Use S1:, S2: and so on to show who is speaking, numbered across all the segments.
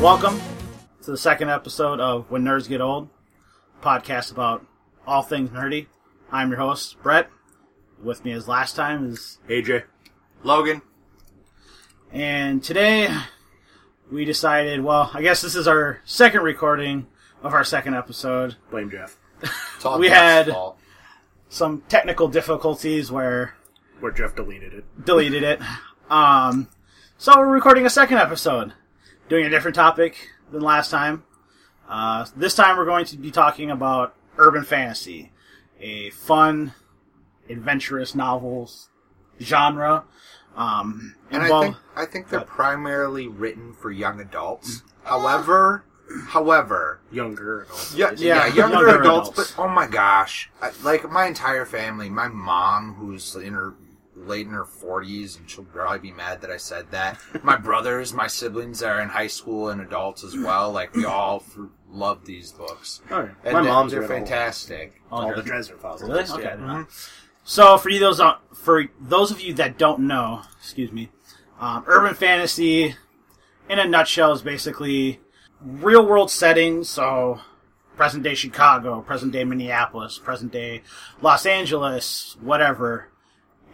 S1: Welcome to the second episode of When Nerds Get Old, a podcast about all things nerdy. I'm your host, Brett. With me as last time is,
S2: AJ.
S3: Logan.
S1: and today we decided, well, I guess this is our second recording of our second episode.
S2: Blame Jeff.
S3: It's all
S1: We
S3: Jeff's
S1: had-
S3: fault.
S1: Some technical difficulties where
S2: Where Jeff deleted it.
S1: deleted it. Um, so we're recording a second episode, doing a different topic than last time. Uh, this time we're going to be talking about urban fantasy, a fun, adventurous novels genre. Um,
S3: And I think I think
S1: uh,
S3: they're primarily written for young adults. However, however,
S2: Younger adults.
S3: yeah,
S1: Yeah,
S3: yeah, younger,
S1: younger
S3: adults,
S1: adults.
S3: But oh my gosh, I, like my entire family, my mom who's in her late in her forties, and she'll probably be mad that I said that. My brothers, my siblings are in high school and adults as well. Like we all f- love these books.
S2: Oh, yeah.
S3: And
S2: My
S3: they're-
S2: mom's
S3: they're
S2: read a whole-
S3: fantastic.
S2: All the Dresden Files.
S1: Really?
S2: Yeah.
S1: Okay. I didn't know. So for you those don't- for those of you that don't know, excuse me, um, urban fantasy, in a nutshell, is basically real world settings. So present day Chicago, present day Minneapolis, present day Los Angeles, whatever,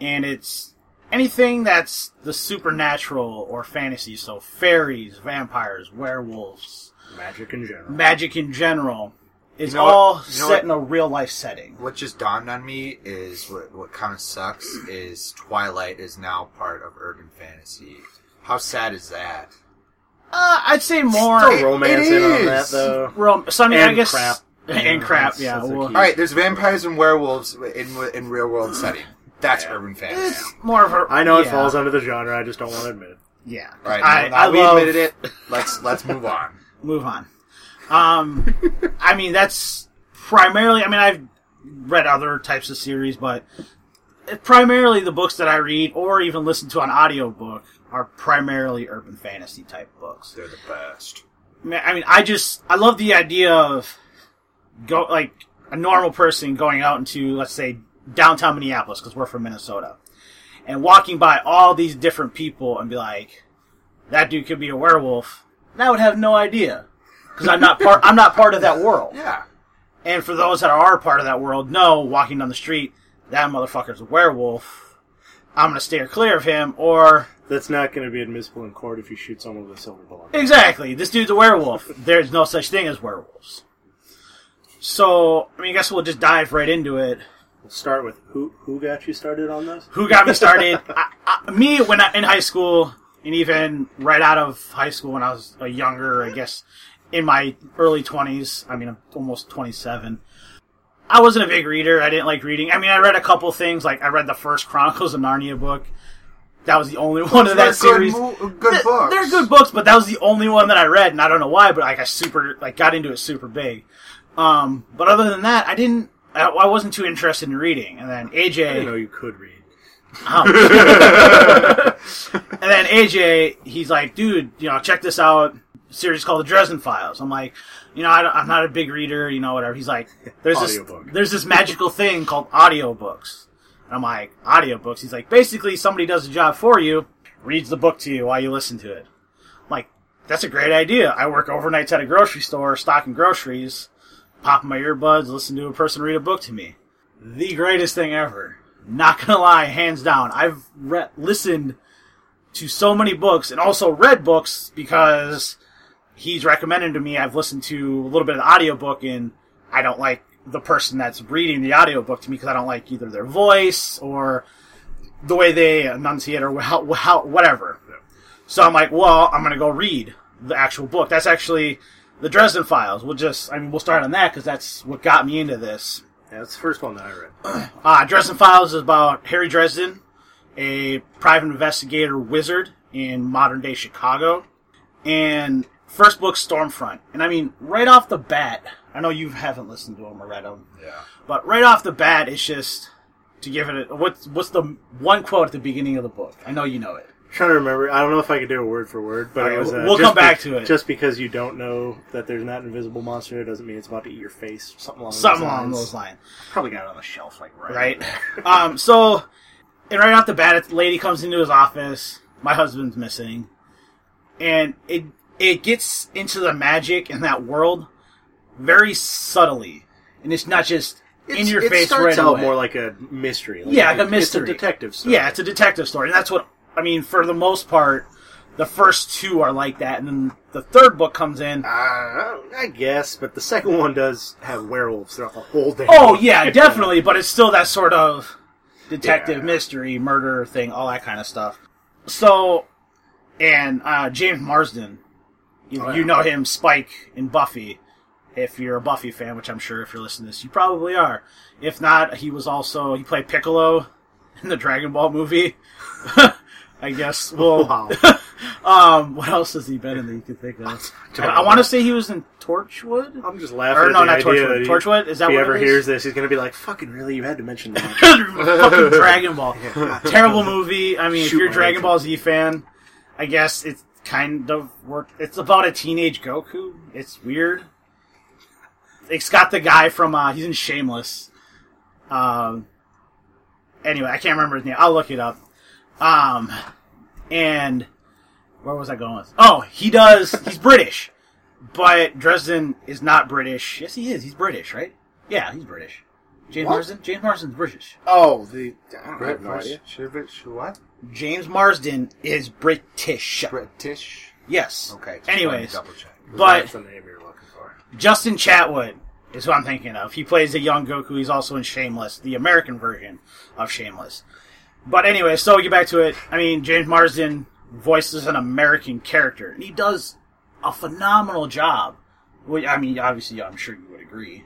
S1: and it's anything that's the supernatural or fantasy. So fairies, vampires, werewolves,
S2: Magic in general.
S1: magic in general. is
S3: know what-
S1: all
S3: you know
S1: set
S3: what-
S1: in a real life setting.
S3: What just dawned on me is what, what kind of sucks is Twilight is now part of urban fantasy. How sad is that?
S1: Uh, I'd say more.
S3: Still
S2: Throw romance
S3: It
S2: in on
S3: is.
S2: that, though.
S1: Rom- so I mean, I
S2: And
S1: guess
S2: crap.
S1: and
S2: Yeah,
S1: crap.
S2: that's-
S1: Yeah,
S2: that's a
S1: well,
S2: key.
S3: All right, there's vampires and werewolves in in real world setting. That's urban fantasy.
S1: it's more of a.
S2: I know it
S1: yeah,
S2: falls under the genre, I just don't want to admit it.
S1: Yeah,
S3: All right,
S1: I,
S3: now
S1: I
S3: that we
S1: love-
S3: admitted it. Let's let's move on.
S1: Move on. Um, I mean, that's primarily. I mean, I've read other types of series, but primarily the books that I read or even listen to on audiobook are primarily urban fantasy type books.
S3: They're the best.
S1: Man, I mean, I just I love the idea of go like a normal person going out into let's say downtown Minneapolis because we're from Minnesota, and walking by all these different people and be like, that dude could be a werewolf. And I would have no idea because I'm not part. I'm not part of that world.
S3: Yeah,
S1: And for those that are part of that world, no, walking down the street, that motherfucker's a werewolf. I'm gonna steer clear of him or
S2: That's not going to be admissible in court if you shoot someone with a silver bullet.
S1: Exactly. This dude's a werewolf. There's no such thing as werewolves. So, I mean, I guess we'll just dive right into it.
S2: We'll start with who who got you started on this?
S1: Who got me started? I, I, me, when I, in high school, and even right out of high school when I was a younger, I guess, in my early 20s, I mean, I'm almost 27. I wasn't a big reader. I didn't like reading. I mean, I read a couple things. Like, I read the first Chronicles of Narnia book. That was the only one of
S3: They're
S1: that series.
S3: Good, mo- good
S1: Th-
S3: books.
S1: They're good books, but that was the only one that I read, and I don't know why, but like I super like got into it super big. Um, but other than that, I didn't. I, I wasn't too interested in reading. And then
S2: I didn't know
S1: AJ,
S2: you could read.
S1: and then AJ, he's like, dude, you know, check this out. Series called The Dresden Files. I'm like, you know, I don't, I'm not a big reader, you know, whatever. He's like, there's this,
S2: Audiobook.
S1: there's this magical thing called audiobooks. And I'm like, audiobooks? He's like, basically, somebody does a job for you, reads the book to you while you listen to it. I'm like, that's a great idea. I work overnights at a grocery store, stocking groceries, pop in my earbuds, listen to a person read a book to me. The greatest thing ever. Not gonna lie, hands down. I've re- listened to so many books and also read books because he's recommended to me. I've listened to a little bit of the audiobook and I don't like the person that's reading the audiobook to me because I don't like either their voice or the way they enunciate or how, how, whatever. So I'm like, well, I'm gonna go read the actual book. That's actually the Dresden Files. We'll just, I mean, we'll start on that because that's what got me into this.
S2: Yeah, that's the first one that I read.
S1: Uh, Dresden Files is about Harry Dresden, a private investigator wizard in modern day Chicago. And first book, Stormfront. And I mean, right off the bat, I know you haven't listened to them or read them,
S3: Yeah.
S1: but right off the bat, it's just to give it a, what's, what's the one quote at the beginning of the book? I know you know it.
S2: trying to remember. I don't know if I could do it word for word, but
S1: Okay,
S2: it was. Uh,
S1: we'll
S2: just
S1: come back
S2: be-
S1: to it.
S2: Just because you don't know that there's not an invisible monster doesn't mean it's about to eat your face. Something along
S1: Something
S2: those
S1: along
S2: lines.
S1: those lines.
S2: Probably got it on the shelf, like
S1: right? um, so, and right off the bat, the lady comes into his office. My husband's missing, and it it gets into the magic in that world very subtly, and it's not just in
S3: It's-
S1: your
S3: it
S1: face
S3: starts
S1: right
S2: It's all
S1: away.
S2: more like a mystery. Like
S1: Yeah, like a
S2: it's
S1: mystery.
S2: detective story.
S1: yeah, it's a detective story. And that's what I mean. For the most part, the first two are like that, and then the third book comes in.
S2: Uh, I guess, but the second one does have werewolves throughout the whole day.
S1: Oh yeah, definitely. But it's still that sort of detective
S2: Yeah.
S1: mystery, murder thing, all that kind of stuff. So, and uh, James Marsden, you,
S3: Oh, yeah.
S1: you know him, Spike in Buffy. If you're a Buffy fan, which I'm sure if you're listening to this, you probably are. If not, he was also he played Piccolo in the Dragon Ball movie. I guess. Well,
S2: Wow.
S1: um, what else has he been in that you can think of? I, want to say he was in Torchwood.
S2: I'm just laughing.
S1: Or
S2: at
S1: no,
S2: the
S1: not
S2: idea
S1: Torchwood.
S2: that he-
S1: Torchwood is that
S2: If he
S1: what
S2: ever
S1: it is?
S2: hears this, he's gonna be like, "Fucking really? You had to mention that."
S1: fucking Dragon Ball. Terrible movie. I mean, if
S2: Shoot
S1: you're a
S2: my
S1: Dragon
S2: leg.
S1: Ball Z fan, I guess it's kind of work. It's about a teenage Goku. It's weird. It's got the guy from uh, he's in Shameless. Um. Anyway, I can't remember his name. I'll look it up. Um, and where was I going with? Oh, he does. He's British, but Dresden is not British. Yes, he is. He's British, right? Yeah, he's British. James
S3: What?
S1: Marsden. James Marsden's British.
S3: Oh, the I don't
S2: British.
S3: have no idea. British what?
S1: James Marsden is British.
S3: British.
S1: yes.
S3: Okay. just wanted to
S1: Anyways,
S3: double check.
S1: but
S2: That's the name you're looking for.
S1: Justin Chatwood is who I'm thinking of. He plays a young Goku. He's also in Shameless, the American version of Shameless. But anyway, so get back to it. I mean, James Marsden voices an American character, and he does a phenomenal job. Well, I mean, obviously, I'm sure you would agree.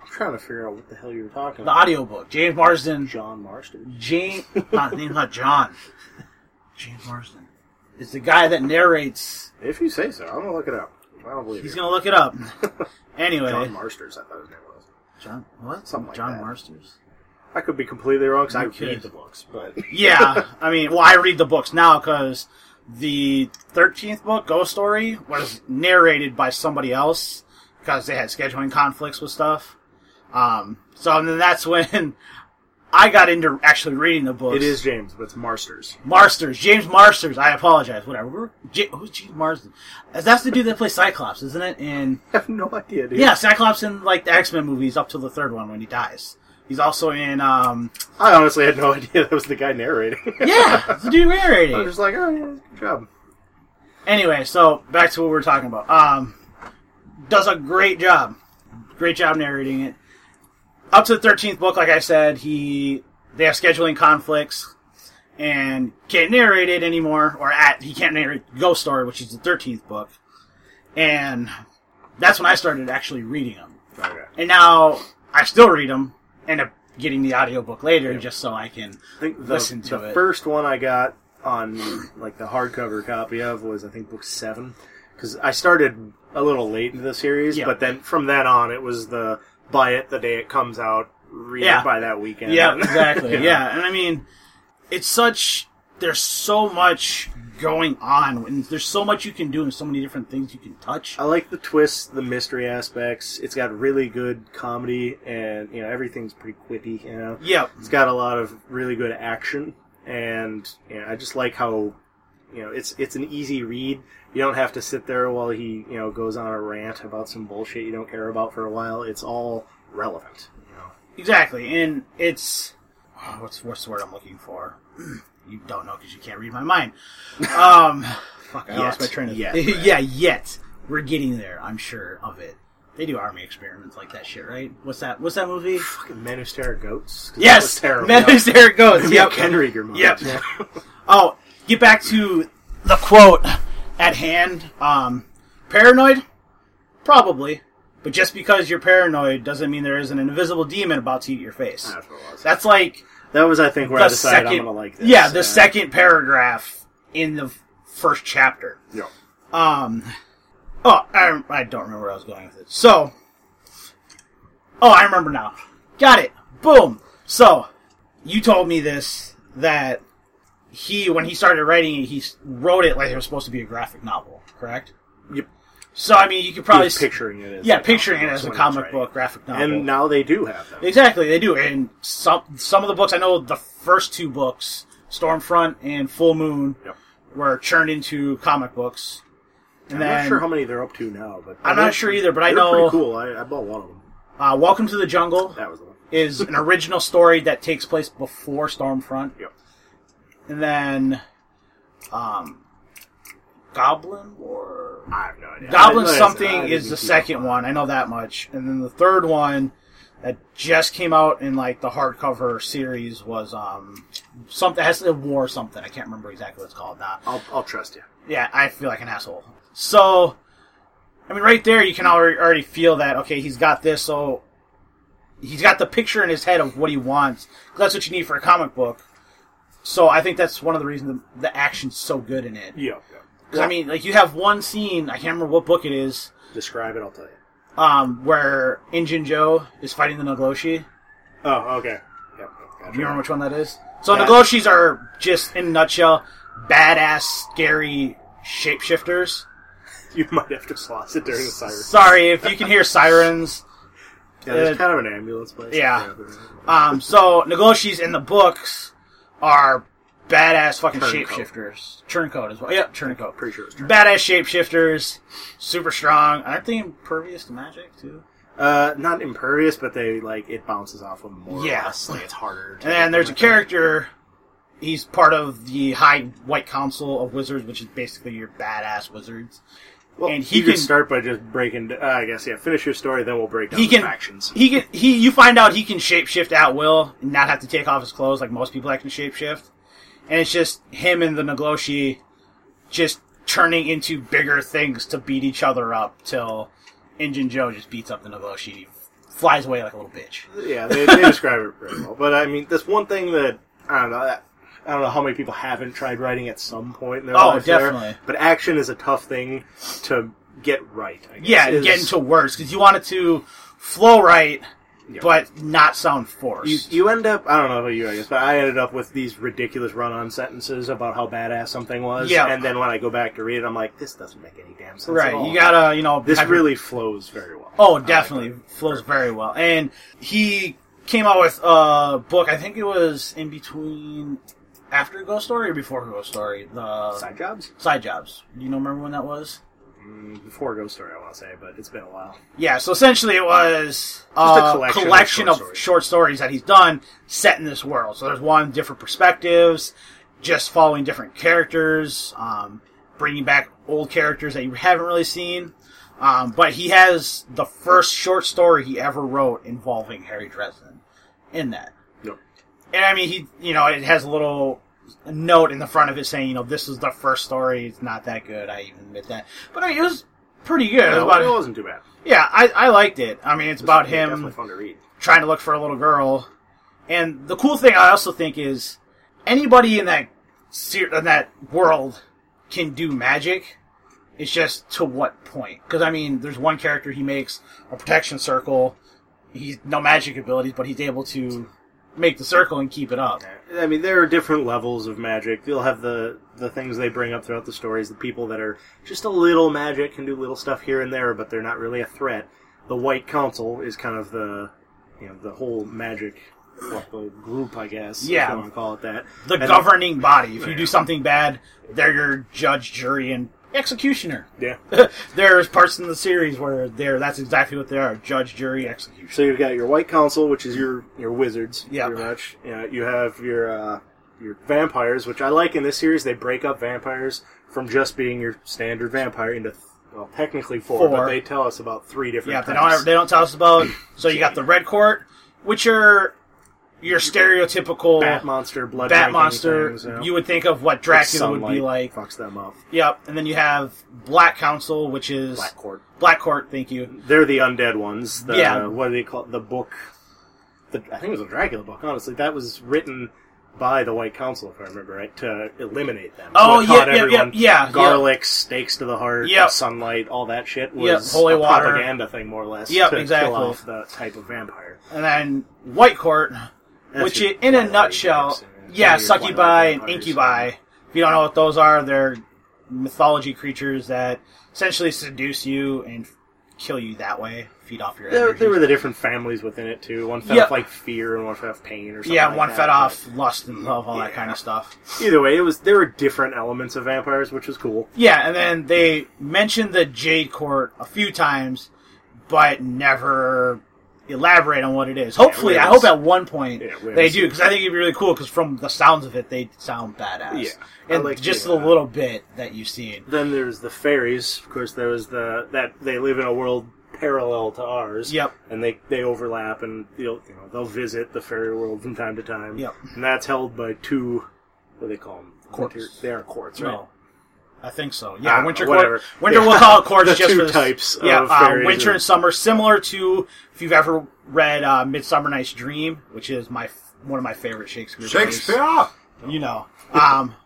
S2: I'm trying to figure out what the hell you were talking
S1: The
S2: about.
S1: audiobook, James Marsden,
S2: John Marston.
S1: James, not, name's not John. James Marsden is the guy that narrates
S2: If you say so, I'm gonna look it up. I don't believe
S1: He's gonna look it up. anyway,
S2: John
S1: John,
S2: Marsters, I thought his name was.
S1: what?
S2: Something like
S1: John
S2: that.
S1: Marsters.
S2: I could be completely wrong because I
S1: Okay.
S2: read the books, but
S1: Yeah, I mean, well, I read the books now because the thirteenth book, Ghost Story, was narrated by somebody else because they had scheduling conflicts with stuff. Um, so and then that's when I got into actually reading the books.
S2: it is James, but it's Marsters.
S1: Marsters, James Marsters. I apologize. Whatever. We're- J- who's James Marsden? That's the dude that plays Cyclops, isn't it? And
S2: I have no idea, dude.
S1: Yeah, Cyclops in like the X Men movies up till the third one when he dies. He's also in um
S2: I honestly had no idea that was the guy narrating.
S1: yeah, it's the dude
S2: I was
S1: narrating.
S2: just like, oh yeah, good job.
S1: Anyway, so back to what we were talking about. Um, does a great job, great job narrating it. Up to the thirteenth book, like I said, he they have scheduling conflicts and can't narrate it anymore, or at he can't narrate Ghost Story, which is the thirteenth book, and that's when I started actually reading them.
S2: Okay.
S1: And now I still read them, end up getting the audiobook later just so I can.
S2: I think the,
S1: Listen to
S2: the
S1: it.
S2: first one I got on like the hardcover copy of was I think book seven because I started a little late into the series,
S1: Yeah.
S2: but then from then on it was the buy it the day it comes out, read
S1: Yeah.
S2: it by that weekend.
S1: Yeah, exactly. yeah, and I mean, it's such. There's so much going on, and there's so much you can do, and so many different things you can touch.
S2: I like the twists, the mystery aspects. It's got really good comedy, and you know everything's pretty quippy. You know,
S1: Yeah,
S2: it's got a lot of really good action, and you know, I just like how you know it's it's an easy read. You don't have to sit there while he you know goes on a rant about some bullshit you don't care about for a while. It's all relevant. You know?
S1: exactly. And it's oh, what's what's the word I'm looking for? you don't know because you can't read my mind. Um, fuck, I lost my
S2: Yet.
S1: train of
S2: Yet.
S1: yeah, yet we're getting there. I'm sure of it. They do army experiments like that shit, right? What's that? What's that movie?
S2: Fucking Men Who Stare at Goats. 'cause that was
S1: Yes,
S2: terrible.
S1: Meadows, there it goes.
S2: Yep.
S1: Yep.
S2: Kendrick, your mom.
S1: Yep. Oh, get back to the quote at hand. Um, paranoid? Probably. But just because you're paranoid doesn't mean there isn't an invisible demon about to eat your face.
S2: That's what it was.
S1: That's like
S2: That was, I think, where Ah. I
S1: the
S2: decided
S1: 2nd
S2: I'm gonna like this.
S1: yeah, the
S2: Uh,
S1: second paragraph in the f- first chapter.
S2: Yeah.
S1: Um, oh, I, I don't remember where I was going with it. So, oh, I remember now. Got it. Boom. So, you told me this that he, when he started writing it, he s- wrote it like it was supposed to be a graphic novel, correct?
S2: Yep.
S1: So, I mean, you could
S2: He
S1: probably
S2: was
S1: s-
S2: picturing it. As
S1: yeah,
S2: a
S1: picturing it
S2: comic
S1: as a
S2: book when he was
S1: comic
S2: writing it.
S1: book graphic novel.
S2: And now they do have them.
S1: Exactly, they do. And some some of the books I know, the first two books, Stormfront and Full Moon,
S2: Yep.
S1: were churned into comic books, And
S2: I'm
S1: then,
S2: not sure how many they're up to now, but
S1: I'm not sure either, but I
S2: they're
S1: know
S2: pretty cool. I, I bought one of them.
S1: uh, Welcome to the Jungle
S2: That was the one.
S1: is an original story that takes place before Stormfront.
S2: Yep.
S1: And then um, Goblin War.
S2: I have no idea.
S1: Goblin
S2: I- I- I
S1: something
S2: didn't
S1: is the
S2: keep
S1: second
S2: up.
S1: one. I know that much. And then the third one that just came out in like the hardcover series was um something has to war something. I can't remember exactly what it's called now.
S2: I'll, I'll trust you.
S1: Yeah, I feel like an asshole. So, I mean, right there, you can already, already feel that. Okay, he's got this. So, he's got the picture in his head of what he wants. That's what you need for a comic book. So, I think that's one of the reasons the, the action's so good in it.
S2: Yeah. yeah.
S1: 'Cause, I mean, like you have one scene. I can't remember what book it is.
S2: Describe it. I'll tell you.
S1: Um, where Injun Joe is fighting the Nagloshi.
S2: Oh, okay. Yep.
S1: Do
S2: Gotcha.
S1: you remember which one that is? So
S2: Yeah.
S1: Nagloshis are just in a nutshell, badass, scary shapeshifters.
S2: You might have to pause it during the siren.
S1: Sorry if you can hear sirens.
S2: Yeah, there's
S1: uh,
S2: kind of an ambulance place.
S1: yeah. Um, so Negoshis in the books are badass fucking
S2: Turncoat.
S1: shapeshifters. Turncoat as well. Yep, Turncoat.
S2: Pretty sure it's Turncoat.
S1: Badass shapeshifters, super strong. Aren't they impervious to magic too?
S2: Uh, not impervious, but they like it bounces off of them more.
S1: Yeah.
S2: or less. Like it's harder. To
S1: And then there's a
S2: like,
S1: character. He's part of the High White Council of Wizards, which is basically your badass wizards.
S2: Well,
S1: and
S2: and
S1: he
S2: he can
S1: can-
S2: start by just breaking. Uh, I guess yeah. Finish your story, then we'll break down
S1: He
S2: the
S1: can
S2: factions.
S1: he can he you find out he can shapeshift at will and not have to take off his clothes like most people that can shapeshift. And it's just him and the Nagloshi just turning into bigger things to beat each other up till Injun Joe just beats up the Nagloshi and he flies away like a little bitch.
S2: Yeah, they, they describe it pretty well. But I mean, that's one thing that I don't know. That, I don't know how many people haven't tried writing at some point in their
S1: Oh,
S2: life. there,
S1: definitely.
S2: but action is a tough thing to get right. I guess,
S1: Yeah, and
S2: is-
S1: get into words because you want it to flow right,
S2: Yeah.
S1: but not sound
S2: You,
S1: forced.
S2: you end up, I don't know about you, I guess, but I ended up with these ridiculous run on sentences about how badass something was.
S1: Yeah.
S2: And then when I go back to read it, I'm like, this doesn't make any damn sense. At
S1: right,
S2: all.
S1: you gotta you know
S2: This
S1: have your-
S2: really flows very well.
S1: Oh, definitely flows very well. And he came out with a book. I think it was in between after Ghost Story or before Ghost Story. The
S2: Side jobs?
S1: side jobs. Do you know remember when that was?
S2: Mm, before Ghost Story, I want to say, but it's been a while.
S1: Yeah. So essentially, it was
S2: Just a
S1: uh,
S2: collection
S1: of,
S2: of short stories.
S1: short stories that he's done set in this world. So there's one different perspectives, just following different characters, um, bringing back old characters that you haven't really seen. Um, but he has the first short story he ever wrote involving Harry Dresden in that.
S2: Yep.
S1: And I mean, he, you know, it has a little note in the front of it saying, you know, this is the first story. It's not that good. I even admit that. But I mean, it was pretty good. It was
S2: No,
S1: about-
S2: it wasn't too bad.
S1: yeah, I, I liked it. I mean, it's about
S2: Definitely
S1: him
S2: fun to read.
S1: trying to look for a little girl. And the cool thing I also think is anybody in that ser- in that world can do magic. It's just to what point? Because I mean, there's one character he makes a protection circle. He's no magic abilities, but he's able to make the circle and keep it up.
S2: I mean, there are different levels of magic. You'll have the the things they bring up throughout the stories. The people that are just a little magic can do little stuff here and there, but they're not really a threat. The White Council is kind of the you know the whole magic what, the group, I guess. if
S1: Yeah.
S2: you want to call it that.
S1: The
S2: And-
S1: governing body. If you do something bad, they're your judge, jury, and executioner.
S2: Yeah.
S1: There's parts in the series where they're that's exactly what they are: judge, jury, execution.
S2: So you've got your White Council, which is your your wizards,
S1: Yeah.
S2: pretty much. Yeah, you have your uh, your vampires, which I like in this series. They break up vampires from just being your standard vampire into th- well, technically four,
S1: Four.
S2: but they tell us about three different.
S1: Yeah, they
S2: types.
S1: don't ever, they don't tell us about. So you got the red court, which are your stereotypical
S2: bat
S1: bat,
S2: monster, blood drinking
S1: monster.
S2: things, you, know?
S1: You would think of what Dracula would be
S2: Sunlight
S1: like.
S2: Fucks them up.
S1: Yep, and then you have Black Council, which is
S2: Black Court.
S1: Black Court, Thank you.
S2: They're the undead ones. The,
S1: Yeah.
S2: What do they call it? the book? The, I think it was a Dracula book. Honestly, that was written by the White Council, if I remember right, to eliminate them.
S1: Oh,
S2: it taught
S1: yeah, yeah, yeah,
S2: everyone
S1: yeah, yeah.
S2: Garlic, stakes to the heart,
S1: Yep.
S2: sunlight, all that shit was
S1: Yep, holy
S2: a
S1: water.
S2: propaganda thing, more or less.
S1: Yep,
S2: to
S1: exactly.
S2: Kill off the type of vampire.
S1: And then White Court,
S2: That's
S1: which
S2: your
S1: i- in a
S2: Twilight
S1: nutshell,
S2: types, and
S1: yeah,
S2: your Twilight
S1: succubi and
S2: vampires.
S1: incubi. If you don't know what those are, they're mythology creatures that essentially seduce you and kill you that way, feed off your
S2: There,
S1: energy.
S2: there were the different families within it too. One fed
S1: Yeah.
S2: off like fear, and one fed off pain, or something.
S1: yeah,
S2: like
S1: one
S2: that,
S1: fed
S2: but-
S1: off lust and love, all that
S2: Yeah.
S1: kind of stuff.
S2: Either way, it was there were different elements of vampires, which was cool.
S1: Yeah, and then they mentioned the Jade Court a few times, but never elaborate on what it is. Hopefully,
S2: we
S1: I
S2: haven't
S1: hope at one point
S2: Yeah, we
S1: they
S2: haven't
S1: do
S2: seen
S1: because I think it'd be really cool because from the sounds of it, they sound badass.
S2: Yeah, I
S1: and
S2: like uh,
S1: just the
S2: hearing that.
S1: little bit that you've seen.
S2: Then there's the fairies. Of course, there was the that they live in a world parallel to ours.
S1: Yep.
S2: And they they overlap, and they'll you know they'll visit the fairy world from time to time.
S1: Yep.
S2: And that's held by two. What do they call them?
S1: Courts.
S2: They are courts, right?
S1: No. I think so. Yeah,
S2: Ah,
S1: winter
S2: whatever.
S1: court. Winter
S2: Yeah.
S1: we'll call it courts
S2: The
S1: just
S2: two
S1: for this-
S2: types
S1: Yeah,
S2: of
S1: uh,
S2: fairies
S1: winter
S2: and-
S1: and summer, similar to if you've ever read uh, *Midsummer Night's Dream*, which is my f- one of my favorite Shakespeare. plays.
S3: Shakespeare.
S1: you know, um,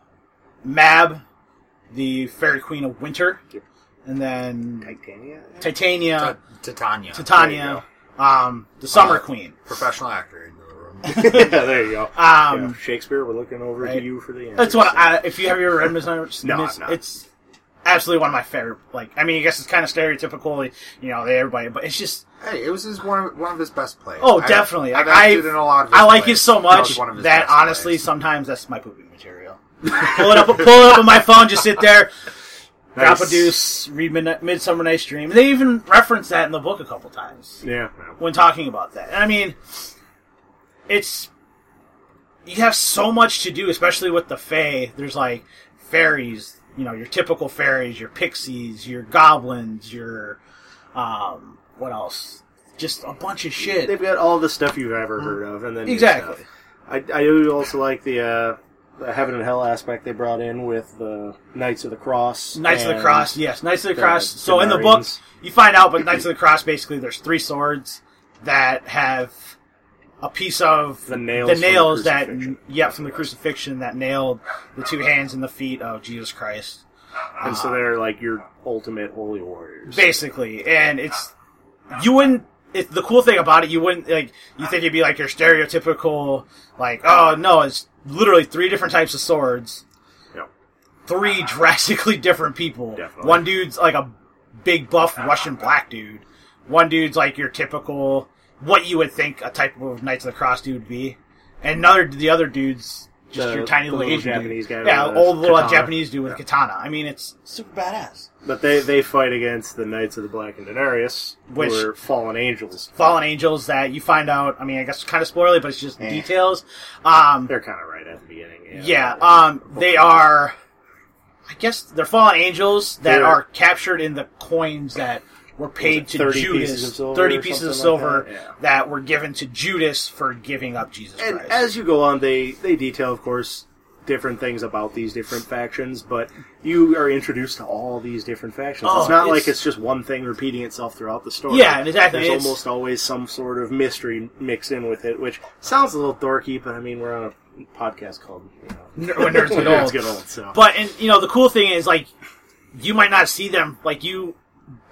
S1: Mab, the fairy queen of winter,
S2: Yep.
S1: and then
S2: Titania.
S1: Titania,
S3: Titania.
S1: Titania, um, the summer
S3: Uh,
S1: queen.
S3: Professional actor in the room.
S2: yeah, there you go.
S1: Um,
S2: Yeah, Shakespeare, we're looking over
S1: right.
S2: to you for the answer.
S1: That's what I, if you have ever read Midsummer,
S2: No,
S1: Mids-
S2: I've not.
S1: it's absolutely one of my favorite. Like, I mean, I guess it's kind of stereotypical, like, you know, they everybody, but it's just
S3: Hey, it was his one of, one of his best plays.
S1: oh,
S3: I-
S1: definitely.
S3: I've
S1: Like,
S3: acted
S1: I,
S3: in a lot of his
S1: I like
S3: plays.
S1: it so
S3: That
S1: much
S3: was one of his
S1: that
S3: best
S1: honestly,
S3: plays.
S1: sometimes that's my pooping material. pull it up, pull it up on my phone, just sit there, drop a
S2: Nice.
S1: deuce, read Midnight, Midsummer Night's Dream. They even reference that in the book a couple times
S2: Yeah.
S1: when talking about that. And I mean, it's you have so much to do, especially with the Fae. There's like fairies, you know, your typical fairies, your pixies, your goblins, your um, what else? Just a bunch of
S2: They've
S1: shit.
S2: got all the stuff you've ever heard of, and then new
S1: Mm-hmm. Exactly.
S2: stuff. I, I do also like the, uh, the heaven and hell aspect they brought in with the Knights of the Cross.
S1: Knights of the
S2: and-
S1: Cross, yes, Knights of the
S2: the
S1: Cross. So in the book,
S2: Denaries.
S1: you find out, but Knights of the Cross basically there's three swords that have a piece of
S2: The nails
S1: the
S2: from the
S1: nails that
S2: crucifixion.
S1: yeah from the crucifixion that nailed the two hands and the feet of Jesus Christ.
S2: And so they're like your ultimate holy warriors.
S1: basically and it's you wouldn't it's the cool thing about it you wouldn't like you think it'd be like your stereotypical like oh no it's literally three different types of swords
S2: Yep.
S1: three drastically different people
S2: Definitely.
S1: one dude's like a big buff russian black dude one dude's like your typical what you would think a type of knights of the cross dude would be and another the other dude's just
S2: The-
S1: your tiny
S2: the
S1: little,
S2: little
S1: Asian
S2: Japanese guy
S1: dude.
S2: with
S1: yeah,
S2: the
S1: old little
S2: katana.
S1: Japanese dude with a katana. I mean, it's super badass.
S2: But they, they fight against the Knights of the Black and Denarius,
S1: Which-
S2: who are fallen angels.
S1: fallen angels that you find out. I mean, I guess kind of spoiler, but it's just
S2: Eh.
S1: details. Um,
S2: They're kind of right at the beginning.
S1: yeah,
S2: uh,
S1: um, they are. I guess they're fallen angels that
S2: They're-
S1: are captured in the coins that were paid
S2: it
S1: to
S2: 30
S1: Judas.
S2: pieces of silver
S1: Thirty
S2: or
S1: pieces of
S2: something
S1: silver
S2: like that? Yeah.
S1: were given to Judas for giving up Jesus
S2: And
S1: Christ.
S2: as you go on, they they detail, of course, different things about these different factions. But you are introduced to all these different factions.
S1: Oh,
S2: it's not
S1: it's-
S2: like it's just one thing repeating itself throughout the story.
S1: Yeah, and exactly,
S2: There's
S1: it's-
S2: almost always some sort of mystery mixed in with it, which sounds a little dorky, but I mean, we're on a podcast called you know,
S1: When Nerds Get
S2: Nerds
S1: Old.
S2: Get Old, so
S1: But and you know the cool thing is like you might not see them like you.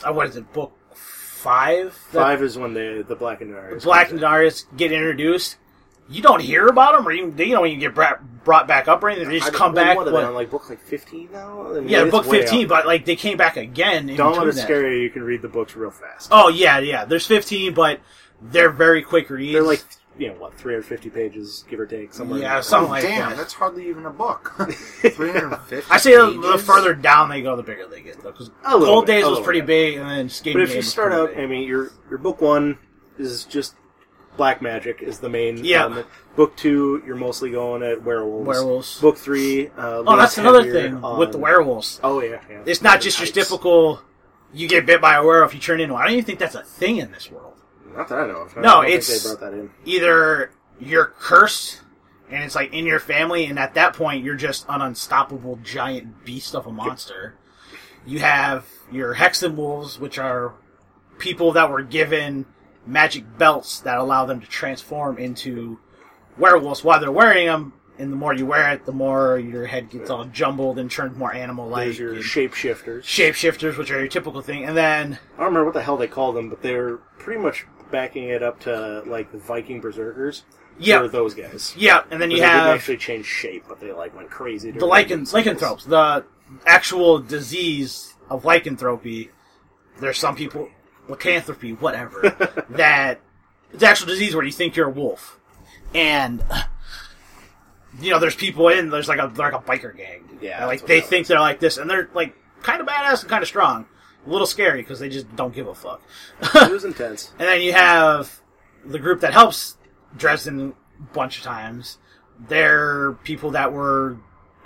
S1: Uh, what is it? Book five. That
S2: five is when the the Black and Darius
S1: Black and
S2: comes
S1: Darius get introduced. You don't hear about them, or even they don't even get brought, brought back up or anything. They
S2: in.
S1: just
S2: I've
S1: come
S2: read
S1: back.
S2: One of
S1: what-
S2: them, I'm like book like fifteen now. I mean,
S1: yeah,
S2: it's
S1: book
S2: way
S1: fifteen,
S2: up.
S1: but like they came back again. In
S2: Don't let
S1: between
S2: it
S1: that.
S2: scare you. You can read the books real fast.
S1: Oh yeah, yeah. There's fifteen, but they're very quick reads.
S2: They're like, you know, what, 350 pages, give or take, somewhere. in
S1: Yeah,
S2: there.
S1: something
S3: Oh,
S1: like
S3: damn,
S1: that.
S3: that's hardly even a book. 350
S1: I say the, the
S3: pages?
S1: further down they go, the bigger they get. Though, because
S2: A little
S1: Cold
S2: bit,
S1: Days
S2: a
S1: was
S2: little
S1: pretty
S2: bit.
S1: big, and then Skating
S2: But if
S1: Day
S2: you
S1: was
S2: start
S1: pretty
S2: out,
S1: big.
S2: I mean, your your book one is just black magic is the main
S1: Yeah.
S2: element. Book two, you're mostly going at werewolves.
S1: Werewolves.
S2: Book three, uh,
S1: oh, that's
S2: leans
S1: another
S2: heavier
S1: thing
S2: on-
S1: with the werewolves.
S2: Oh yeah, yeah.
S1: It's not just your
S2: Types.
S1: typical. You get bit by a werewolf, you turn into. one. I don't even think that's a thing in this world.
S2: Not that I know of. I
S1: No,
S2: don't think
S1: it's-
S2: they brought that in.
S1: either you're cursed and it's like in your family and at that point you're just an unstoppable giant beast of a monster you have your hexen wolves which are people that were given magic belts that allow them to transform into werewolves while they're wearing them and the more you wear it the more your head gets all jumbled and turned more animal like
S2: There's your shapeshifters.
S1: shapeshifters which are your typical thing and then
S2: I don't remember what the hell they call them, but they're pretty much backing it up to like the Viking berserkers.
S1: Yeah.
S2: They're those guys.
S1: yeah and then
S2: But
S1: you
S2: they didn't
S1: have
S2: actually change shape, but they like went crazy.
S1: the lichen lycanthropes, the actual disease of lycanthropy. There's some people. lycanthropy, whatever, that it's actual disease where you think you're a wolf. And you know, there's people in there's like a they're like a biker gang.
S4: Yeah,
S1: dude. They're
S4: that's
S1: like
S4: what
S1: they
S4: that
S1: think they're like this, and they're like kind of badass and kind of strong, a little scary because they just don't give a fuck.
S2: it was intense.
S1: And then you have the group that helps Dresden a bunch of times. They're people that were,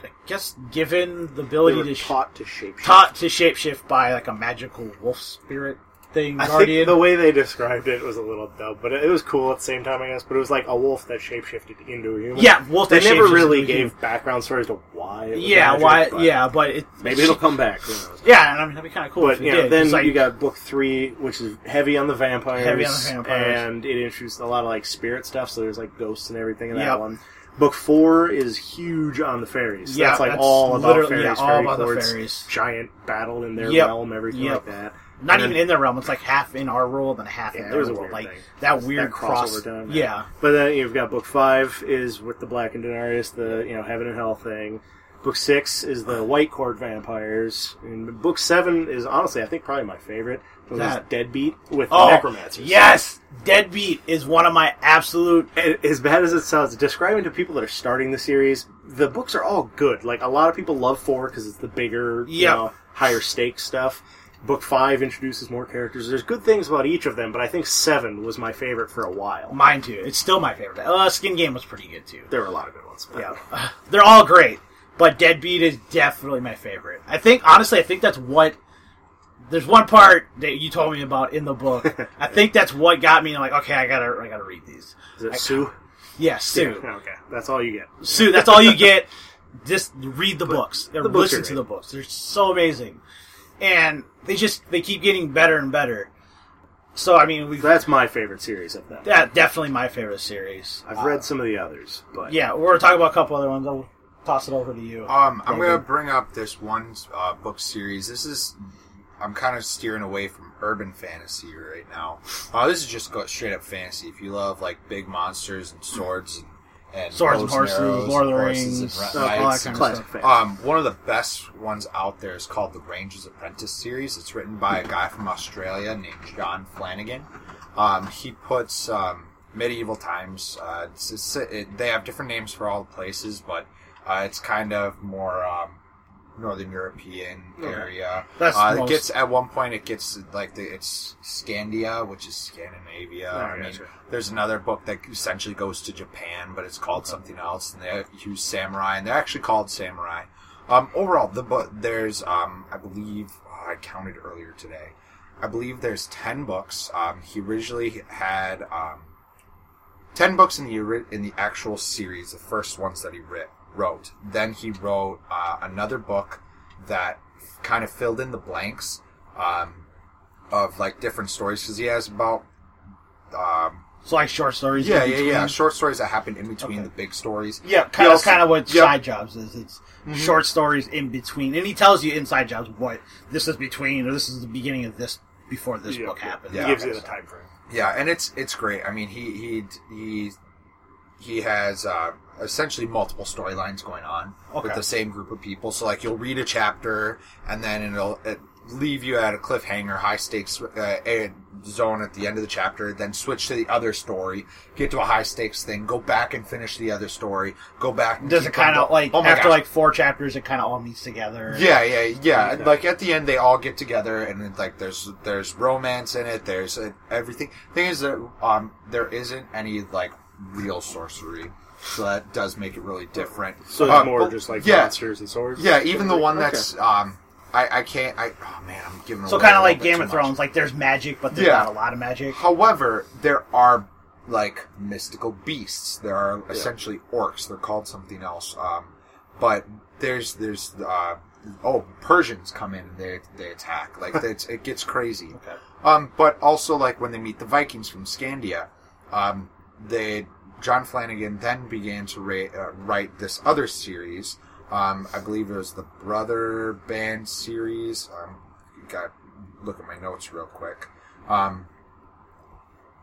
S1: I guess, given the
S2: They
S1: ability
S2: were
S1: to sh-
S2: taught to shape.
S1: taught to shapeshift by like a magical wolf spirit thing.
S2: I
S1: guardian.
S2: think the way they described it was a little dumb, but it was cool at the same time, I guess. But it was like a wolf that shapeshifted into a human.
S1: yeah, wolf.
S2: they
S1: that
S2: never
S1: shapeshifts
S2: really
S1: into a
S2: gave
S1: human.
S2: background stories to why. It was
S1: Yeah,
S2: magic,
S1: why?
S2: but
S1: yeah, but it,
S2: maybe it'll come back. Who knows?
S1: Yeah, and I mean that'd be kind of cool. if
S2: But
S1: it
S2: you
S1: did,
S2: know,
S1: 'cause,
S2: then
S1: like,
S2: you got book three, which is heavy on the vampires,
S1: Heavy on the vampires.
S2: and it introduced a lot of like spirit stuff. So there's like ghosts and everything in that
S1: Yep.
S2: one. Book four is huge on the fairies.
S1: Yeah,
S2: that's like
S1: that's
S2: all about
S1: literally-
S2: fairies,
S1: yeah, all
S2: fairy
S1: about the
S2: courts,
S1: fairies.
S2: giant battle in their
S1: Yep.
S2: realm, everything
S1: Yep.
S2: like that.
S1: not
S2: and
S1: even
S2: then-
S1: in their realm. It's like half in our world and half
S2: Yeah,
S1: in
S2: it
S1: their
S2: was a
S1: world.
S2: weird
S1: like
S2: thing.
S1: that weird
S2: that
S1: cross.
S2: crossover time.
S1: yeah,
S2: But then you've got book five is with the Black and Daenerys, the you know heaven and hell thing. Book six is the White Court vampires, and book seven is honestly I think probably my favorite. Was
S1: That-
S2: Deadbeat with
S1: Oh,
S2: the necromancers.
S1: Yes, Deadbeat is one of my absolute.
S2: A- As bad as it sounds, describing to people that are starting the series, the books are all good. Like a lot of people love four because it's the bigger, you
S1: Yeah.
S2: know, higher stakes stuff. Book five introduces more characters. There's good things about each of them, but I think seven was my favorite for a while.
S1: Mine too. It's still my favorite. Uh, Skin Game was pretty good too.
S2: There were a lot of good ones. but-
S1: Yeah, they're all great, but Deadbeat is definitely my favorite. I think honestly, I think that's what. There's one part that you told me about in the book. I think that's what got me like, okay, I gotta, I gotta read these.
S2: Is it Sue?
S1: Yeah, Sue.
S2: Yeah, Okay, that's all you get.
S1: Sue, that's all you get. Just read the books. Or
S2: the books
S1: listen
S2: are
S1: to
S2: great.
S1: the books. They're so amazing. And they just they keep getting better and better. So I mean we
S2: That's my favorite series of that.
S1: that definitely my favorite series.
S2: I've read some of the others, but
S1: Yeah, we're gonna talk about a couple other ones. I'll toss it over to you.
S3: Um, I'm
S1: Maybe.
S3: going to bring up this one uh, book series. This is, I'm kind of steering away from urban fantasy right now. Uh, this is just go straight up fantasy. If you love like big monsters and swords and, and
S1: Swords and
S3: bows
S1: horses,
S3: arrows
S1: Lord of the
S3: and
S1: Rings, uh,
S3: horses and
S1: all
S3: ra-
S1: that
S3: knights.
S1: kind of
S2: classic
S1: stuff.
S2: fan.
S3: Um, one of the best ones out there is called The Granger's Apprentice series. It's written by a guy from Australia named John Flanagan. Um, he puts um, medieval times. Uh, it's, it's, it, they have different names for all the places, but uh, it's kind of more um, Northern European area.
S1: That's
S3: uh,
S1: most-
S3: it gets at one point it gets like the, it's Scandia, which is Scandinavia.
S2: Oh,
S3: I mean,
S2: gotcha.
S3: there's another book that essentially goes to Japan, but it's called something else, and they use samurai, and they're actually called samurai. Um, overall, the book there's um, I believe oh, I counted earlier today. I believe there's ten books. Um, he originally had um, ten books in the ori- in the actual series, the first ones that he writ- wrote. Then he wrote uh, another book that kind of filled in the blanks um, of like different stories because he has about um,
S1: So like short stories.
S3: yeah,
S1: in
S3: yeah,
S1: between.
S3: yeah. Short stories that happen in between
S1: Okay.
S3: the big stories.
S1: Yeah, kind of,
S3: also- Mm-hmm.
S1: kind of what
S3: yeah.
S1: side jobs is. It's short stories in between, and he tells you inside jobs what this is between, or this is the beginning of this before this
S2: Yeah,
S1: book
S2: yeah.
S1: happens.
S3: Yeah.
S2: It gives you the time frame.
S3: Yeah, and it's it's great. I mean, he he he he has uh, essentially multiple storylines going on
S1: Okay.
S3: with the same group of people. So like you'll read a chapter and then it'll it leave you at a cliffhanger, high stakes uh, a- zone at the end of the chapter. Then switch to the other story, get to a high stakes thing, go back and finish the other story, go back. and
S1: Does it
S3: keep
S1: kind
S3: on
S1: of
S3: go-
S1: like
S3: Oh my
S1: after
S3: gosh.
S1: like four chapters, it kind of all meets together?
S3: Yeah, yeah, yeah. And, Like at the end, they all get together, and it's like there's there's romance in it. There's uh, everything. Thing is, that um, there isn't any like real sorcery, so that does make it really different.
S2: So it's
S3: Uh,
S2: more
S3: but-
S2: just like
S3: yeah,
S2: monsters and swords.
S3: yeah. Even the one
S2: Okay.
S3: that's um, I I can't. I oh man, I'm giving.
S1: So
S3: away
S1: kind
S3: a
S1: of like
S3: little bit
S1: Game
S3: too
S1: of
S3: much.
S1: Thrones, like there's magic, but there's
S3: Yeah.
S1: not a lot of magic.
S3: However, there are like mystical beasts. There are essentially orcs. They're called something else. Um, but there's there's uh, oh Persians come in and they they attack. Like it's, it gets crazy.
S1: Okay.
S3: Um, but also like when they meet the Vikings from Scandia, um, they John Flanagan then began to ra- uh, write this other series. Um, I believe it was the Brother Band series. Um, got look at my notes real quick. Um,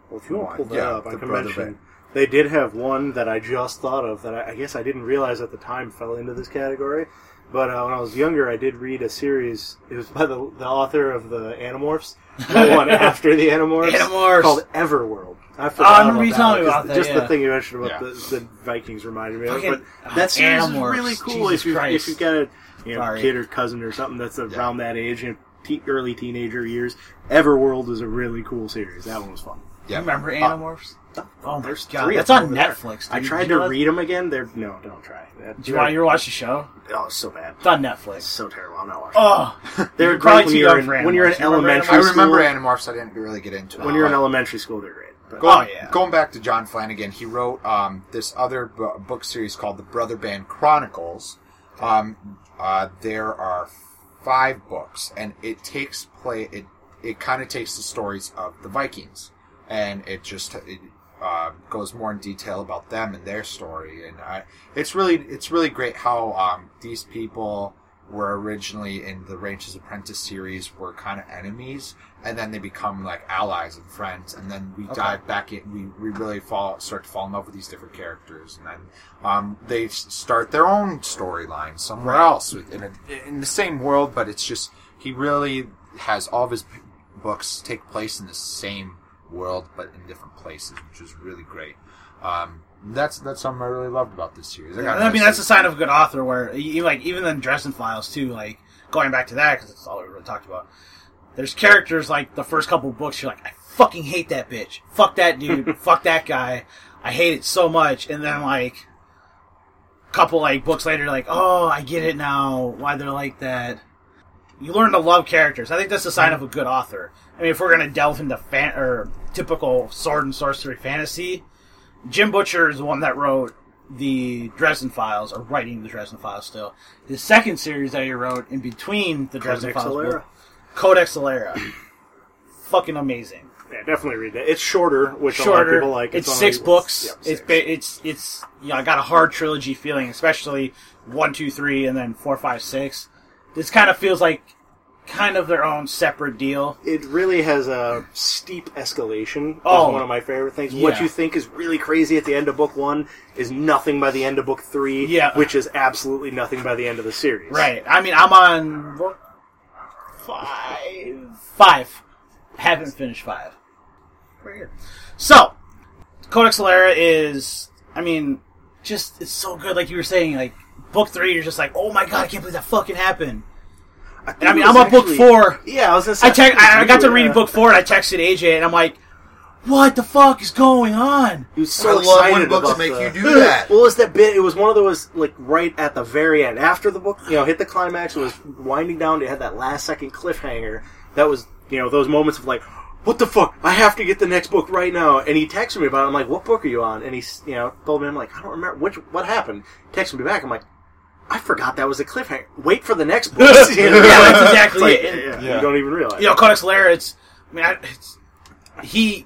S2: Well, if you want to pull that
S3: Yeah,
S2: up, I
S3: the
S2: can
S3: brother
S2: mention
S3: band.
S2: they did have one that I just thought of that I, I guess I didn't realize at the time fell into this category. But uh, when I was younger, I did read a series. It was by the, the author of the Animorphs, the one after the Animorphs,
S1: Animorphs! Oh,
S2: called Everworld. I
S1: I
S2: forgot
S1: remember
S2: about
S1: you telling me
S2: because
S1: about that,
S2: Just
S1: yeah.
S2: the thing you mentioned about
S3: Yeah.
S2: the, the Vikings reminded me of.
S1: Fucking-
S2: it.
S1: oh,
S2: But that series is
S1: Animorphs,
S2: really cool
S1: Jesus
S2: if you
S1: Christ.
S2: if you've got a you know,
S1: Sorry.
S2: kid or cousin or something that's around that age and te- early teenager years. Everworld was a really cool series. That one was fun.
S3: Yeah.
S1: Remember Animorphs? Oh my
S2: There's
S1: god,
S2: three
S1: that's
S2: of
S1: on
S2: them over there.
S1: Netflix.
S2: I
S1: dude.
S2: tried
S1: You know
S2: to
S1: that-
S2: read them again. They're no, don't try. That,
S1: Do you want you to watch the show?
S2: Oh, it's so bad.
S1: It's on Netflix.
S2: So terrible. I'm not watching.
S1: Oh,
S2: They're
S1: You're probably
S2: great
S1: too young
S2: when you're in,
S1: for
S2: when you're in
S1: Animorphs. You remember Animorphs?
S2: elementary.
S3: I remember
S2: school-
S3: Animorphs. I didn't really get into it.
S2: when you're in
S3: But
S2: elementary school, they're great. But
S1: Oh, yeah.
S3: Going back to John Flanagan, he wrote um, this other bu- book series called The Brother Band Chronicles. Um, uh, there are five books, and it takes play. It it kind of takes the stories of the Vikings, and it just it, uh, goes more in detail about them and their story. And I, it's really it's really great how um, these people were originally in the Ranger's Apprentice series were kind of enemies, and then they become like allies and friends, and then we dive back in. We, we really fall start to fall in love with these different characters, and then um, they s- start their own storyline somewhere else with- in, a, in the same world, but it's just he really has all of his p- books take place in the same world, but in different places, which is really great. Um, that's that's something I really loved about this series. I,
S1: I mean, that's a sign of a good author. Where you like even in Dresden Files too, like going back to that because it's all we really talked about. There's characters like the first couple books, you're like, I fucking hate that bitch. Fuck that dude. Fuck that guy. I hate it so much. And then like a couple like books later, like, oh, I get it now. Why they're like that. You learn to love characters. I think that's a sign of a good author. I mean, if we're gonna delve into fan or typical sword and sorcery fantasy, Jim Butcher is the one that wrote the Dresden Files, or writing the Dresden Files still. His second series that he wrote in between the Dresden
S2: Codex
S1: Files,
S2: Alera.
S1: book, Codex Alera, fucking amazing.
S2: yeah, definitely read that. It's shorter, which a lot of
S1: Shorter.
S2: people like.
S1: it's
S2: only-
S1: six books.
S2: yeah,
S1: It's
S2: six.
S1: ba- it's it's you know, I got a hard trilogy feeling, especially one, two, three, and then four, five, six. This kind of feels like kind of their own separate deal.
S2: it really has a steep escalation.
S1: Oh.
S2: is one of my favorite things. What
S1: Yeah.
S2: you think is really crazy at the end of book one is nothing by the end of book three.
S1: Yeah.
S2: which is absolutely nothing by the end of the series.
S1: Right. I mean, I'm on what, five. Five. Haven't finished five. So, Codex Alera is, I mean, just it's so good. Like you were saying, like book three, you're just like, oh my god, I can't believe that fucking happened.
S2: think
S1: I mean,
S2: it was
S1: I'm on book
S2: actually-
S1: four.
S2: Yeah, I was gonna say.
S1: I te-
S2: think it
S1: I, I
S2: was
S1: got to
S2: you,
S1: reading
S2: uh,
S1: book four, and I texted AJ, and I'm like, what the fuck is going on?
S2: He was so
S3: I love
S2: excited
S3: when books
S2: about
S3: make
S2: the-
S3: you do that.
S2: What was that bit? It was one of those like right at the very end, after the book, you know, hit the climax. It was winding down. It had that last second cliffhanger. That was you know those moments of like, what the fuck? I have to get the next book right now. And he texted me about. it. I'm like, what book are you on? And he s- you know told me I'm like, I don't remember which what happened. Texted me back. I'm like. I forgot that was a cliffhanger. Wait for the next book. You know?
S1: Yeah, that's exactly it.
S2: It's like,
S1: And-
S2: yeah,
S3: Yeah.
S2: You don't even realize.
S1: You know, Codex Alera, it's, I mean, I, it's, he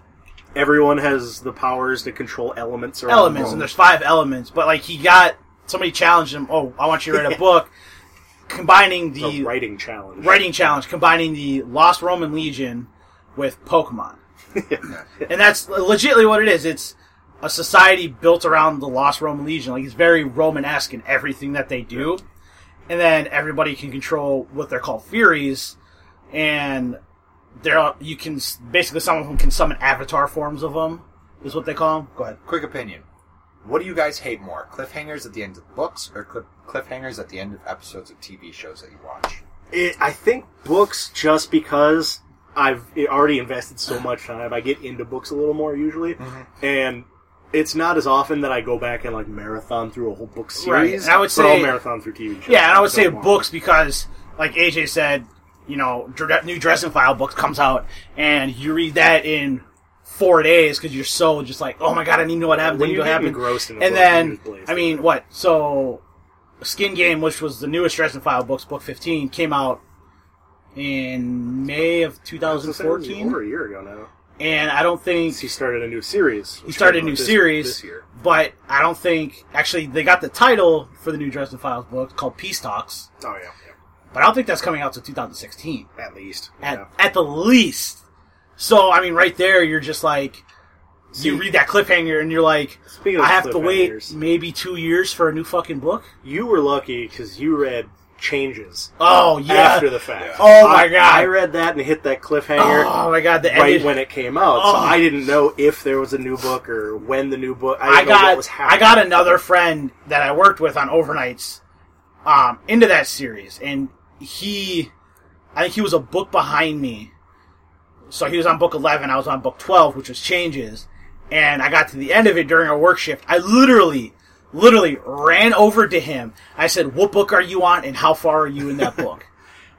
S2: Everyone has the powers to control elements. Around
S1: elements,
S2: them.
S1: and there's five elements. But like he got somebody challenged him. Oh, I want you to write a book combining
S2: a
S1: the
S2: writing challenge.
S1: writing challenge, combining the Lost Roman Legion with Pokemon, and that's legitimately what it is. It's a society built around the Lost Roman Legion. Like it's very Romanesque in everything that they do, and then everybody can control what they're called Furies, and there are, you can s- basically some of them can summon avatar forms of them. Is what they call them. Go ahead.
S3: Quick opinion. What do you guys hate more, cliffhangers at the end of books or clip- cliffhangers at the end of episodes of TV shows that you watch?
S2: it, I think books just because I've already invested so much time. I get into books a little more usually,
S1: Mm-hmm.
S2: and it's not as often that I go back and like marathon through a whole book
S1: Right,
S2: series.
S1: and I would
S2: but I'll
S1: say-
S2: marathon through TV shows.
S1: Yeah, and I would
S2: So
S1: say
S2: more.
S1: books because, like AJ said, you know, dr- new Dresden File book comes out, and you read that in four days because you're so just like, oh my god, I need to know what happened.
S2: When
S1: I need to
S2: you're
S1: know what
S2: getting
S1: happened.
S2: engrossed in a
S1: and
S2: book, you
S1: then,
S2: just blaze
S1: I mean, what? So, Skin Game, which was the newest Dresden File books, book 15, came out in May of
S2: It was over
S1: 2014,
S2: a year ago now.
S1: and I don't think
S2: He started a new series.
S1: he started a new series
S2: this year.
S1: but I don't think actually they got the title for the new Dresden Files book called Peace Talks.
S2: Oh yeah,
S1: But I don't think that's coming out till 2016,
S2: yeah. at least.
S1: at,
S2: yeah.
S1: at the least. So, I mean, right there, you're just like, you
S2: See-
S1: read that cliffhanger and you're like,
S2: Speaking of
S1: I have to wait
S2: cliffhangers.
S1: maybe two years for a new fucking book?
S2: You were lucky because you read changes
S1: Oh yeah.
S2: after the fact.
S1: Oh my
S2: I- I
S1: god.
S2: read that and hit that cliffhanger.
S1: Oh my god. The
S2: Right
S1: ending.
S2: when it came out, so
S1: Oh.
S2: I didn't know if there was a new book or when the new book. I, didn't
S1: I
S2: know what was
S1: got
S2: happening.
S1: I got another friend that I worked with on overnights um, into that series, and he, I think he was a book behind me, so he was on book eleven. I was on book twelve, which was changes, and I got to the end of it during our work shift. I literally, literally ran over to him. I said, "What book are you on, and how far are you in that book?"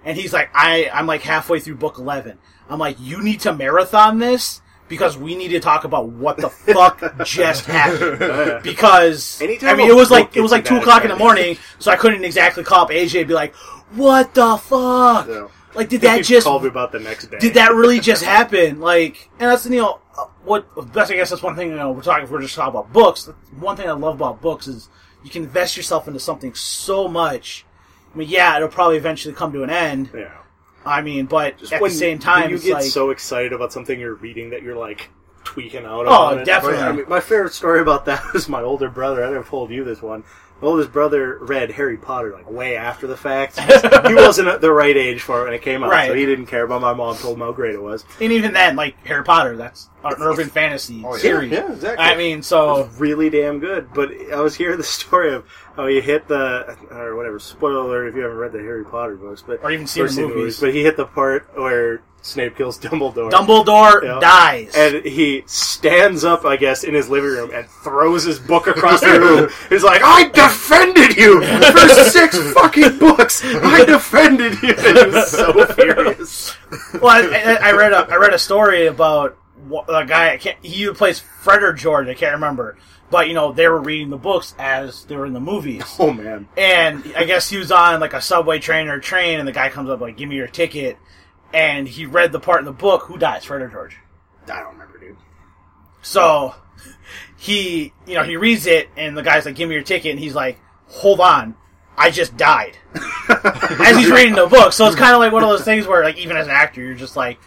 S1: And he's like, I, I'm like halfway through book 11. I'm like, you need to marathon this because we need to talk about what the fuck just happened. Because,
S2: Anytime
S1: I mean,
S2: a
S1: it was
S2: book
S1: like, it
S2: gets
S1: was like
S2: you
S1: 2
S2: that
S1: o'clock in the
S2: excited.
S1: morning, so I couldn't exactly call up AJ and be like, what the fuck?
S2: So,
S1: Like, did
S2: I
S1: that
S2: think he
S1: just,
S2: called me about the next day.
S1: did that really just happen? Like, and that's, you know, uh, what, that's, I guess that's one thing, you know, we're talking, if we're just talking about books. that's One thing I love about books is you can invest yourself into something so much. I mean, yeah, it'll probably eventually come to an end.
S2: Yeah.
S1: I mean, but at
S2: when
S1: the same time,
S2: when you
S1: it's
S2: get
S1: like,
S2: so excited about something you're reading that you're like tweaking out.
S1: Oh,
S2: about it.
S1: definitely.
S2: I mean, my favorite story about that was my older brother. I never told you this one. My oldest brother read Harry Potter like way after the fact. he wasn't at the right age for it when it came out, so
S1: Right.
S2: he didn't care. But my mom told him how great it was.
S1: and even then, like Harry Potter, that's an urban fantasy
S3: Oh, yeah.
S1: series.
S2: Yeah, exactly.
S1: I mean, so
S2: was really damn good. But I was hearing the story of how he hit the or whatever spoiler alert if you haven't read the Harry Potter books, but
S1: Or even seen the movies.
S2: But he hit the part where Snape kills Dumbledore.
S1: Dumbledore
S2: Yeah.
S1: dies.
S2: And he stands up, I guess, in his living room and throws his book across the room. He's like, "I defended you for six fucking books. I defended you." And he was so furious.
S1: well, I, I, I read a I read a story about wh- a guy. I can't, he plays Fred or George. I can't remember, but you know they were reading the books as they were in the movies.
S2: Oh man,
S1: And I guess he was on like a subway train or train, and the guy comes up like, "Give me your ticket," and he read the part in the book. Who dies, Fred or George?
S2: I don't remember, dude.
S1: So he, you know, he reads it, and the guy's like, "Give me your ticket," and he's like, "Hold on, I just died." as he's reading the book, so it's kind of like one of those things where, like, even as an actor, you're just like,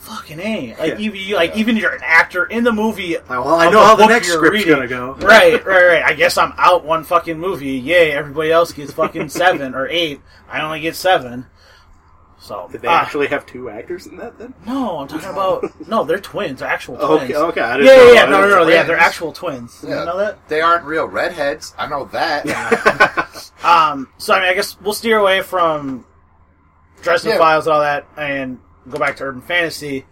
S1: "Fucking a!" Like,
S2: Yeah.
S1: even you, like even you're an actor in the movie.
S2: Like, well, I
S1: of
S2: know how the
S1: book
S2: next
S1: you're
S2: script's
S1: reading.
S2: gonna go.
S1: Right, right, right. I guess I'm out one fucking movie. Yay! Everybody else gets fucking seven or eight. I only get seven. So
S2: Did they
S1: ah,
S2: actually have two actors in that then?
S1: no, I'm talking about no. They're twins. They're actual twins.
S2: Oh, Okay, okay. I didn't
S1: Yeah,
S2: know.
S1: yeah,
S2: I
S1: yeah. No, no,
S2: didn't-
S1: no. Yeah,
S3: twins.
S1: they're actual twins. Did
S3: Yeah.
S1: you know that?
S3: They aren't real redheads. I know that.
S1: Um, so I mean, I guess we'll steer away from Dresden
S3: Yeah.
S1: Files and all that, and go back to urban fantasy.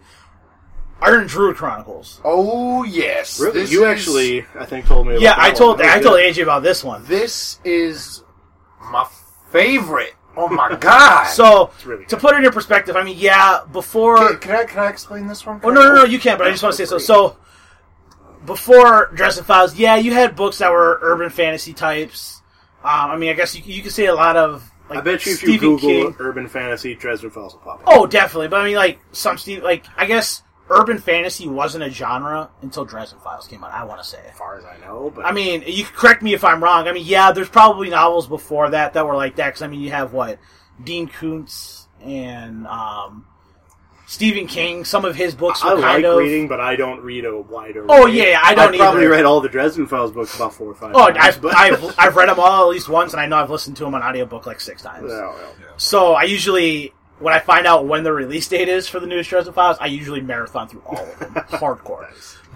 S1: Iron Druid Chronicles.
S3: Oh yes,
S2: Really?
S3: This
S2: You
S3: is-
S2: actually, I think, told me. About
S1: yeah,
S2: that
S1: I
S2: one.
S1: told
S2: That
S1: I
S2: was
S1: told
S2: good.
S1: AJ about this one.
S3: This is my favorite. Oh my god!
S1: So
S2: really
S1: to
S2: good.
S1: put it in perspective, I mean, yeah, before.
S3: can, can I can I explain this one?
S1: Oh no, no, no, you can't. But I just want to say so. So before Dresden Files, yeah, you had books that were urban fantasy types. Um, I mean, I guess you, you could say a lot of. Like
S2: I bet you if you
S1: Stephen
S2: Google
S1: King.
S2: urban fantasy, Dresden Files will pop up.
S1: Oh, definitely. But I mean, like some Steve, like I guess urban fantasy wasn't a genre until Dresden Files came out. I want to say.
S2: As far as I know, but
S1: I mean, you can correct me if I'm wrong. I mean, yeah, there's probably novels before that that were like that. Because I mean, you have what Dean Koontz and um, Stephen King. Some of his books were
S2: I
S1: kind
S2: like
S1: of.
S2: reading, but I don't read a wide array.
S1: Oh, yeah, yeah, I don't
S2: I've probably
S1: either.
S2: read all the Dresden Files books about four or five.
S1: Oh,
S2: times,
S1: I've,
S2: but
S1: I've, I've read them all at least once, and I know I've listened to them on audiobook like six
S2: No,
S1: times.
S2: no.
S1: So I usually, when I find out when the release date is for the newest Dresden Files, I usually marathon through all of them, hardcore.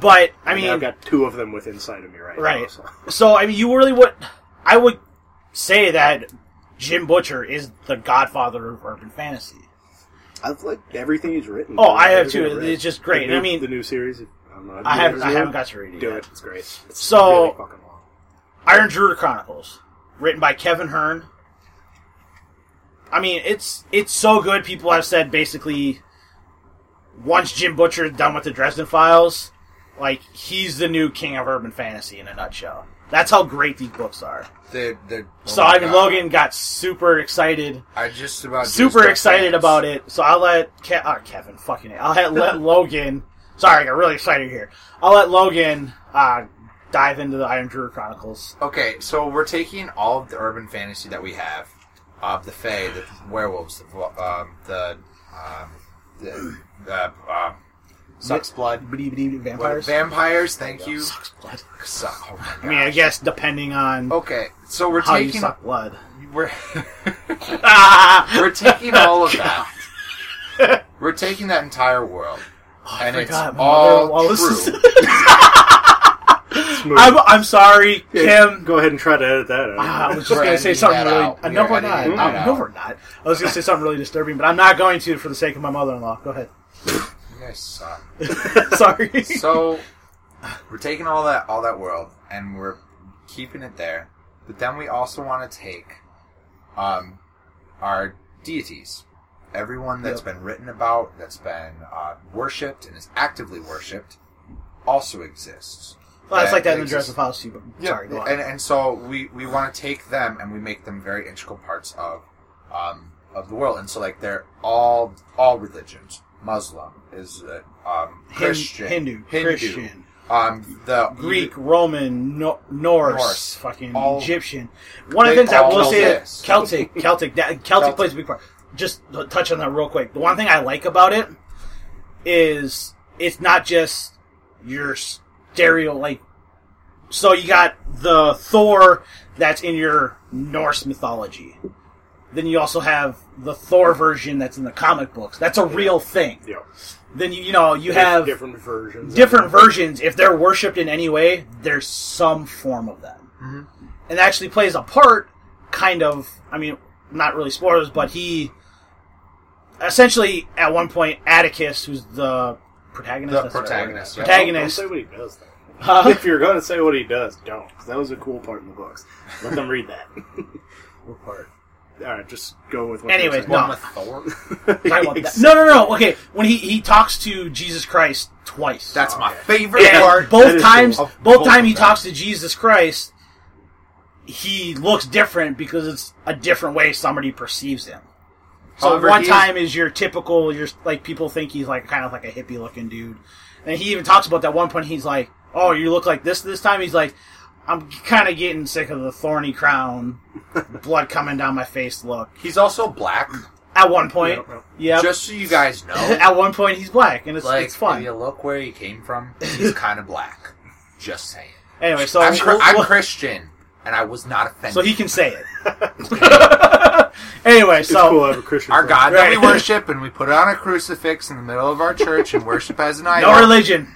S1: But I
S2: I mean,
S1: mean,
S2: I've got two of them with inside of me right, now.
S1: Right.
S2: So.
S1: So I mean, you really would. I would say that Jim Butcher is the godfather of urban fantasy.
S2: I've liked everything he's written.
S1: Oh, I have
S2: Everything
S1: too.
S2: I've read.
S1: It's just great.
S2: The new,
S1: I mean,
S2: the new series. I, don't know,
S1: I haven't. I
S2: Is it?
S1: haven't got to read it
S2: Do
S1: yet.
S2: it. It's great. It's
S1: So-
S2: really fucking long.
S1: Iron Druid Chronicles, written by Kevin Hearn. I mean, it's it's so good. People have said basically, once Jim Butcher's done with the Dresden Files, like he's the new king of urban fantasy in a nutshell. That's how great these books are.
S3: They're, they're, oh
S1: so
S3: my
S1: I mean,
S3: God.
S1: Logan got super excited
S3: I just about
S1: super excited about it. So I'll let Ke- uh, Kevin, fucking it. I'll let, let Logan. Sorry, I got really excited here. I'll let Logan uh, dive into the Iron Druid Chronicles.
S3: Okay, so we're taking all of the urban fantasy that we have, of the fae, the werewolves, the vo- um, the, um, the uh, uh, Sucks blood.
S1: Bitty bitty vampires.
S3: Vampires, thank you.
S1: Sucks blood.
S3: Suck. Oh my
S1: I mean, I
S3: gosh.
S1: guess depending on
S3: Okay, so Oh, we're
S1: how you
S3: taking
S1: suck blood.
S3: we're
S1: Ah!
S3: we're taking all of that. we're taking that entire world, and it's
S1: forgot, my mother
S3: all
S1: Wallace.
S3: true.
S2: Smooth.
S1: I'm, I'm sorry, Kim.
S2: Go ahead and try to edit that out.
S1: Ah, I was just
S3: We're
S1: going to say
S3: editing
S1: something
S3: that
S1: really.
S3: out.
S1: Uh,
S3: We
S1: no,
S3: are
S1: we're not.
S3: editing that
S1: Uh, No,
S3: out.
S1: we're not. I was going to say something really disturbing, but I'm not going to for the sake of my mother-in-law. Go ahead.
S3: You guys suck.
S1: sorry.
S3: so we're taking all that all that world and we're keeping it there but then we also want to take um, our deities everyone that's been written about that's been uh, worshipped and is actively worshipped also exists
S1: Well, that's like that in the
S3: exists.
S1: Jurassic Park too, but sorry, go on.
S3: and, and so we, we want to take them and we make them very integral parts of um, of the world. And so like they're all all religions. Muslim is uh, um,
S1: Hin-
S3: Christian,
S1: Hindu, Christian,
S3: um, the
S1: Greek, Roman, no- Norse,
S3: Norse.
S1: fucking
S3: All-
S1: Egyptian. One of
S3: They
S1: the things I
S3: all
S1: will say, is
S3: exist.
S1: Celtic, Celtic, that, Celtic,
S3: Celtic.
S1: plays a big part. Just to touch on that real quick. The one thing I like about it is it's not just your stereo like. So you got the Thor that's in your Norse mythology. Then you also have the Thor version that's in the comic books. That's a real thing.
S2: yeah.
S1: Then you, you know you have
S2: different versions.
S1: different versions, if they're worshipped in any way, there's some form of them.
S3: Mm-hmm.
S1: And that actually plays a part, kind of, I mean, not really spoilers, but he essentially, at one point, Atticus, who's the protagonist,
S3: The
S1: that's right,
S3: protagonist,
S1: right?
S3: yeah.
S1: protagonist, Uh,
S2: Don't, don't say what he does. Though.
S1: huh?
S2: If you're going to say what he does, don't. 'cause that was a cool part in the books. Let them read that. All right, just go with what. you're
S1: Anyways,
S2: saying.
S1: no.
S3: one with Thor.
S1: I want that. no, no, no, okay, when he, he talks to Jesus Christ twice.
S3: That's my
S2: Okay.
S3: favorite
S1: And
S3: part.
S2: that
S1: both
S2: is
S1: times,
S3: cool. Of
S1: both
S3: both
S1: time
S3: of
S1: he
S3: them.
S1: talks to Jesus Christ, he looks different because it's a different way somebody perceives him. So
S3: However,
S1: one
S3: he is-
S1: time is your typical, your like people think he's like kind of like a hippie looking dude, and he even talks about that one point. He's like, "Oh, you look like this this time." He's like, "I'm kind of getting sick of the thorny crown, blood coming down my face." Look
S3: He's also black.
S1: at one point,
S2: Yep.
S1: yeah.
S3: Just so you guys know,
S1: at one point, he's black, and it's
S3: like
S1: it's fun.
S3: if you look where he came from, he's kind of black. Just saying.
S1: Anyway, so
S3: I'm, Chr-
S1: we'll-
S3: I'm
S1: we'll-
S3: Christian, and I was not offended.
S1: so he can say it. anyway,
S2: It's
S1: so
S2: cool to have a Christian.
S3: our
S2: friend.
S3: God that
S1: Right.
S3: we worship and we put on a crucifix in the middle of our church and worship as an idol
S1: no religion,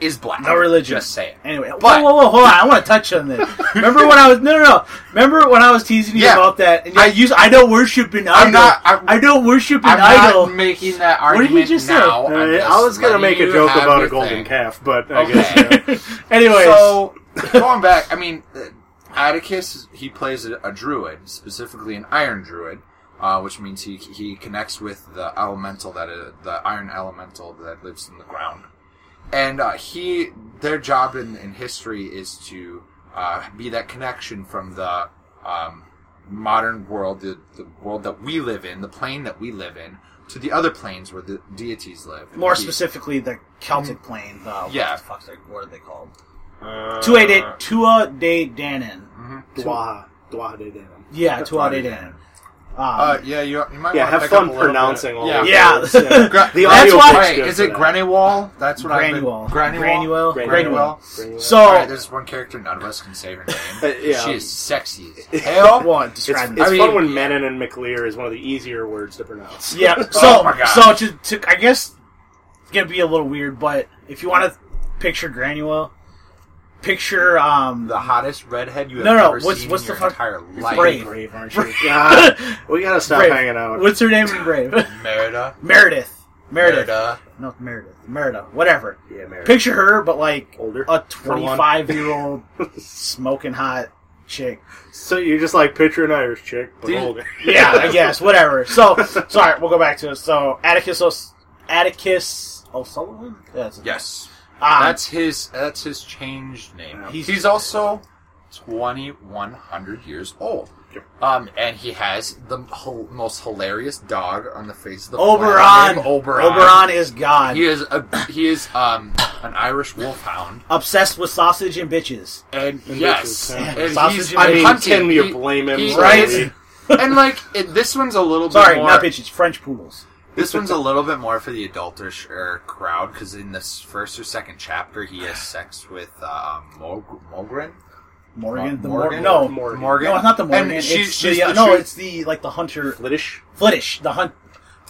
S3: is black.
S1: no religion.
S3: Just say it.
S1: Anyway, whoa,
S3: But-
S1: whoa, whoa, hold on. I want to touch on this. Remember when I was no, no, no. Remember when I was teasing you
S3: Yeah.
S1: about that? And I
S3: I-
S1: use I don't worship an idol.
S3: I'm not- I'm-
S1: I do not worship an
S3: I'm
S1: idol.
S3: not making that
S1: What
S3: argument
S1: did he just say?
S3: now.
S2: Uh,
S3: I'm just
S2: I was gonna
S3: letting
S2: make a
S3: you
S2: joke
S3: have
S2: about
S3: your
S2: a golden
S3: thing.
S2: calf, but I
S3: Okay.
S2: guess yeah.
S1: Anyways,
S3: So going back, I mean, uh, Atticus he plays a, a druid, specifically an iron druid, uh, which means he he connects with the elemental that is, the iron elemental that lives in the ground, and uh, he their job in, in history is to uh, be that connection from the um, modern world, the, the world that we live in, the plane that we live in, to the other planes where the deities live.
S1: more
S3: The-
S1: specifically, the Celtic plane. The,
S3: Yeah.
S1: what the fuck's that, what are they called? Uh, Tua de Tua de Danann.
S3: Mm-hmm.
S2: Dwaha, Dwaha de Danann.
S1: Yeah, Tua de
S3: Tua de
S1: Danann. Um,
S3: Uh, yeah, you, you might
S2: Yeah,
S3: want
S2: have
S3: to
S2: fun pronouncing all.
S3: Yeah.
S2: of
S1: Yeah.
S2: those, yeah.
S3: Gra-
S2: The
S1: That's
S2: audio
S1: why-
S2: book's
S3: Wait,
S2: good
S3: is
S2: for
S3: it
S2: that.
S3: Granuel? That's what
S1: Granuel.
S3: I've been.
S1: Granuel.
S3: Granuel.
S1: Granuel.
S2: Granuel.
S1: So
S3: All right, there's one character none of us can say her
S2: Uh,
S3: name.
S2: yeah.
S3: She is sexy as hell.
S1: well,
S2: It's,
S1: describe
S2: it's
S1: it.
S3: I mean-
S2: fun when Menon and McLear is one of the easier words to pronounce.
S1: Yeah. So,
S3: Oh my gosh.
S1: so to, to, I guess it's gonna be a little weird, but if you want to picture Granula, picture um
S3: the hottest redhead you have
S1: No, no,
S3: ever
S1: what's-
S3: seen
S1: what's the
S3: in your
S1: fuck-
S3: entire life.
S1: Brave.
S2: Brave, aren't you? God, we gotta stop
S1: Brave.
S2: hanging out.
S1: What's her name in Brave?
S3: Merida.
S1: Meredith. Meredith.
S3: Merida.
S1: No, Meredith. Merida. Whatever.
S2: yeah, Mary.
S1: Picture her, but like
S2: Older.
S1: a
S2: For one.
S1: twenty-five-year-old smoking hot chick.
S2: So you just like picture an Irish chick, but
S3: Dude.
S2: older.
S1: Yeah, I guess whatever. So, sorry, we'll go back to it. So, Atticus, O'S- Atticus O'Sullivan. That's
S3: Yes.
S1: Um,
S3: That's his. That's his changed name.
S2: Yeah.
S3: He's, also twenty one hundred years old.
S2: Yep.
S3: Um, and he has the h- most hilarious dog on the face of the
S1: Oberon.
S3: planet named
S1: Oberon.
S3: Oberon.
S1: is God.
S3: He is a he is um an Irish wolfhound.
S1: Obsessed with sausage and bitches.
S3: and,
S2: And
S3: yes,
S2: bitches, yeah.
S3: and
S1: Sausage
S3: he's
S1: and
S2: I mean,
S3: hunting.
S2: can you
S3: He-
S2: blame him?
S3: he-
S1: right?
S2: really?
S3: and like it, this one's a little
S1: Sorry,
S3: bit more.
S1: not bitches, French poodles.
S3: This one's a little bit more for the adultish er, crowd because in this first or second chapter, he has sex with uh, Mog- Mogren.
S1: Morgan, the Morgan,
S3: Morgan?
S1: no,
S2: Morgan.
S1: no, it's not the Morgan.
S3: And
S1: it's
S3: she's,
S1: the,
S3: she's
S1: uh,
S3: the
S1: no,
S3: truth.
S1: it's the like the hunter
S2: Flittish.
S1: Flittish, the hunt,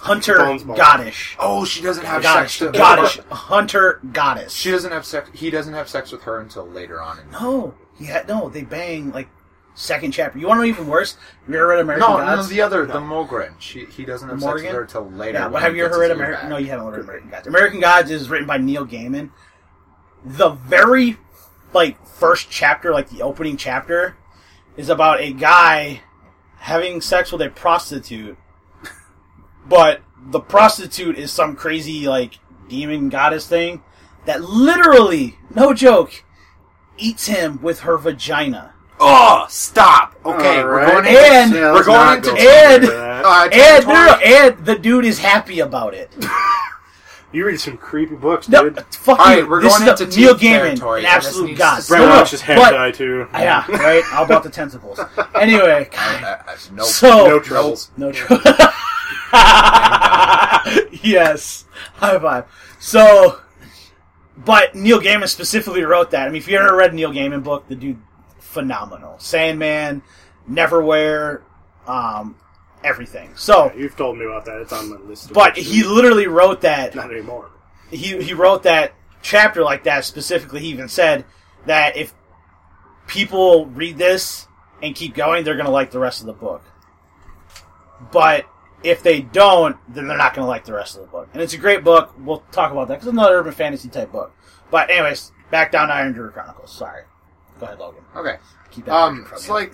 S1: hunter
S2: Bones Morgan.
S1: goddess,
S3: Oh, she doesn't have
S1: goddess,
S3: sex. with-
S1: goddess, hunter goddess.
S3: She doesn't have sex. He doesn't have sex with her until later on. In
S1: no, yeah, no, they bang like second chapter. You want to know even worse? Have you ever read American
S3: no, no,
S1: Gods?
S3: the other, the Mogren. She, he doesn't have sex
S1: Morgan?
S3: with her until later.
S1: yeah,
S3: when
S1: but have
S3: he
S1: you
S3: gets
S1: ever read
S3: his ear
S1: American?
S3: back.
S1: No, you haven't read American Gods. American Gods is written by Neil Gaiman. The very like first chapter, like the opening chapter, is about a guy having sex with a prostitute, but the prostitute is some crazy like demon goddess thing that literally, no joke, eats him with her vagina.
S3: Oh, stop! Okay,
S2: All
S3: we're
S2: right.
S3: going in.
S1: And
S2: Yeah,
S3: we're
S2: let's
S3: going
S2: not
S3: into
S2: go
S1: Ed.
S2: into that.
S3: uh,
S1: And, no,
S3: territory.
S1: no, and the dude is happy about it.
S2: You read some creepy books,
S1: No,
S2: dude.
S1: fuck
S3: All
S1: you.
S3: right, we're
S1: this
S3: going
S1: is
S3: into
S1: the Neil
S3: teeth
S1: Gaiman,
S3: territory.
S1: an
S3: That just
S1: absolute
S3: needs
S1: god.
S3: to-
S2: Brett
S1: No, no,
S2: Welch is
S1: but-
S2: hentai too.
S1: Yeah, right. All about the tentacles. Anyway, God,
S3: Uh, uh, no,
S1: so
S2: No troubles.
S1: no trouble. yes, high five. So, but Neil Gaiman specifically wrote that. I mean, if you ever read Neil Gaiman book, the dude phenomenal. Sandman, Neverwhere, um, everything. So,
S2: You've told me about that. It's on my list. of
S1: but
S2: books.
S1: he literally wrote that
S2: not anymore.
S1: he he wrote that chapter like that specifically. He even said that if people read this and keep going, they're going to like the rest of the book. But if they don't, then they're not going to like the rest of the book. And it's a great book. We'll talk about that because it's another urban fantasy type book. But anyways, back down to Iron Druid Chronicles. Sorry. Go ahead, Logan.
S3: Okay.
S1: Keep that away
S3: Um,
S1: from
S3: it's
S1: me.
S3: like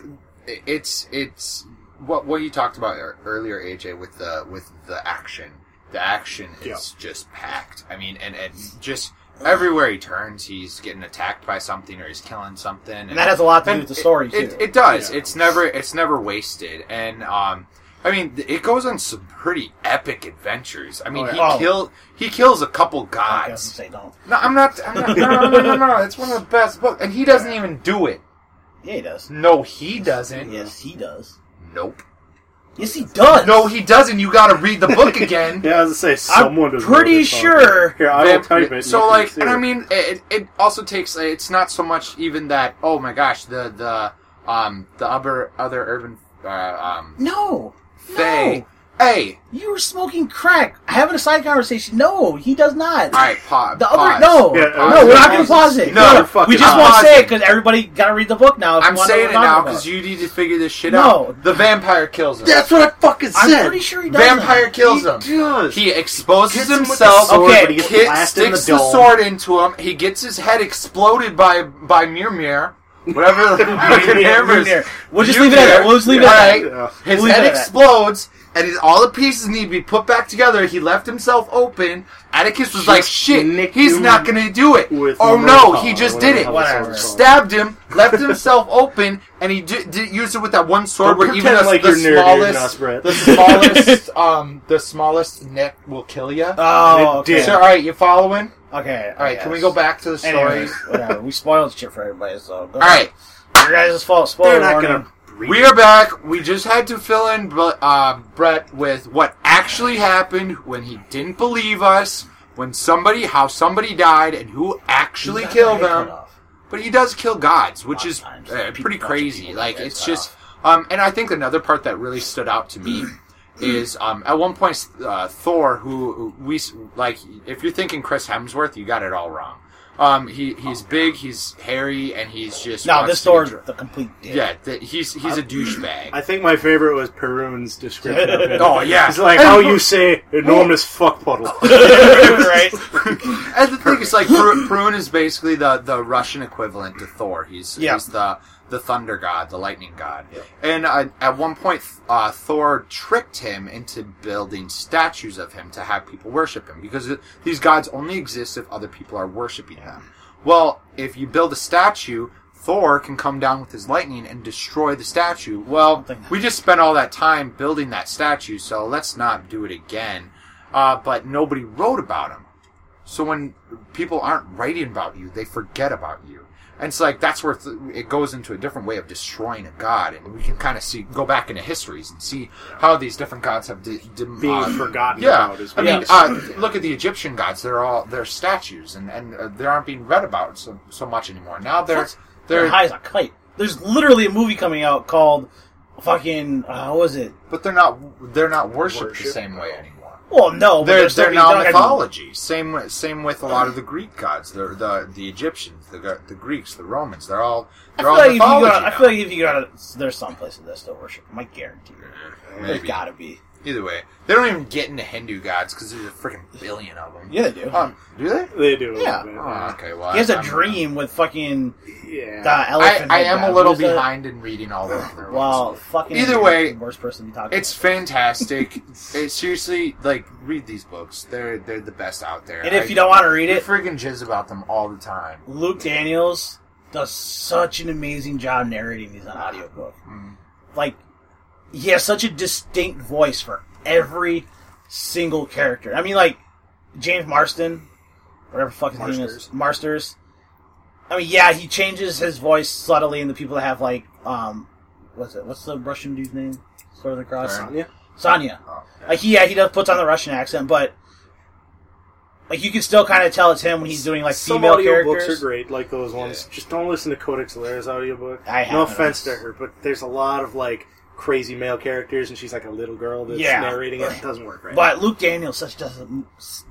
S3: i- it's it's what what you talked about ear- earlier, AJ, with the with the action. The action is
S2: Yeah.
S3: just packed. I mean, and and just everywhere he turns, he's getting attacked by something or he's killing something,
S1: and that has a lot to do
S3: And
S1: with the story
S3: it,
S1: too.
S3: It, it does.
S2: Yeah.
S3: It's never it's never wasted. And um, I mean, th- it goes on some pretty epic adventures. I mean,
S2: Oh,
S3: he
S1: yeah. Oh.
S3: kill he kills a couple
S1: I was
S3: gods.
S1: gonna say don't.
S3: No, I'm not. I'm not no, no, no, no, no, no. It's one of the best books, and he doesn't even do it.
S1: Yeah, he does.
S3: No, he doesn't.
S1: Yes, he does.
S3: Nope.
S1: Yes, he does.
S3: No, he doesn't. You got to read the book again.
S2: Yeah, I was gonna say someone.
S1: I'm
S2: does
S1: pretty
S2: really talk.
S1: sure.
S2: Here, I will type it.
S3: So
S2: You can
S3: like,
S2: see
S3: and I
S2: it.
S3: mean, it, it also takes. It's not so much even that. Oh my gosh, the the um the other other urban uh, um
S1: No.
S3: they.
S1: No.
S3: Hey,
S1: You were smoking crack, having a side conversation. No, he does not.
S3: all right, pause.
S1: The other
S3: pause.
S1: no,
S2: Yeah,
S1: no,
S2: uh,
S1: we're not going to
S2: pause.
S1: pause it.
S3: No,
S2: we're fucking
S1: we just
S3: pausing.
S1: won't say it because everybody got to read the book now. if
S3: I'm
S1: you wanna know
S3: saying
S1: what
S3: it
S1: we're
S3: now
S1: talking
S3: because
S1: about.
S3: you need to figure this shit
S1: No.
S3: out. The vampire kills him.
S2: that's what I fucking
S1: I'm
S2: said.
S1: pretty sure he does.
S3: vampire kills
S2: He
S3: him.
S2: does.
S3: He exposes
S2: Hits him with the
S3: himself.
S2: sword,
S1: Okay,
S2: but he gets
S3: Kid
S2: blasted in
S3: sticks
S2: the,
S3: the,
S2: dome.
S3: sword into him. He gets his head exploded by by Mirmir. Whatever the fucking name is.
S1: Mjolnir. We'll just leave it at
S3: Mjolnir.
S1: that. We'll just leave it
S3: All
S1: at
S3: right.
S1: that.
S2: Yeah.
S3: His
S1: We'll leave
S3: head
S1: it at that.
S3: explodes, and his, all the pieces need to be put back together. He left himself open. Atticus was like, "Shit,
S2: nicked
S3: he's
S2: him
S3: not gonna do it."
S2: with
S3: Oh
S2: Murtaugh,
S3: no, he just
S2: whatever
S3: did
S2: the
S3: it.
S2: hell
S1: Whatever.
S2: it's called.
S3: Stabbed him, left himself open, and he did, did used it with that one
S2: Don't
S3: sword where even
S2: pretend
S3: the,
S2: like
S3: the
S2: you're nerdier than
S3: smallest,
S2: us, Brett.
S3: the smallest, um, the smallest neck will kill you.
S2: Uh,
S1: Oh,
S2: It
S1: okay.
S2: did.
S3: So, all right, you following?
S1: Okay.
S3: All right, can we go back to the story?
S1: Anyways, whatever. We spoiled shit for everybody, so go
S3: All right,
S1: Your guys' fault. Spoiler
S2: They're not
S1: warning.
S2: gonna. Read
S3: we are back. We just had to fill in Bre- uh, Brett with what actually happened when he didn't believe us, when somebody, how somebody died, and who actually killed
S1: Head cut
S3: them.
S1: off.
S3: But he does kill gods, which is
S1: Sometimes.
S3: uh,
S1: People-
S3: pretty
S1: bunch of
S3: crazy.
S1: people
S3: Like
S1: get
S3: it's
S1: cut
S3: just, um, and I think another part that really stood out to me is um, at one point uh, Thor, who we s- like, if you're thinking Chris Hemsworth, you got it all wrong. Um, he
S1: Oh,
S3: he's big, he's hairy, and he's just
S1: No,
S3: wants
S1: this
S3: to get
S1: store's
S3: dr-
S1: the complete dick.
S3: Yeah, th- he's he's a douchebag.
S2: I think my favorite was Perun's description. of him.
S3: Oh, yeah.
S2: it's like how you say enormous fuck puddle.
S1: right?
S3: And the thing is, like, Pru- Prune is basically the, the Russian equivalent to Thor. He's,
S1: Yeah.
S3: he's the the thunder god, the lightning god. And uh, at one point, uh, Thor tricked him into building statues of him to have people worship him because th- these gods only exist if other people are worshiping them. Well, if you build a statue, Thor can come down with his lightning and destroy the statue. Well,
S1: think-
S3: we just spent all that time building that statue, so let's not do it again. Uh, but nobody wrote about him. So when people aren't writing about you, they forget about you. And it's like that's where th- it goes into a different way of destroying a god, and we can kind of see go back into histories and see how these different gods have di- dim-
S2: Being
S3: uh,
S2: forgotten
S3: Yeah,
S2: about as
S3: I
S2: well.
S3: mean, uh, look at the Egyptian gods; they're all they're statues, and and uh, they aren't being read about so so much anymore. Now they're
S1: They're
S3: they're
S1: high as a kite. There's literally a movie coming out called fucking uh, what was it?
S3: but they're not they're not worshipped the
S2: Worship.
S3: same way anymore.
S1: Well, no, but
S3: They're
S1: still
S3: they're
S1: being
S3: now
S1: done.
S3: mythology. Same with- same with a lot of the Greek gods. They're the the Egyptians, the Gr- the Greeks, the Romans. They're all
S1: I
S3: they're
S1: feel,
S3: all
S1: like if you
S3: mythology.
S1: go, I
S3: now.
S1: feel like if you go to, there's some places that still worship them. I guarantee you. There's
S3: Maybe.
S1: gotta be.
S3: Either way, they don't even get into Hindu gods because there's a freaking billion of them.
S1: Yeah, they do.
S3: Um, do they?
S2: They do. a little
S1: Yeah.
S2: bit,
S3: Oh, okay. Well,
S1: he has
S3: a
S1: a dream with fucking
S2: Yeah.
S1: the
S3: I,
S1: elephant.
S3: I
S1: head
S3: am
S1: guy.
S3: a little
S1: Who's that?
S3: behind in reading all of them.
S1: Well, fucking.
S3: Either way,
S1: worst person to talk.
S3: It's
S1: about.
S3: fantastic. It- seriously, like read these books. They're they're the best out there.
S1: and if you don't want to read
S3: I
S1: it,
S3: freaking jizz about them all the time.
S1: Luke Daniels does such an amazing job narrating these on audiobook.
S2: Mm-hmm.
S1: Like, he has such a distinct voice for every single character. I mean, like, James Marston, whatever the fuck his name is, Marsters. I mean, yeah, he changes his voice subtly in the people that have, like, um, what's it? What's the Russian dude's name? Sword of the Cross?
S3: Baron.
S2: Yeah.
S1: Sonya.
S3: Oh,
S1: Like he, yeah, he does puts on the Russian accent, but like you can still kind of tell it's him when he's doing like
S2: Some
S1: female
S2: audiobooks are
S1: characters.
S2: great, like those ones. Just don't listen to Codex Alera's audiobook.
S1: I
S2: no
S1: haven't.
S2: offense to her, but there's a lot of like crazy male characters, and she's like a little girl that's
S1: Yeah.
S2: narrating it. It doesn't work right.
S1: But Luke Daniels such does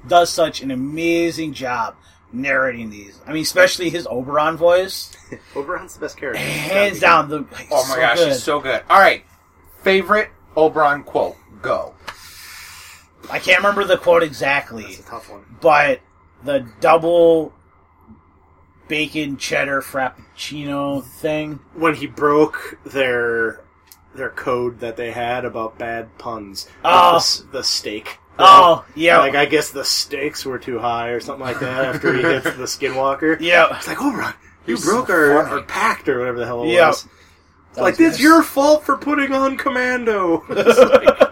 S1: does such an amazing job narrating these. I mean, especially his Oberon voice,
S2: Oberon's the best character.
S1: hands down. The like,
S3: Oh my
S1: so
S3: gosh,
S1: good.
S3: it's so good. All right, favorite Oberon quote. Go.
S1: I can't remember the quote exactly,
S2: It's a tough one.
S1: but the double bacon cheddar frappuccino thing.
S2: When he broke their their code that they had about bad puns. with
S1: Oh.
S2: the, s- the steak.
S1: Oh yeah,
S2: Like I guess the stakes were too high or something like that after he hits the skinwalker.
S1: yeah.
S2: It's like, Oberon, you
S3: You're so
S2: broke our, our
S3: funny.
S2: pact or whatever the hell it
S1: Yeah.
S2: was.
S1: That
S2: like
S1: was
S2: it's
S1: nice.
S2: your fault for putting on commando. It's like,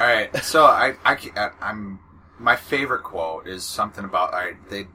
S3: All right, so I, I ca- I- I'm my favorite quote is something about all right. They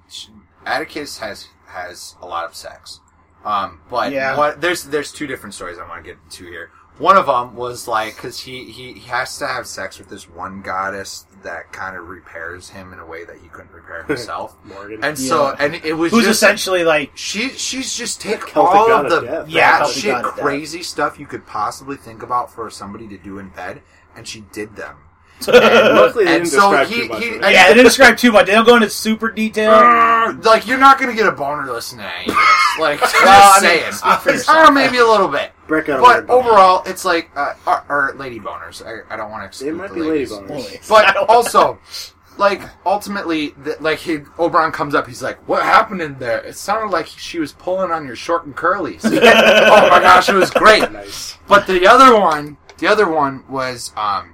S3: Atticus has has a lot of sex, um, but
S1: Yeah.
S3: one, there's there's two different stories I want to get into here. One of them was like because he, he he has to have sex with this one goddess that kind of repairs him in a way that he couldn't repair himself.
S2: Morgan.
S3: and so
S1: Yeah.
S3: and it was
S1: Who's
S3: just
S1: essentially like
S3: she she's just take
S2: Celtic
S3: all
S2: god
S3: of
S2: of
S3: the
S2: death.
S1: Yeah,
S3: bad
S1: Celtic
S3: shit,
S1: god of death.
S3: crazy stuff you could possibly think about for somebody to do in bed, and she did them. And,
S2: Luckily, they
S3: and
S2: didn't
S3: so
S2: describe
S3: he,
S2: too much
S3: he
S2: of it.
S1: yeah, they didn't describe too much. They don't go into super detail.
S3: and- like you're not gonna get a boner listening to any of this. Like I'm
S1: Well, I
S3: just
S1: mean,
S3: saying,
S1: speak for yourself.
S3: oh, maybe a little bit.
S2: Break out a
S3: But
S2: word boner.
S3: overall, it's like uh, or, or lady boners. I, I don't want
S2: It
S3: to exclude
S2: might
S3: the
S2: be
S3: ladies.
S2: ladybug.
S3: But also, like ultimately, th- like he, Oberon comes up. He's like, "What happened in there? It sounded like she was pulling on your short and curlies." oh my gosh, it was great.
S2: Nice.
S3: But the other one, the other one was, um,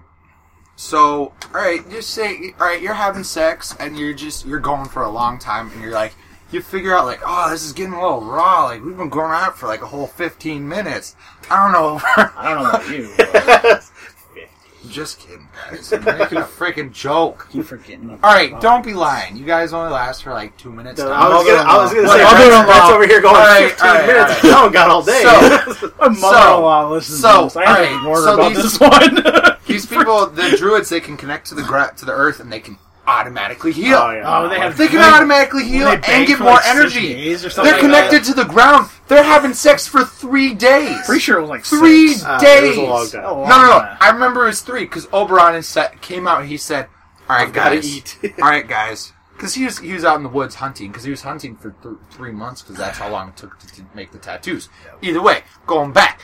S3: so all right, just say, all right, you're having sex and you're just you're going for a long time, and you're like, you figure out like, oh, this is getting a little raw. Like we've been going out for like a whole 15 minutes. I don't know.
S1: I don't know about you. But
S3: just kidding, guys. I'm making a freaking joke.
S1: keep forgetting.
S3: All right, don't be lying. You guys only last for like two minutes.
S2: I was
S1: Mother
S2: gonna, I was
S1: in
S2: gonna
S1: law.
S2: say,
S1: Mother in
S2: Brett's, Brett's
S1: law.
S2: over here going
S3: All right,
S2: 15
S3: all right,
S2: minutes.
S3: all
S2: No, got all day.
S3: So-
S1: My mother-in-law listens
S3: so,
S1: to this. I have
S3: alright,
S1: to warn her
S3: so
S1: about
S3: these-
S1: this one.
S3: These people, the druids, they can connect to the gra- to the earth, and they can automatically heal.
S2: Oh, yeah.
S1: oh, they have
S3: They can
S1: good-
S3: automatically
S1: when
S3: heal
S1: they
S3: and
S1: bang
S3: get
S1: for,
S3: more
S1: like, six
S3: energy.
S1: days or something
S3: They're
S1: like that.
S3: connected to the ground. They're having sex for three days.
S1: Pretty sure it was like
S3: Three
S1: six.
S2: Uh, it
S3: days.
S2: was a long time.
S1: Oh,
S3: No, no, no.
S1: wow.
S3: I remember it was three because Oberon is set, came out. and He said, "All right,
S2: gotta
S3: guys.
S2: eat."
S3: all right, guys." Because he was he was out in the woods hunting because he was hunting for th- three months because that's how long it took to, to make the tattoos. Either way, going back,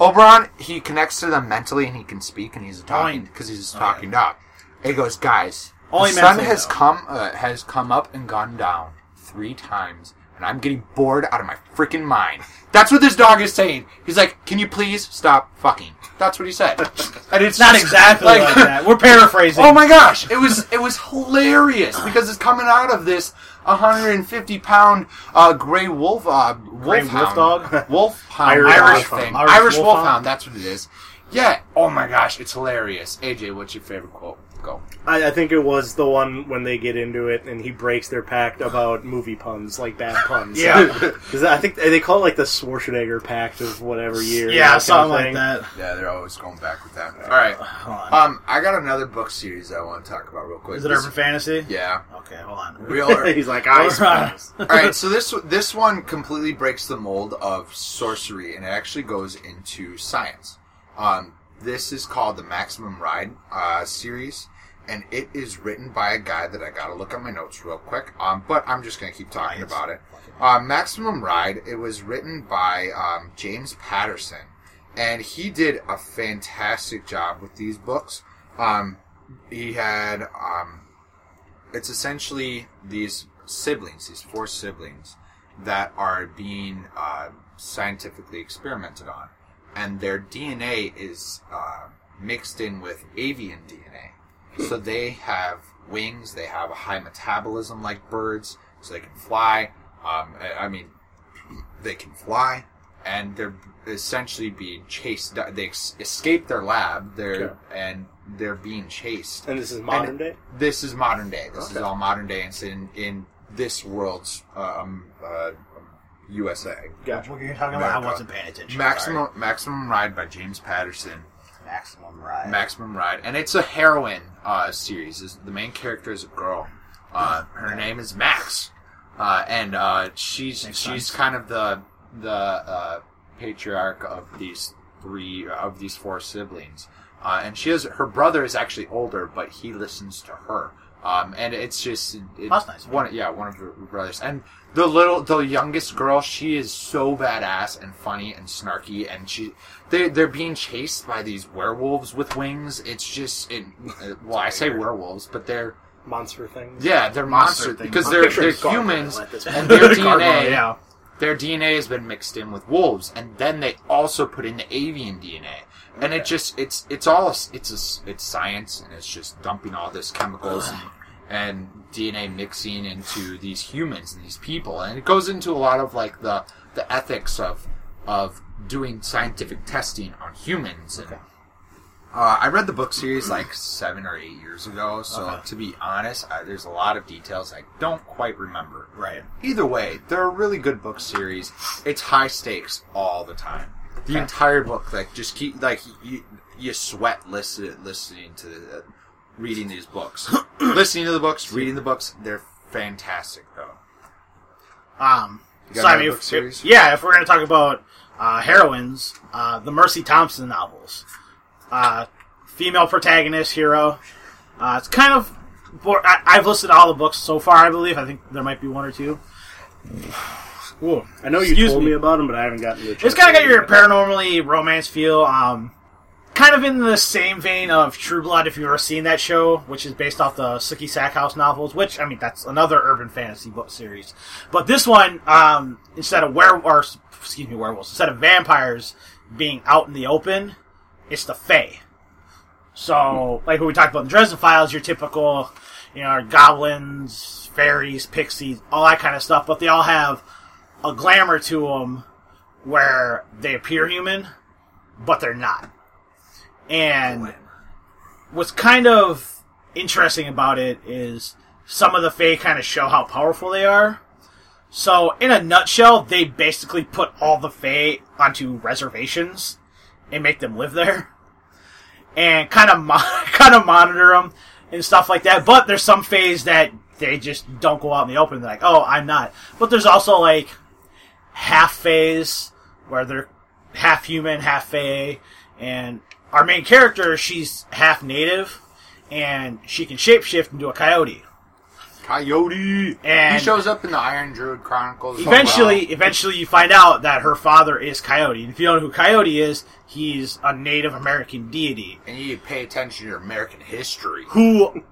S3: Oberon he connects to them mentally and he can speak and he's talking
S1: Fine. Oh,
S3: because he's a talking dog. He goes, guys.
S1: Only
S3: the sun
S1: mentally,
S3: has
S1: though.
S3: come uh, has come up and gone down three times, and I'm getting bored out of my freaking mind. That's what this dog is saying. He's like, "Can you please stop fucking?" That's what he said, and it's
S1: Not
S3: just
S1: exactly like, that. We're paraphrasing.
S3: Oh my gosh! It was it was hilarious because it's coming out of this 150 pound uh, gray wolf uh,
S1: Gray
S3: wolfhound,
S1: wolf dog?
S3: wolfhound,
S2: Irish
S3: Irish,
S2: wolfhound.
S3: thing, Irish,
S1: Irish
S3: wolfhound.
S1: wolfhound.
S3: That's what it is. Yeah. Oh my gosh! It's hilarious. AJ, what's your favorite quote? Go.
S2: I, I think it was the one when they get into it and he breaks their pact about movie puns, like bad puns.
S3: uh,
S1: Yeah.
S2: because I think they call it like the Schwarzenegger Pact of whatever year. that
S1: yeah,
S2: kind
S1: something
S2: of
S1: like
S2: thing.
S1: that.
S3: Yeah, they're always going back with that. All right.
S1: Hold on.
S3: Um, I got another book series I want to talk about real quick.
S1: Is it
S3: This-
S1: urban fantasy?
S3: Yeah.
S1: Okay, hold on.
S3: Real Ur-
S2: He's like, I suppose.
S3: All right, so this this one completely breaks the mold of sorcery, and it actually goes into science. Um, this is called the Maximum Ride uh, series, and it is written by a guy that I got to look at my notes real quick. Um, but I'm just gonna keep talking
S1: Science.
S3: about it. Uh, Maximum Ride. It was written by um, James Patterson, and he did a fantastic job with these books. Um, he had um, it's essentially these siblings, these four siblings, that are being uh, scientifically experimented on, and their DNA is uh, mixed in with avian DNA. So they have wings. They have a high metabolism like birds, so they can fly. Um, I- I mean, they can fly, and they're essentially being chased. They ex- escape their lab. They're and they're being chased
S2: and this is modern day.
S3: this is modern day. This is
S2: Okay.
S3: all modern day. It's in in this world's um, uh, USA.
S2: Gotcha.
S1: What are you talking about? I
S3: America.
S1: wasn't paying attention.
S3: Maximum Maximum Ride by James Patterson.
S1: Sorry. Maximum ride.
S3: Maximum Ride, and it's a heroine uh, series. Is the main character is a girl. Uh, her name is Max, uh, and uh, she's
S1: Makes
S3: she's
S1: sense.
S3: kind of the the uh, patriarch of these three of these four siblings. Uh, and she has her brother is actually older, but he listens to her. Um, and it's just it,
S1: That's nice.
S3: One, yeah, one of her brothers, and the little, the youngest girl. She is so badass and funny and snarky, and she, they, they're being chased by these werewolves with wings. It's just, it, uh, well, I say werewolves, but they're,
S2: Monster thing.
S3: yeah, they're
S1: Monster
S3: monsters
S1: thing.
S3: because
S1: I'm
S3: they're
S2: picturing
S3: they're
S2: gargoyle
S3: humans,
S2: at this
S3: and their DNA,
S1: Gargoyle, yeah.
S3: their DNA has been mixed in with wolves, and then they also put in the avian DNA, and it just it's it's all it's a s it's science, and it's just dumping all this chemicals and, and DNA mixing into these humans and these people, and it goes into a lot of like the the ethics of of doing scientific testing on humans and. Uh, I read the book series like seven or eight years ago, so
S1: Okay.
S3: to be honest, I, there's a lot of details I don't quite remember.
S1: Right.
S3: Either way, they're a really good book series. It's high stakes all the time. The entire book, like, just keep like you you sweat listen, listening to the, reading these books, listening to the books, reading the books. They're fantastic though.
S1: Um,
S3: got
S1: so I
S3: another
S1: mean,
S3: book
S1: if-
S3: series?
S1: yeah, if we're going to talk about uh, heroines, uh, the Mercy Thompson novels, uh, female protagonist hero. Uh, it's kind of. bor- I, I've listed all the books so far. I believe. I think there might be one or two. Ooh,
S2: I know you
S1: Excuse
S2: told me.
S1: me.
S2: about him, but I haven't gotten to.
S1: It's kind of got your paranormally romance feel. Um, kind of in the same vein of True Blood, if you've ever seen that show, which is based off the Sookie Sackhouse novels. Which I mean, that's another urban fantasy book series. But this one, um, instead of were or excuse me, werewolves, instead of vampires being out in the open, it's the Fae. So, like what we talked about in Dresden Files, your typical, you know, goblins, fairies, pixies, all that kind of stuff. But they all have a glamour to them where they appear human, but they're not. And what's kind of interesting about it is some of the Fae kind of show how powerful they are. So, in a nutshell, they basically put all the Fae onto reservations and make them live there, and kind of mo- kind of monitor them and stuff like that. But there's some Faes that they just don't go out in the open. They're like, oh, I'm not. But there's also like half phase where they're half human, half fae, and our main character, she's half native, and she can shapeshift into a coyote.
S3: Coyote. he
S1: And-
S3: shows up in the Iron Druid Chronicles. as
S1: Eventually,
S3: well.
S1: eventually, you find out that her father is Coyote. And if you don't know who Coyote is, he's a Native American deity
S3: and you pay attention to your American history.
S1: who,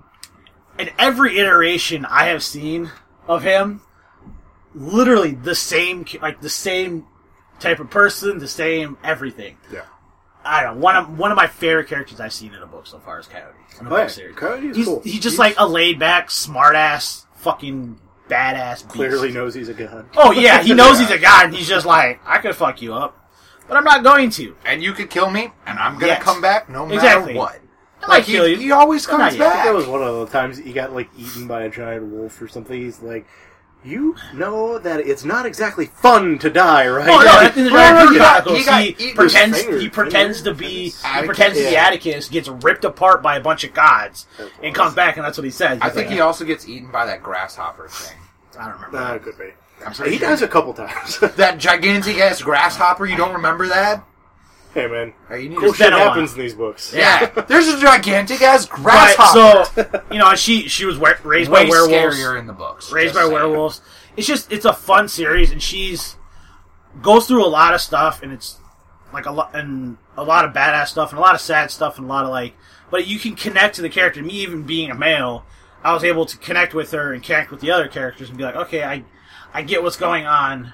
S1: in every iteration I have seen of him, literally the same, like the same type of person, the same everything.
S2: Yeah.
S1: I don't know, one of one of my favorite characters I've seen in a book so far is Coyote. In a
S2: Oh, yeah.
S1: book series.
S2: Coyote is
S1: he's,
S2: cool.
S1: he's just like a laid back, smart ass, fucking badass. Beast.
S2: Clearly knows he's a god.
S1: Oh yeah, he knows he's a guy, and he's just like, I could fuck you up, but I'm not going to.
S3: and you could kill me, and I'm gonna
S1: Yes.
S3: come back no matter
S1: Exactly.
S3: what.
S1: might
S3: Like
S1: kill
S3: he,
S1: you.
S3: he always
S1: But
S3: comes
S1: not yet.
S3: back.
S2: That was one of the times he got like eaten by a giant wolf or something. He's like, you know that it's not exactly fun to die, right?
S1: Oh no! That's in the
S3: No,
S1: Dragon
S3: no,
S1: Ball
S3: he got-
S1: Chronicles.
S3: he got
S1: he,
S3: eaten
S1: pretends
S2: with
S1: he
S2: fingers,
S1: pretends to
S2: fingers,
S1: be
S2: fingers.
S1: he pretends to be
S3: Yeah.
S1: Atticus, gets ripped apart by a bunch of gods, and comes back, and that's what he says.
S3: I
S1: He's
S3: think
S1: like,
S3: he also gets eaten by that grasshopper thing.
S1: I don't remember.
S2: Nah, it could be.
S3: I'm pretty
S2: He
S3: sure.
S2: dies a couple times.
S3: That gigantic ass grasshopper. You don't remember that?
S2: hey man,
S3: Hey, you need
S2: cool
S3: to-
S2: shit
S1: been a while.
S2: happens in these books.
S3: Yeah, there's a gigantic ass
S1: Right,
S3: grasshopper.
S1: so you know she she was wa- raised
S3: way
S1: by werewolves,
S3: scarier in the books.
S1: raised
S3: just
S1: by
S3: saying.
S1: werewolves. It's just it's a fun series, and she's goes through a lot of stuff, and it's like a lot and a lot of badass stuff, and a lot of sad stuff, and a lot of like. But you can connect to the character. Me even being a male, I was able to connect with her and connect with the other characters, and be like, okay, I I get what's going on.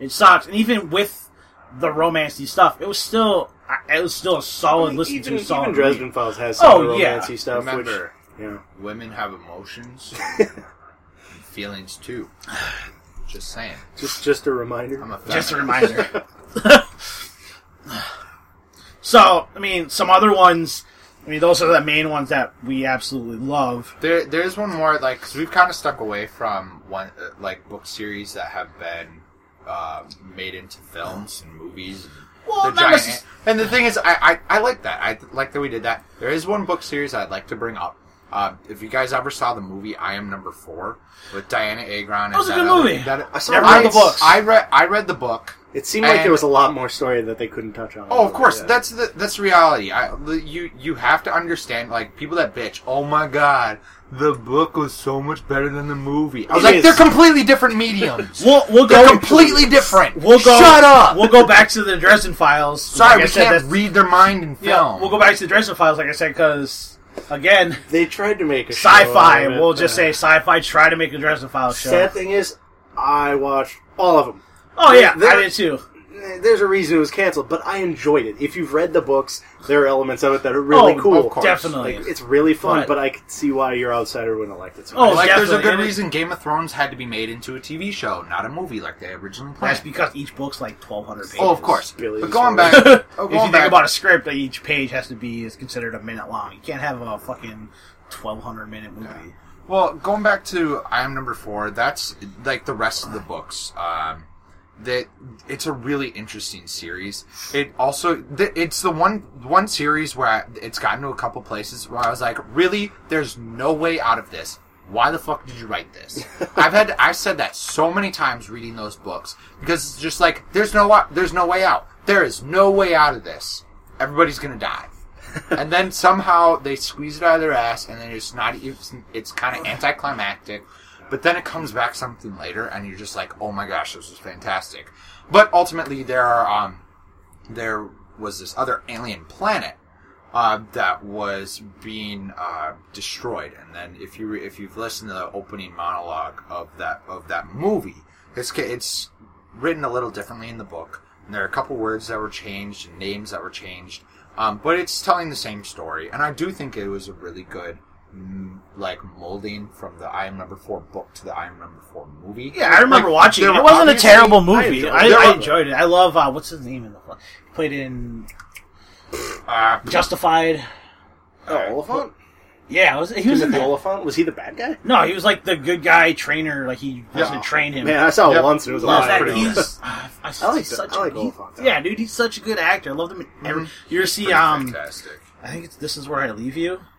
S1: It sucks, and even with the romancy stuff, it was still I- it was still a solid listen
S2: even,
S1: to. Solid
S2: even
S1: read.
S2: Dresden Files has some
S1: Oh,
S2: of the
S1: yeah.
S2: romancy stuff,
S3: Remember,
S2: which you know,
S3: women have emotions, and feelings too. Just saying.
S2: just just a reminder.
S3: I'm a feminist.
S1: Just a reminder. so, I mean, some other ones. I mean, those are the main ones that we absolutely love.
S3: There, there's one more like because we've kind of stuck away from one uh, like book series that have been uh, made into films and movies.
S1: Well,
S3: the
S1: not
S3: giant
S1: necess-
S3: ant- and the thing is, I, I I like that. I like that we did that. There is one book series I'd like to bring up. Uh, if you guys ever saw the movie I Am Number Four with Diana Agron, that
S1: was a good movie.
S3: That,
S2: I saw
S1: Never
S2: it.
S1: read the books.
S3: I read I read the book.
S2: It seemed like
S3: And-
S2: there was a lot more story that they couldn't touch on.
S3: Oh, of course.
S2: Yeah.
S3: That's the that's reality. I the- you you have to understand like people that bitch. Oh my god, the book was so much better than the movie. I was
S2: It
S3: like,
S2: is.
S3: they're completely different mediums.
S1: We'll we'll
S3: they're
S1: go
S3: completely different.
S1: We'll go.
S3: Shut up.
S1: We'll go back to the Dresden Files.
S3: Sorry,
S1: Like I
S3: we
S1: said,
S3: can't
S1: that's-
S3: read their mind in film.
S1: Yeah, we'll go back to the Dresden Files, like I said, because again,
S2: they tried to make a show
S1: sci-fi.
S2: out of it.
S1: We'll just
S2: Uh,
S1: say sci-fi. Try to make a Dresden Files show.
S2: Sad thing is, I watched all of them.
S1: oh yeah, I
S2: There-
S1: did too.
S2: There's a reason it was canceled, but I enjoyed it. If you've read the books, there are elements of it that are really
S1: Oh,
S2: cool.
S3: of course.
S1: Definitely.
S2: Like, it's really fun,
S1: But-
S2: but, I can see why your outsider wouldn't like it. So
S1: Oh,
S2: much.
S3: Like, there's a
S1: Definitely,
S3: good
S1: and it-
S3: reason Game of Thrones had to be made into a TV show, not a movie like they originally
S1: That's
S3: planned.
S1: because each book's like twelve hundred pages.
S3: Oh, of course.
S2: Billy
S3: But
S2: is
S3: going back,
S2: always-
S3: oh,
S1: if
S3: going
S1: you think
S3: back-
S1: about a script, that each page has to be is considered a minute long. You can't have a fucking twelve hundred minute movie.
S3: Well, going back to I am number four, that's like the rest of the books. Um, that it's a really interesting series. It also th- it's the one one series where I, it's gotten to a couple places where I was like, really, there's no way out of this. Why the fuck did you write this? I've had I've said that so many times reading those books because it's just like there's no wa- there's no way out. There is no way out of this. Everybody's gonna die and then somehow they squeeze it out of their ass, and then it's not. It's, it's kind of anticlimactic. But then it comes back something later, and you're just like, "Oh my gosh, this was fantastic!" But ultimately, there are um, there was this other alien planet uh, that was being uh, destroyed, and then if you if you've listened to the opening monologue of that of that movie, it's ca- it's written a little differently in the book. And there are a couple words that were changed and names that were changed, um, but it's telling the same story. And I do think it was a really good mm, like molding from the I Am Number Four book to the I Am Number Four movie.
S1: Yeah, I remember
S3: Like,
S1: watching
S3: there
S1: it.
S3: were
S1: It wasn't a
S3: obviously-
S1: terrible movie.
S2: enjoyed
S1: I,
S2: it.
S1: I,
S3: There were-
S1: enjoyed it. I love uh, what's his name in the fu- he played in
S3: Uh,
S1: Justified.
S2: oh, Oliphant?
S1: Yeah, was, he was in
S2: Timothy
S1: that.
S2: Oliphant? Was he the bad guy?
S1: No, he was like the good guy trainer. Like he was
S3: Yeah.
S1: to train him.
S2: Man, I saw
S3: Yep.
S2: it once and it was a
S1: Love
S2: lot.
S1: that.
S2: pretty good.
S1: He's, I, I,
S2: I like
S1: he's
S2: that.
S1: such
S2: I like
S1: a,
S2: Oliphant.
S1: he, yeah, dude, he's such a good actor. I love him. in
S2: Mhm.
S1: Every, You ever see?
S3: pretty
S1: Um,
S3: fantastic.
S1: I think it's this is where I leave you.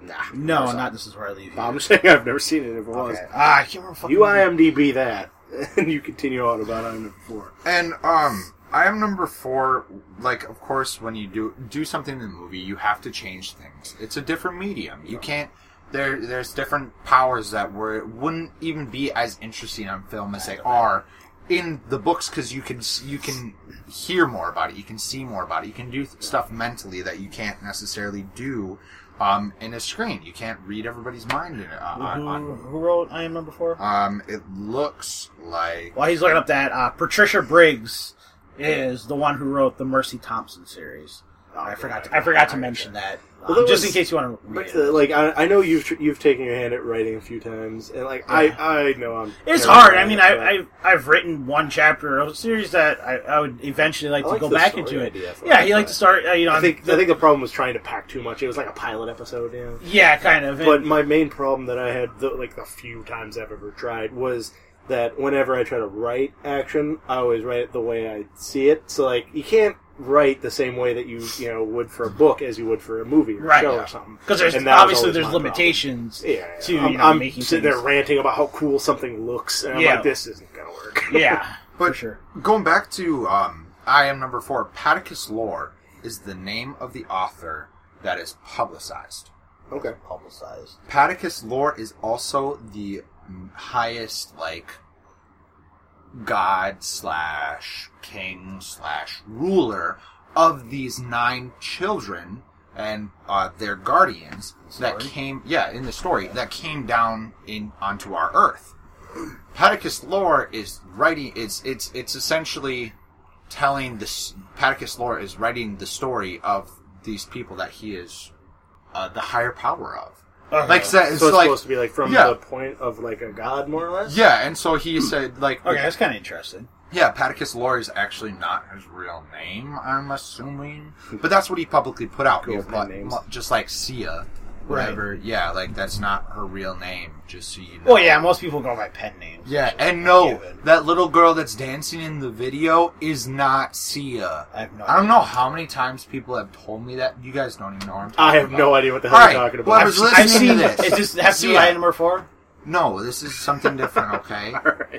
S2: Nah.
S1: No, not this is where I leave you.
S2: I'm saying I've never seen it if it was.
S1: Okay. Ah, I can't remember. fucking
S2: You IMDb that, and you continue on about I'm number four.
S3: And um, I am number four. Like, of course, when you do do something in the movie, you have to change things. It's a different medium. You can't. There, there's different powers that were wouldn't even be as interesting on film as they are in the books because you can s- you can hear more about it, you can see more about it, you can do th- stuff mentally that you can't necessarily do um, in a screen. You can't read everybody's mind in, uh, on,
S1: Who,
S3: on.
S1: who wrote I Am Number Four?
S3: Um, it looks like
S1: While he's looking up that, uh, Patricia Briggs is the one who wrote the Mercy Thompson series. I forgot. To, I forgot to mention that. Um,
S2: Well, that
S1: just in
S2: was-
S1: case you want to
S2: Oh, But
S1: read
S2: uh,
S1: it.
S2: like I, I know you've tr- you've taken your hand at writing a few times, and like
S1: Yeah.
S2: I I know I'm.
S1: It's
S2: terrible
S1: hard.
S2: at
S1: I mean,
S2: it,
S1: I,
S2: but-
S1: I've, I've written one chapter of a series that I, I would eventually like to
S3: I like
S1: go
S3: the
S1: back
S3: story
S1: into it.
S3: idea for
S1: Yeah,
S3: it,
S1: you like
S3: but-
S1: to start, uh, you know,
S2: I think
S1: the-
S2: I think the problem was trying to pack too much. It was like a pilot episode, yeah.
S1: yeah, kind of.
S2: But
S1: And-
S2: my main problem that I had, the, like the few times I've ever tried, was that whenever I try to write action, I always write it the way I see it. So like you can't write the same way that you you know would for a book as you would for a movie or
S1: Right,
S2: show
S1: yeah.
S2: or something.
S1: because there's
S2: And that was
S1: obviously
S2: always
S1: there's
S2: my problem.
S1: limitations.
S2: Yeah, yeah.
S1: to,
S2: I'm,
S1: you know,
S2: I'm
S1: making
S2: sitting
S1: things.
S2: there ranting about how cool something looks, and I'm
S1: Yeah.
S2: like, this isn't gonna work.
S1: Yeah,
S3: But-
S1: for sure.
S3: Going back to um, I am number four, Paticus Lore is the name of the author that is publicized.
S2: okay.
S4: publicized.
S3: Paticus Lore is also the highest, like, god slash king slash ruler of these nine children and uh, their guardians that
S4: Story?
S3: came, yeah, in the story, that came down in onto our earth. Paticus Lore is writing, it's, it's, it's essentially telling this, Paticus Lore is writing the story of these people that he is uh, the higher power of.
S1: Uh,
S3: Like so,
S2: So it's,
S3: it's, like
S2: supposed to be like from
S3: yeah.
S2: the point of like a god, more or less.
S3: yeah, and so he said like
S1: Okay, that's kind of interesting.
S3: yeah, Paticus Lore is actually not his real name, I'm assuming, but that's what he publicly put out.
S2: Cool,
S3: He-
S2: pen
S3: mu-
S2: names.
S3: mu- just like Sia, whatever. Yeah, like that's not her real name. Just so you know.
S1: Well, yeah, most people go by pet names.
S3: yeah, and
S1: Yeah,
S3: no,
S1: but-
S3: that little girl that's dancing in the video is not Sia.
S1: I have no.
S3: I don't know how many times people have told me that. You guys don't even know. What I'm
S2: I
S3: talking
S2: have no
S3: about.
S2: idea what the hell
S3: All
S2: you're
S3: right,
S2: talking about.
S3: whoever's listening
S1: I've seen
S3: to this.
S1: It just has to be
S3: Yeah.
S1: item number four.
S3: No, this is something different. Okay,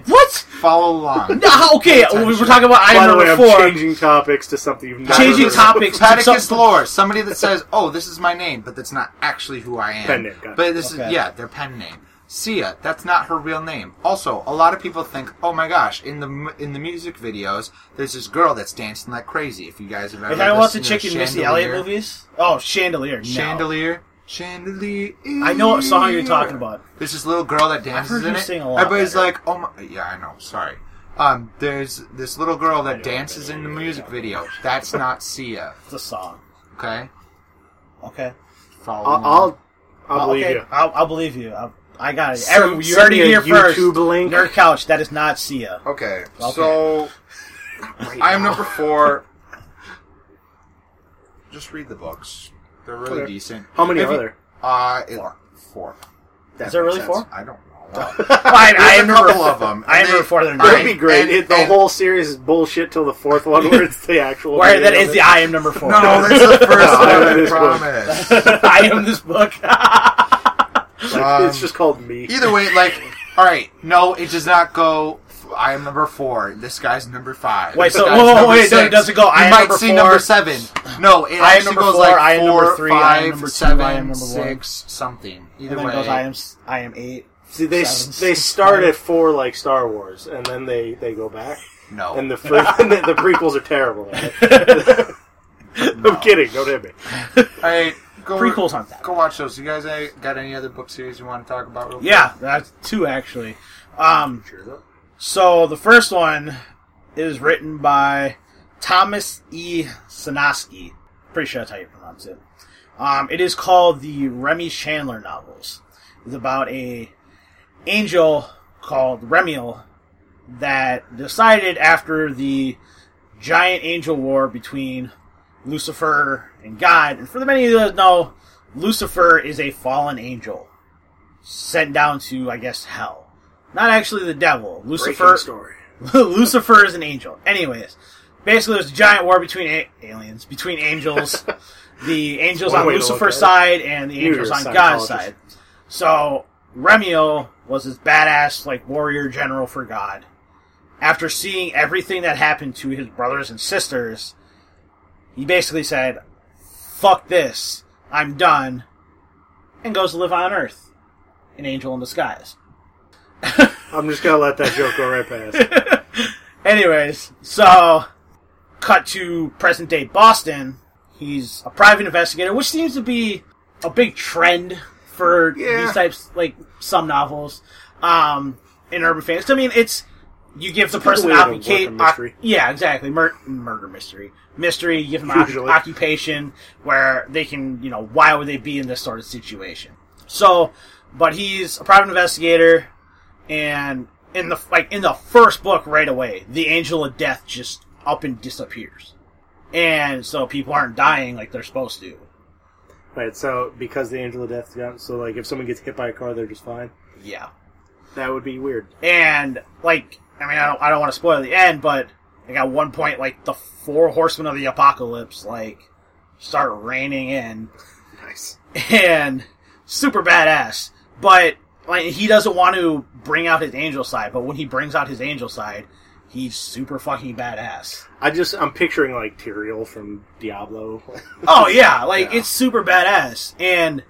S1: What?
S3: follow along.
S1: No, okay, we were talking about item
S2: By the
S1: number
S2: way, I'm
S1: four.
S2: changing topics to something you've never
S1: Changing
S2: heard of.
S1: topics. to
S3: Paticus
S1: something-
S3: Lore, somebody that says, "Oh, this is my name," but that's not actually who I am.
S2: Pen name, got it.
S3: But this
S1: Okay.
S3: is yeah, their pen name. Sia, that's not her real name. Also, a lot of people think, "Oh my gosh!" In the m- in the music videos, there's this girl that's dancing like crazy. If you guys have ever
S1: If I watch the
S3: listened to
S1: chick in Missy Elliott movies, oh Chandelier, no.
S3: Chandelier, Chandelier.
S1: I know what song you're talking about.
S3: There's this little girl that dances
S1: heard
S3: in
S1: you
S3: it.
S1: sing a lot
S3: Everybody's
S1: better.
S3: like, "Oh my, yeah, I know." Sorry. Um, there's this little girl that dances in the music video. That's not Sia.
S1: It's a song.
S3: Okay.
S1: Okay,
S3: Follow
S2: I'll,
S3: along.
S2: I'll, I'll
S1: Well,
S2: believe
S1: okay,
S2: you.
S1: I'll, I'll believe you. I'll, I got it.
S2: Send-
S1: Every, you
S2: send
S1: heard it
S2: me a
S1: here first.
S2: YouTube link.
S1: Nerd Couch. That is not Sia.
S4: Okay,
S1: Okay.
S4: so I am number four. Just read the books.
S3: They're really
S2: Okay.
S3: decent.
S2: How many
S3: If
S2: are
S3: you-
S2: there?
S4: Uh, it, four.
S1: Is there really four?
S4: I don't know.
S1: Fine, I
S4: There's
S1: am
S4: a
S1: number
S4: couple of 'em,
S1: I am
S4: and
S1: number
S4: they-
S1: four. Than
S2: That'd
S1: nine.
S2: be great.
S4: and-
S2: it, the
S4: and-
S2: whole series is bullshit till the fourth one, where it's the actual.
S1: Where that
S2: name of
S1: is the
S2: it.
S1: I am number four.
S4: No, that's the first
S2: No,
S4: one. I
S2: this book.
S4: promise.
S1: I am this book.
S4: Um,
S2: it's just called me.
S3: Either way, like, all right, no, it does not go. f- I am number four. This guy's number five.
S1: Wait,
S3: this
S1: so-
S3: guy's
S1: whoa, whoa,
S3: number
S1: wait, no, it
S3: six.
S1: doesn't go,
S3: You
S1: I am
S3: might
S1: number
S3: see
S1: four.
S3: number seven. No, it
S1: I am
S3: actually
S1: number
S3: goes
S1: four,
S3: like
S1: I am
S3: four,
S1: number three, I am
S3: five,
S1: number two,
S3: seven,
S1: I am number one.
S3: six, something. Either
S1: and then
S3: way,
S1: it goes, I am. s- I am eight.
S2: See, they
S1: Seven.
S2: they start at four like Star Wars, and then they they go back,
S3: no.
S2: and the fir- and the, the prequels are terrible. at it. I'm kidding. Don't hit me.
S3: all right, go
S1: Prequels on that.
S3: Go watch those. You guys eh, got any other book series you want to talk about? Real quick?
S1: Yeah, that's two actually. Um,
S4: Sure, though.
S1: so the first one is written by Thomas E. Sanofsky. Pretty sure that's how you pronounce it. Um, it is called the Remy Chandler novels. It's about a angel called Remiel that decided after the giant angel war between Lucifer and God. And for the many of you that know, Lucifer is a fallen angel sent down to, I guess, hell. Not actually the devil. Lucifer.
S2: Breaking story.
S1: Lucifer is an angel. Anyways, basically, there's a giant war between a- aliens, between angels, the angels
S2: One
S1: on
S2: way to look
S1: Lucifer's
S2: at it.
S1: side and the
S2: Knew you
S1: angels
S2: were a
S1: on God's
S2: Scientologist.
S1: side. So Remiel was this badass, like warrior general for God. After seeing everything that happened to his brothers and sisters, he basically said, "Fuck this, I'm done," and goes to live on Earth, an angel in disguise.
S2: I'm just gonna let that joke go right past.
S1: Anyways, so cut to present day Boston. He's a private investigator, which seems to be a big trend for
S4: Yeah.
S1: these types, like some novels, um, in urban fantasy. I mean, it's you give the
S2: It's a good
S1: person
S2: way to work a
S1: occupation.
S2: mystery.
S1: yeah, exactly. Mur- murder mystery, mystery. You give them oc-
S2: Usually.
S1: occupation where they can, you know, why would they be in this sort of situation? So, but he's a private investigator, and in the like in the first book right away, the angel of death just up and disappears, and so people aren't dying like they're supposed to.
S2: Right, so because the angel of death's gone, so like if someone gets hit by a car, they're just fine.
S1: Yeah.
S2: That would be weird.
S1: And like, I mean, I don't, I don't want to spoil the end, but like at one point, like the four horsemen of the apocalypse like start raining in,
S2: Nice.
S1: and super badass. But like, he doesn't want to bring out his angel side. But when he brings out his angel side, he's super fucking badass.
S2: I just I'm picturing like Tyrael from Diablo.
S1: Oh yeah, like
S2: Yeah.
S1: it's super badass, and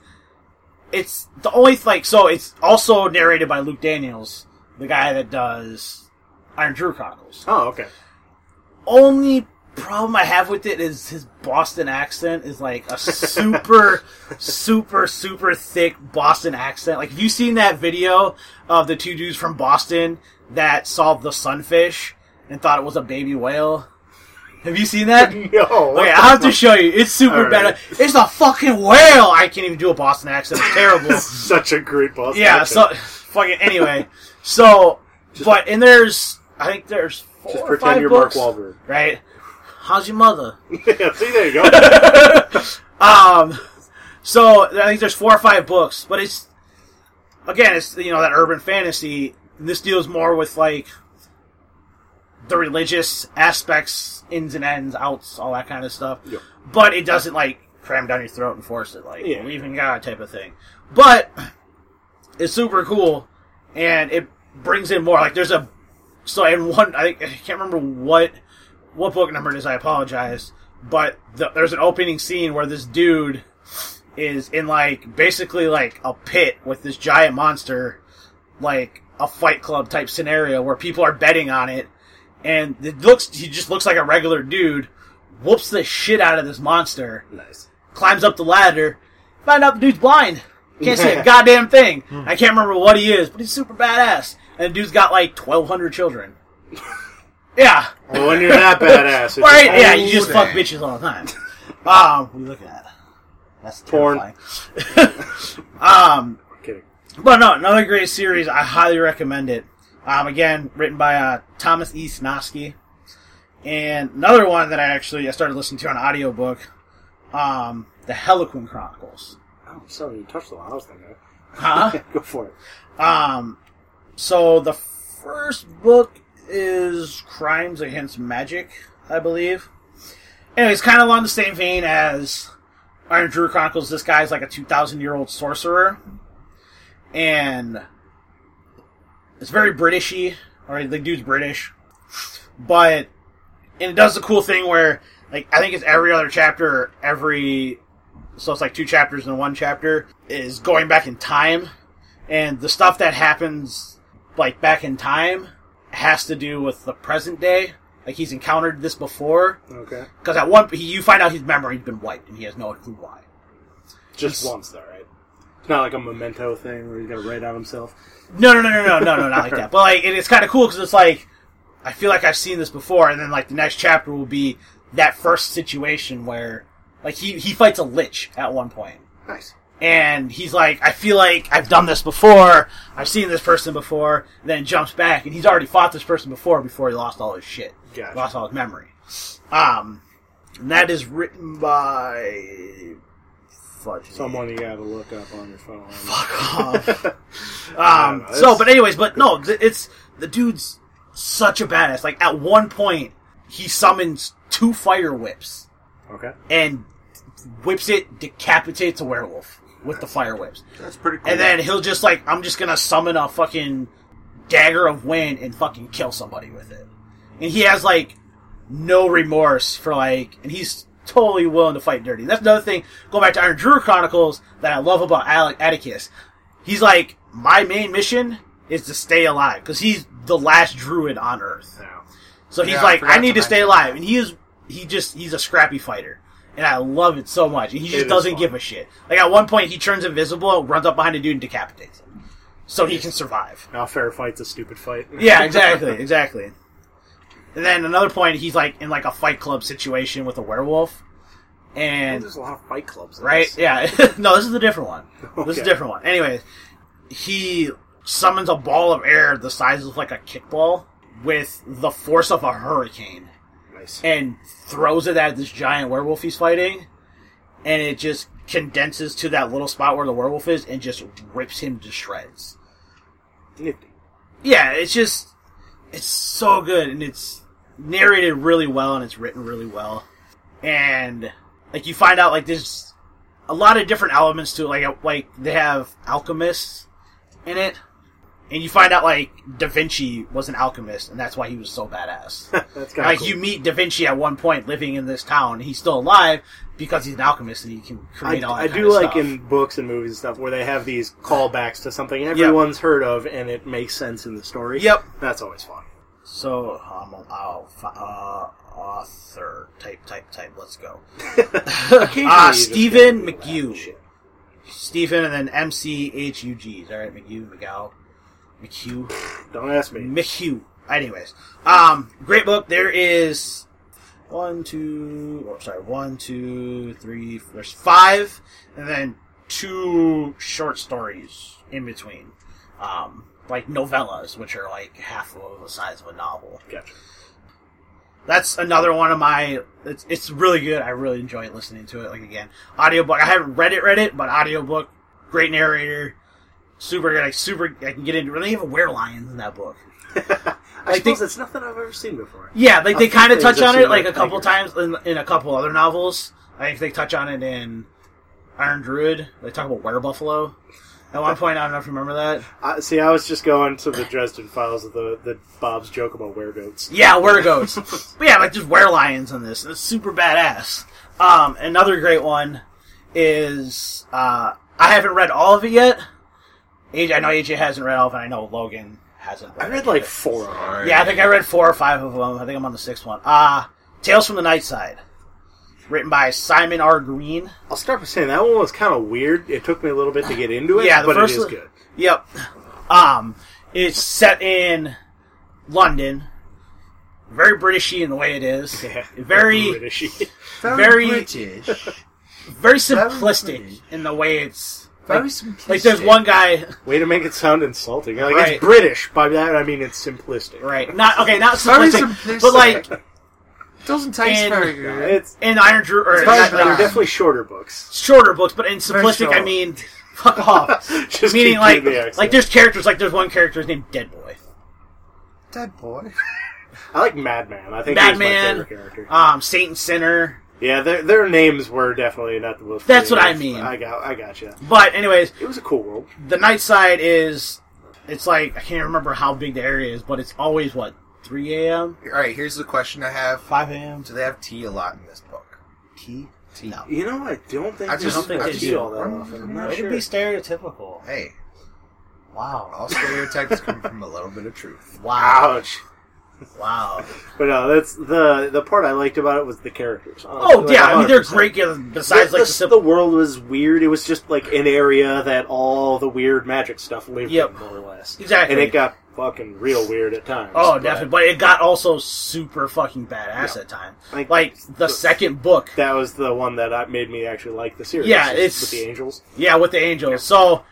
S1: it's the only like so it's also narrated by Luke Daniels, the guy that does Iron Drew Chronicles.
S2: oh, okay.
S1: only problem I have with it is his Boston accent is like a super, super, super thick Boston accent. Like, have you seen that video of the two dudes from Boston that solved the sunfish and thought it was a baby whale? Have you seen that?
S2: No.
S1: Okay, I'll have to show you. It's super
S2: All
S1: bad.
S2: right.
S1: It's a fucking whale! I can't even do a Boston accent. It's terrible.
S2: Such a great boss.
S1: yeah, so, fucking, anyway. So, but, and there's, I think there's four
S2: just
S1: or
S2: pretend
S1: five
S2: you're
S1: books
S2: Mark Wahlberg.
S1: right? How's your mother?
S2: yeah, see there you go.
S1: Um, so I think there's four or five books, but it's again, it's you know that urban fantasy. This deals more with like the religious aspects, ins and ends, outs, all that kind of stuff.
S2: Yep.
S1: But it doesn't like cram down your throat and force it, like
S2: Yeah.
S1: believe in God type of thing. But it's super cool, and it brings in more. Like there's a so in one, I, think- I can't remember what what book number it is. I apologize, but the, there's an opening scene where this dude is in like basically like a pit with this giant monster, like a Fight Club type scenario where people are betting on it, and it looks he just looks like a regular dude, whoops the shit out of this monster,
S2: nice.
S1: climbs up the ladder, find out the dude's blind. Can't say a goddamn thing. I can't remember what he is, but he's super badass. And the dude's got like 1,200 children. Yeah.
S2: Well, when you're that badass, it's
S1: Right?
S2: just-
S1: Yeah, you just fuck
S3: dang.
S1: bitches all the time. Um, what are you looking at? That's
S2: Porn.
S1: terrifying. um,
S2: Kidding.
S1: but no, another great series. I highly recommend it. Um, again, written by uh, Thomas E. Snosky. And another one that I actually I started listening to on audiobook, um, The Heliquin Chronicles.
S2: Oh, sorry, you touched the one I was thinking. of.
S1: Huh?
S2: Go for it.
S1: Um, so the first book is Crimes Against Magic, I believe. And it's kind of along the same vein as Iron Drew Chronicles. This guy's like a 2,000 year old sorcerer. And it's very Britishy, or the dude's British. But, and it does the cool thing where, like, I think it's every other chapter, every, so it's like two chapters in one chapter, is going back in time and the stuff that happens like back in time has to do with the present day like he's encountered this before
S2: Okay.
S1: because at one he, you find out his memory's been wiped and he has no clue why
S2: Just once, though, right? It's not like a memento thing where he's gonna write on himself.
S1: no no no no no no no not like that but like it, it's kind of cool because it's like i feel like i've seen this before and then like the next chapter will be that first situation where like he he fights a lich at one point
S2: Nice.
S1: and he's like, I feel like I've done this before. I've seen this person before. Then jumps back, and he's already fought this person before. Before he lost all his shit,
S2: Gotcha.
S1: lost all his memory. Um, and that is written by fudge.
S2: Someone you gotta look up on your phone.
S1: Um,
S2: know,
S1: so,
S2: it's-
S1: but anyways, but no, th- it's the dude's such a badass. Like at one point, he summons two fire whips
S2: Okay.
S1: and whips it, decapitates a werewolf with the fire whips.
S4: That's pretty cool.
S1: And then he'll just like, I'm just gonna summon a fucking dagger of wind and fucking kill somebody with it. And he has like no remorse for like, and he's totally willing to fight dirty. That's another thing. Going back to Iron Drew Chronicles that I love about Ale- Atticus. He's like, my main mission is to stay alive because he's the last druid on Earth.
S2: Now.
S1: So he's
S4: Yeah, I
S1: like,
S4: forgot
S1: I need
S4: to
S1: to stay
S4: mention
S1: alive, and he is he just he's a scrappy fighter, and I love it so much. And he
S2: It
S1: just
S2: is
S1: doesn't
S2: fun.
S1: give a shit. Like at one point, he turns invisible, runs up behind a dude, and decapitates him. so he can survive.
S2: Now, fair fight's a stupid fight.
S1: Yeah, exactly, exactly. And then another point, he's like in like a Fight Club situation with a werewolf, and
S2: There's a lot of fight clubs. in
S1: right?
S2: this.
S1: Yeah. no, this is a different one. This is a
S2: Okay.
S1: different one. Anyway, he summons a ball of air the size of like a kickball with the force of a hurricane
S2: Nice.
S1: and throws it at this giant werewolf he's fighting, and it just condenses to that little spot where the werewolf is and just rips him to shreds.
S2: Nifty.
S1: Yeah, it's just it's so good and it's narrated really well and it's written really well. And like you find out like there's a lot of different elements to it. Like uh, like they have alchemists in it. And you find out like Da Vinci was an alchemist and that's why he was so badass.
S2: That's kind
S1: like
S2: of cool.
S1: you meet Da Vinci at one point living in this town. He's still alive because he's an alchemist and he can
S2: I,
S1: create all that
S2: I
S1: kind
S2: do
S1: of
S2: like
S1: stuff.
S2: in books and movies and stuff where they have these callbacks to something everyone's heard of and it makes sense in the story.
S1: Yep.
S2: That's always fun.
S1: So I'm um, oh, fi- uh, author type type type. Let's go. Ah,
S2: you just
S1: Stephen
S2: get to do that
S1: McHugh.
S2: shit.
S1: Stephen and then M C H U G's. All right, McHugh, McGow, McHugh,
S2: Don't ask me.
S1: McHugh. Anyways, um, great book. There is one, two, or sorry, one, two, three. There's five, and then two short stories in between, um, like novellas, which are like half of the size of a novel.
S2: Gotcha.
S1: That's another one of my. It's, it's really good. I really enjoy listening to it. Like again, audiobook. I haven't read it, read it, but audiobook. Great narrator. Super, like super. I can get into. They even wear lions in that book.
S2: I suppose
S1: think-
S2: it's nothing I've ever seen before.
S1: Yeah, like they
S2: A few
S1: kind of
S2: things
S1: touch
S2: I've
S1: on
S2: seen
S1: it like a
S2: with
S1: couple
S2: tigers.
S1: times in, in a couple other novels. I think they touch on it in Iron Druid. They talk about were buffalo. At one point, I don't know if you remember that.
S2: I, see, I was just going to the Dresden Files of the, the Bob's joke about werewolves.
S1: Yeah, were goats. but yeah, like just were lions in this. It's super badass. Um, another great one is uh, I haven't read all of it yet. AJ, I know AJ hasn't read all of it. I know Logan hasn't.
S2: I read
S1: it
S2: like
S1: yet.
S2: four of them.
S1: yeah, I think I read four or five of them. I think I'm on the sixth one. Uh Tales from the Night Side, written by Simon R. Green.
S2: I'll start by saying that one was kind of weird. It took me a little bit to get into it,
S1: Yeah, the
S2: but
S1: first
S2: it is
S1: one-
S2: good.
S1: Yep. Um, it's set in London. Very Britishy in the way it is. Very.
S2: Britishy.
S1: Very-
S4: British.
S1: very
S4: Very
S1: simplistic in the way it's
S4: Very
S1: like,
S4: simplistic.
S1: like there's one guy
S2: Way to make it sound insulting. Like
S1: Right.
S2: it's British. By that I mean it's simplistic.
S1: right not okay not
S4: Very
S1: simplistic,
S4: simplistic.
S1: but like
S4: doesn't taste
S1: and-
S4: very good.
S2: It's
S1: in Iron Drew or
S4: Very
S1: not-
S2: they're
S4: bad.
S2: definitely shorter books.
S1: shorter books but in
S4: Very
S1: simplistic I
S4: short.
S1: mean fuck off
S2: Just
S1: meaning
S2: keep
S1: like
S2: doing the accent.
S1: like there's characters like there's one character named Dead Boy
S4: Dead boy.
S2: I like Madman. I think
S1: Madman.
S2: Madman. my favorite character.
S1: um Saint and Sinner
S2: Yeah, their, their names were definitely not the most.
S1: That's what I
S2: creative.
S1: mean.
S2: I got I got you.
S1: but anyways
S2: It was a cool world.
S1: the night side is it's like I can't remember how big the area is but it's always what 3 a.m.
S4: All right, here's the question I have.
S1: 5 a.m.
S4: Do they have tea a lot in this book?
S1: tea
S4: Tea.
S1: No.
S2: You know, I don't think
S4: I
S2: they-
S4: just-
S1: I don't think
S2: they
S1: they
S2: do
S1: do.
S2: all that
S4: I'm-
S2: often.
S4: I'm
S2: I'm
S4: not
S2: not
S1: Way to
S2: sure.
S1: be stereotypical
S4: Hey,
S1: wow
S4: all stereotypes come from a little bit of truth.
S1: wow
S2: Ouch.
S1: wow
S2: But no, that's the the part I liked about it was the characters.
S1: Oh
S2: Like,
S1: yeah, I mean they're
S2: 100%.
S1: great. yeah, Besides,
S2: the,
S1: like
S2: the,
S1: simple,
S2: the world was weird. It was just like an area that all the weird magic stuff lived
S1: Yep.
S2: in, more or less.
S1: Exactly.
S2: And it got fucking real weird at times.
S1: oh
S2: but
S1: definitely, but it got also super fucking badass at time.
S2: Like-
S1: Like the second book,
S2: That was the one that I- made me actually like the series.
S1: Yeah,
S2: just
S1: it's-
S2: with the angels.
S1: yeah, with the angels. So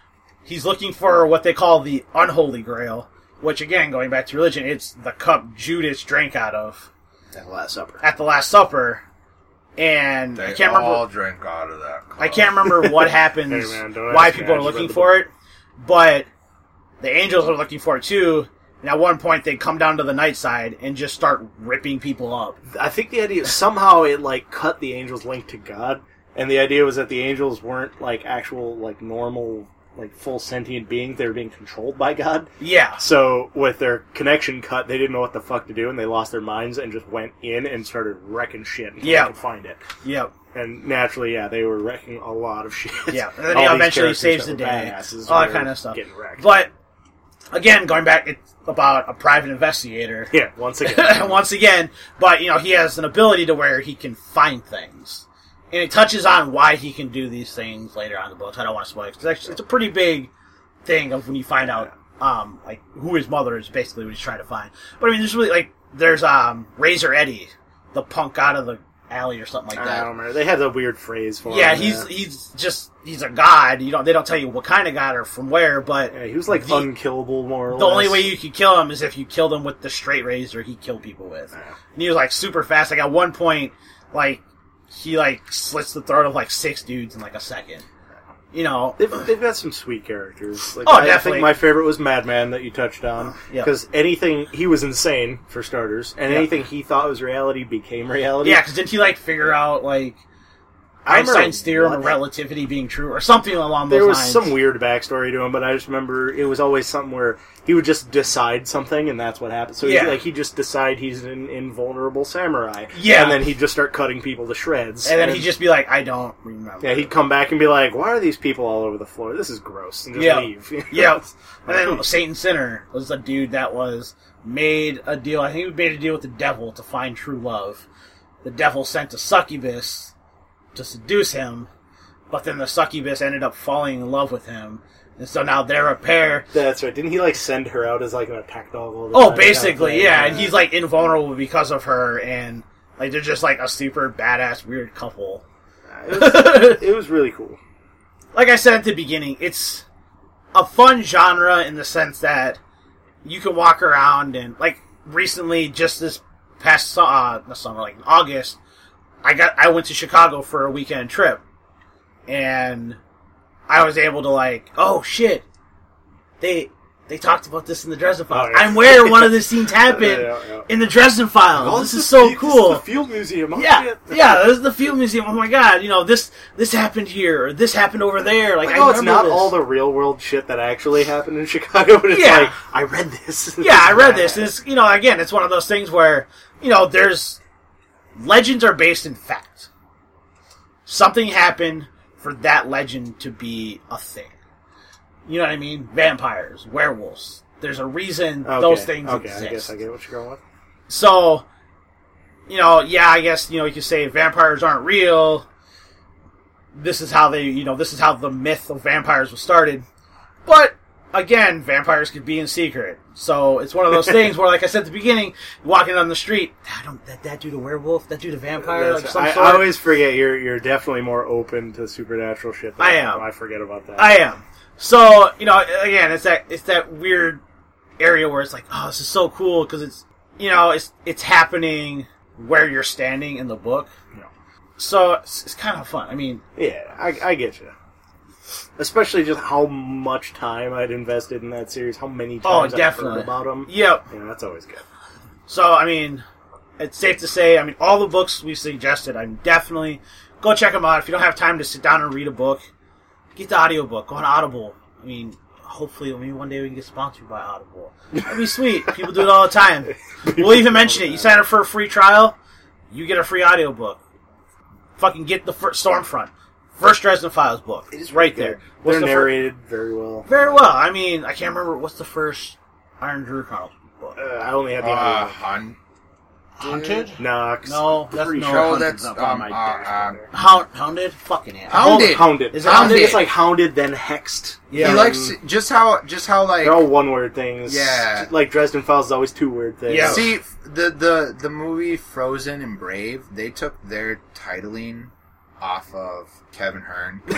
S1: he's looking for what they call the unholy grail, which again, going back to religion, it's the cup Judas drank out of
S2: That Last Supper.
S1: at the Last Supper, and
S4: They
S1: I can't remember.
S4: all drink out of that. Cup.
S1: I can't remember what happens,
S2: Hey, man, don't
S1: why
S2: ask me.
S1: people are
S2: I just
S1: looking
S2: read the
S1: for it, but the angels are looking for it too. And at one point, they come down to the night side and just start ripping people up.
S2: I think the idea somehow it like cut the angels' link to God, and the idea was that the angels weren't like actual like normal like full sentient beings. They were being controlled by God.
S1: Yeah,
S2: So with their connection cut, they didn't know what the fuck to do, and they lost their minds and just went in and started wrecking shit. Until
S1: Yeah.
S2: they could find it.
S1: yeah.
S2: And naturally, yeah, they were wrecking a lot of shit.
S1: Yeah, and then
S2: All
S1: he
S2: these
S1: eventually
S2: characters
S1: saves
S2: that
S1: the
S2: were
S1: day,
S2: badasses
S1: all that
S2: were
S1: kind of stuff.
S2: Getting wrecked.
S1: But again, going back, it's about a private investigator
S2: yeah, once again,
S1: once again. But you know, he has an ability to where he can find things, and it touches on why he can do these things later on in the books. I don't want to spoil because it's, actually- it's a pretty big thing of when you find out um like who his mother is basically what he's trying to find. But I mean there's really like there's um Razor Eddie, the punk out of the alley or something like
S2: I
S1: that.
S2: don't remember. They have the weird phrase for
S1: Yeah,
S2: him.
S1: he's he's just he's a god. You don't they don't tell you what kind of god or from where, but
S2: yeah, he was like
S1: the-
S2: unkillable more or
S1: the only
S2: less.
S1: way you could kill him is if you killed him with the straight razor he killed people with. And he was like super fast. Like at one point, like he like slits the throat of like six dudes in like a second. You know,
S2: They've, they've got some sweet characters. Like,
S1: Oh,
S2: I- I,
S1: definitely. Uh,
S2: think my favorite was Madman that you touched on.
S1: Yeah.
S2: Because anything, he was insane, for starters, and
S1: Yeah.
S2: anything he thought was reality became reality.
S1: yeah. Because didn't he like figure out like
S2: I remember
S1: Einstein's theorem
S2: what-
S1: of relativity being true or something along those
S2: There was
S1: lines?
S2: some weird backstory to him, but I just remember it was always something where he would just decide something, and that's what happened. So he's
S1: Yeah.
S2: like he just decide he's an invulnerable samurai,
S1: Yeah.
S2: and then he'd just start cutting people to shreds,
S1: and then he'd just be like, I don't remember.
S2: yeah, he'd come back and be like, "Why are these people all over the floor? This is gross," and just
S1: Yeah.
S2: leave.
S1: Yeah. And then Satan Sinner was a dude that was made a deal. I think he made a deal with the devil to find true love. The devil sent a succubus to seduce him, but then the succubus ended up falling in love with him. And so now they're a pair.
S2: That's right. Didn't he like send her out as like an attack dog? All the
S1: Oh,
S2: time kind of
S1: basically,
S2: thing?
S1: yeah. And he's like invulnerable because of her, and like they're just like a super badass weird couple.
S2: It was, it was really cool.
S1: like I said at the beginning, it's a fun genre in the sense that you can walk around and like recently, just this past su- uh, not summer, like in August, I got I went to Chicago for a weekend trip, and I was able to like, oh shit, they they talked about this in the Dresden Files.
S2: Oh, yeah.
S1: I'm where one of the scenes happened
S2: Yeah, yeah, yeah.
S1: in the Dresden Files. Oh, this is so cool
S2: the field museum.
S1: yeah, yeah. This is the film museum. Oh my god! You know this. This happened here, or this happened over there. Like,
S2: Like,
S1: I
S2: oh, it's
S1: remember
S2: not
S1: this.
S2: all the real world shit that actually happened in Chicago, but it's
S1: Yeah.
S2: like I read this.
S1: Yeah, I read this. And it's you know, again, it's one of those things where you know, there's legends are based in fact. Something happened for that legend to be a thing. You know what I mean? Vampires, werewolves. There's a reason
S2: Okay,
S1: those things
S2: Okay,
S1: exist.
S2: I guess I get what you're going with.
S1: So, you know, yeah, I guess you know you could say vampires aren't real. This is how they, you know, this is how the myth of vampires was started. But again, vampires could be in secret, so it's one of those things where, like I said at the beginning, walking down the street, I don't that that dude a werewolf, that dude a vampire, like
S2: That's-
S1: some
S2: I,
S1: sort.
S2: I always forget you're you're definitely more open to supernatural shit. Than
S1: I am.
S2: I forget about that.
S1: I am. So you know, again, it's that it's that weird area where it's like, oh, this is so cool because it's you know it's it's happening where you're standing in the book.
S2: Yeah.
S1: So it's, it's kind of fun. I mean,
S2: Yeah, I, I get you. Especially just how much time I'd invested in that series, how many
S1: Oh,
S2: times I
S1: definitely.
S2: heard about them.
S1: yep.
S2: Yeah, that's always good.
S1: So I mean, it's safe to say. I mean, all the books we suggested, I'm definitely go check them out. If you don't have time to sit down and read a book, get the audiobook. Go on Audible. I mean. Hopefully, maybe one day we can get sponsored by Audible. That'd be sweet. People do it all the time. We'll even mention it. You sign up for a free trial, you get a free audiobook. Fucking get the first Stormfront, first Dresden Files book. It's right there. What's
S2: They're
S1: the fir-
S2: narrated very well.
S1: very well. I mean, I can't remember what's the first Iron Drew Carlson book.
S2: Uh, I only had the
S4: Uh,
S2: uh,
S4: hun.
S1: Hunted?
S2: No,
S1: No, that's
S2: pretty
S1: no.
S2: sure
S4: Oh,
S2: Hunter's
S4: that's
S2: up
S4: um,
S2: on
S4: uh,
S2: my
S4: uh,
S2: dashboard.
S1: Hound, hounded? Fucking yeah.
S4: Hound- Hounded.
S2: Hounded.
S1: Is
S2: Is
S1: it
S2: it hounded?
S4: Hounded?
S2: It's like hounded then hexed. Mm.
S1: Yeah.
S4: He likes just how just how like
S2: They're all one word things.
S4: Yeah.
S2: Like Dresden Files is always two word things.
S1: Yeah.
S4: See f- the the the movie Frozen and Brave, they took their titling off of Kevin Hearn.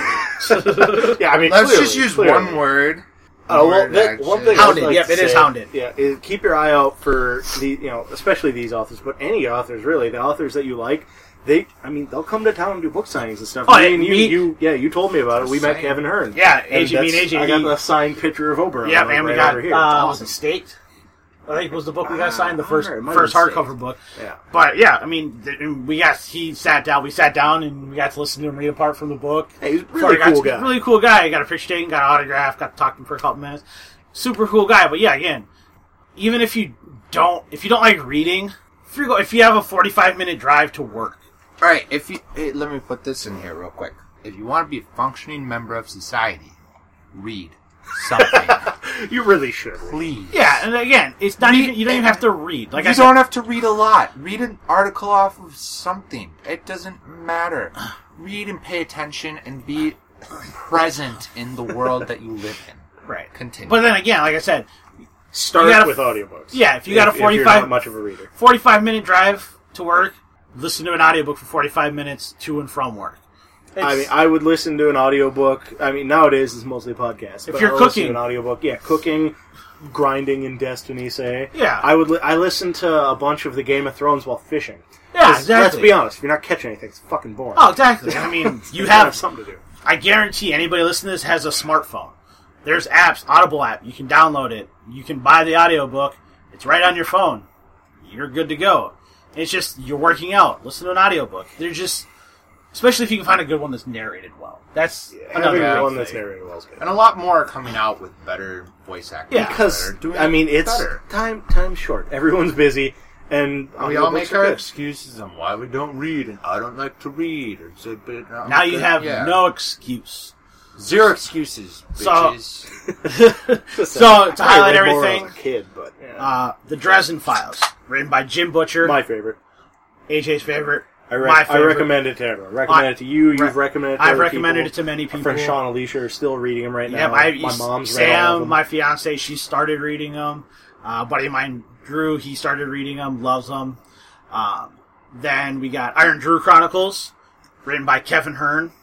S2: yeah, I mean,
S4: Let's
S2: clearly,
S4: just use
S2: clearly.
S4: one word.
S2: Uh, well,
S4: Word
S2: that,
S4: action.
S2: one thing
S1: Hounded,
S2: I would like
S1: yep,
S2: to
S1: it is
S2: say,
S1: hounded.
S2: Yeah, is keep your eye out for the you know, especially these authors, but any authors really, the authors that you like. They, I mean, they'll come to town and do book signings and stuff.
S1: Oh,
S2: I
S1: and
S2: mean, you,
S1: me-
S2: you, yeah, you told me about it. We met
S4: Same.
S2: Kevin Hearn.
S1: Yeah,
S2: And
S1: AG, me and
S2: that's-
S1: AG.
S2: I got the signed picture of Oberon.
S1: yeah,
S2: like,
S1: and we
S2: right
S1: got,
S2: over here.
S1: uh, was
S2: Awesome.
S1: it Staked? I think was the book we got
S2: Ah,
S1: signed, the first
S2: alright, it might
S1: first
S2: have been
S1: hardcover
S2: Staked.
S1: book.
S2: Yeah.
S1: But yeah, I mean, th- and we got, he sat down, we sat down and we got to listen to him read apart from the book.
S2: Hey, he's a
S1: Sorry,
S2: really
S1: got-
S2: cool guy.
S1: Really cool guy. Got a picture taken, got an autograph, got to talk to him for a couple minutes. Super cool guy. But yeah, again, even if you don't, if you don't like reading, if you go, if you have a forty-five minute drive to work,
S4: All right,
S3: If you hey, let me put this in here real quick. If you want to be a functioning member of society, read something,
S2: You really should.
S3: please.
S1: yeah. And again, it's not
S3: Read-
S1: even you don't even have to read. Like
S3: you
S1: I said,
S3: don't have to read a lot. Read an article off of something. It doesn't matter. Read and pay attention and be present in the world that you live in.
S1: Right.
S4: Continue.
S1: But then again, like I said,
S2: Start
S1: gotta-
S2: with audiobooks.
S1: yeah, if you got a
S2: if you're
S1: 45
S2: not much of a reader.
S1: 45 minute drive to work, listen to an audiobook for 45 minutes to and from work.
S2: I mean, I would listen to an audiobook. I mean, nowadays it's mostly podcasts.
S1: If
S2: but
S1: you're
S2: I'll listen to
S1: cooking.
S2: an audiobook, yeah, cooking, grinding in Destiny, say.
S1: Yeah.
S2: I would. Li- I listened to a bunch of the Game of Thrones while fishing.
S1: yeah,
S2: 'Cause
S1: exactly.
S2: Let's be honest. If you're not catching anything, it's fucking boring.
S1: Oh, exactly. I mean, you
S2: gotta
S1: have
S2: something to do.
S1: I guarantee anybody listening to this has a smartphone. There's apps, Audible app. You can download it. You can buy the audiobook. It's right on your phone. You're good to go. It's just you're working out. Listen to an audiobook. They're just, especially if you can find a good one that's narrated well. That's another
S2: Having
S1: big
S2: one
S1: thing.
S2: that's narrated well is good.
S3: And a lot more are coming out with better voice actors.
S1: Yeah.
S2: Because
S3: that are doing
S2: I mean, it's
S3: better.
S2: time. Time's short. Everyone's busy, and
S3: We all
S2: audiobooks
S3: make
S2: are
S3: our
S2: good.
S3: excuses on why we don't read, and I don't like to read. Or so, but I'm
S1: Now you
S3: good-
S1: have
S3: uh, yeah.
S1: no excuse.
S3: zero excuses,
S1: So-
S3: bitches.
S1: So to
S2: I
S1: highlight
S2: read more when I was
S1: everything,
S2: a kid, but yeah.
S1: uh, the Dresden Files, written by Jim Butcher,
S2: my favorite.
S1: AJ's favorite.
S2: I, re-
S1: my
S2: I
S1: favorite.
S2: recommend it to everyone. Recommend
S1: I-
S2: it to you. You've
S1: Re-
S2: recommended. It to
S1: I've
S2: other
S1: recommended
S2: people.
S1: it to many
S2: My
S1: people.
S2: friend Sean and Alicia are still reading them right
S1: Yeah,
S2: now.
S1: my,
S2: my mom's read all of
S1: Sam,
S2: them.
S1: my fiance, she started reading them. Uh, a buddy of mine, Drew, he started reading them, loves them. Um, then we got Iron Drew Chronicles, written by Kevin Hearn.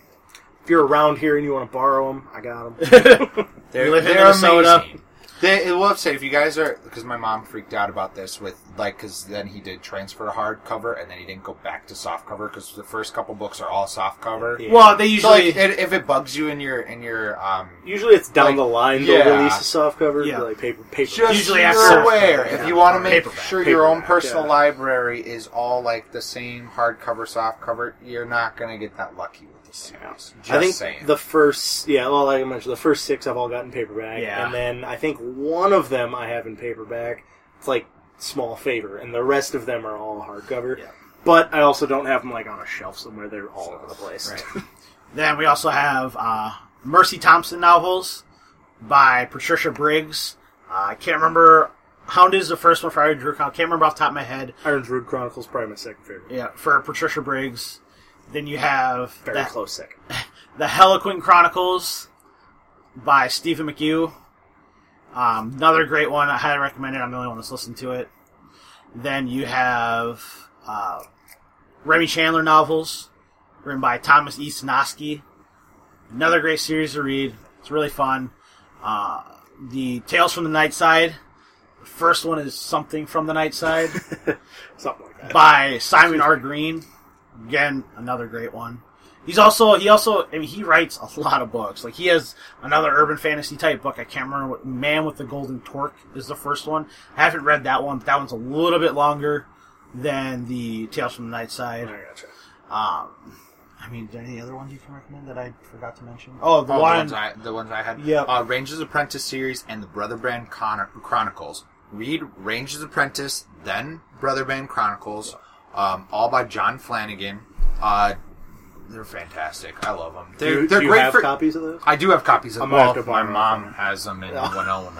S2: if you're around here and you want to borrow them, I got them.
S1: We
S3: They're,
S1: live in
S3: they're
S1: Minnesota.
S3: amazing. They, I will say, if you guys are, because my mom freaked out about this with like, because then he did transfer to hardcover, and then he didn't go back to softcover because the first couple books are all softcover.
S2: Yeah.
S1: Well, they
S3: So
S1: usually
S3: like, it, if it bugs you in your in your um,
S2: Usually, it's down
S3: Like,
S2: the line.
S3: yeah.
S2: They'll release a soft cover,
S1: Yeah.
S2: like paper, paper.
S3: just
S1: Usually
S3: you're
S1: after-
S3: aware if you want to make
S1: Paperback.
S3: sure your own
S2: Paperback,
S3: personal
S2: yeah.
S3: library is all like the same hardcover, softcover, you're not gonna get that lucky with this series. Just
S2: I think
S3: saying.
S2: the first, yeah, well, like I mentioned, the first six I've all gotten paperback,
S1: Yeah.
S2: and then I think one of them I have in paperback. It's like small favor, and the rest of them are all hardcover.
S1: Yeah.
S2: But I also don't have them like on a shelf somewhere; they're all over the place.
S1: Then we also have uh, Mercy Thompson novels by Patricia Briggs. Uh, I can't remember. Hound is the first one for Iron Drew. Chronicles. I can't remember off the top of my head.
S2: Iron's Road Chronicles probably my second favorite.
S1: Yeah, for Patricia Briggs. Then you have
S2: Very
S1: that-
S2: close second.
S1: The Heliquin Chronicles by Stephen McHugh. Um, another great one. I highly recommend it. I'm the only one that's listened to it. Then you have uh, Remy Chandler novels written by Thomas E. Sinosky. Another great series to read. It's really fun. Uh, the Tales from the Night Side. The first one is Something from the Night Side
S2: Something like that.
S1: by Simon R. Green. Again, another great one. He's also he also I mean he writes a lot of books. Like he has another urban fantasy type book. I can't remember what Man with the Golden Torque is the first one. I haven't read that one. But that one's a little bit longer than the Tales from the Night Side.
S2: I gotcha.
S1: Um, I mean, is there any other ones you can recommend that I forgot to mention? Oh, the
S3: Oh,
S1: one.
S3: the ones I the ones I had.
S1: Yep.
S3: Uh, Ranger's Apprentice series and the Brother Band Chron- Chronicles. Read Ranger's Apprentice, then Brother Band Chronicles, um, all by John Flanagan. Uh, they're fantastic. I love them.
S2: Do
S3: They're,
S2: you,
S3: they're
S2: do you
S3: great
S2: have
S3: for.
S2: copies of those?
S3: I do have copies of
S2: I'm
S3: them.
S2: gonna have
S3: all.
S2: to buy
S3: My
S2: them.
S3: mom has them in Winona.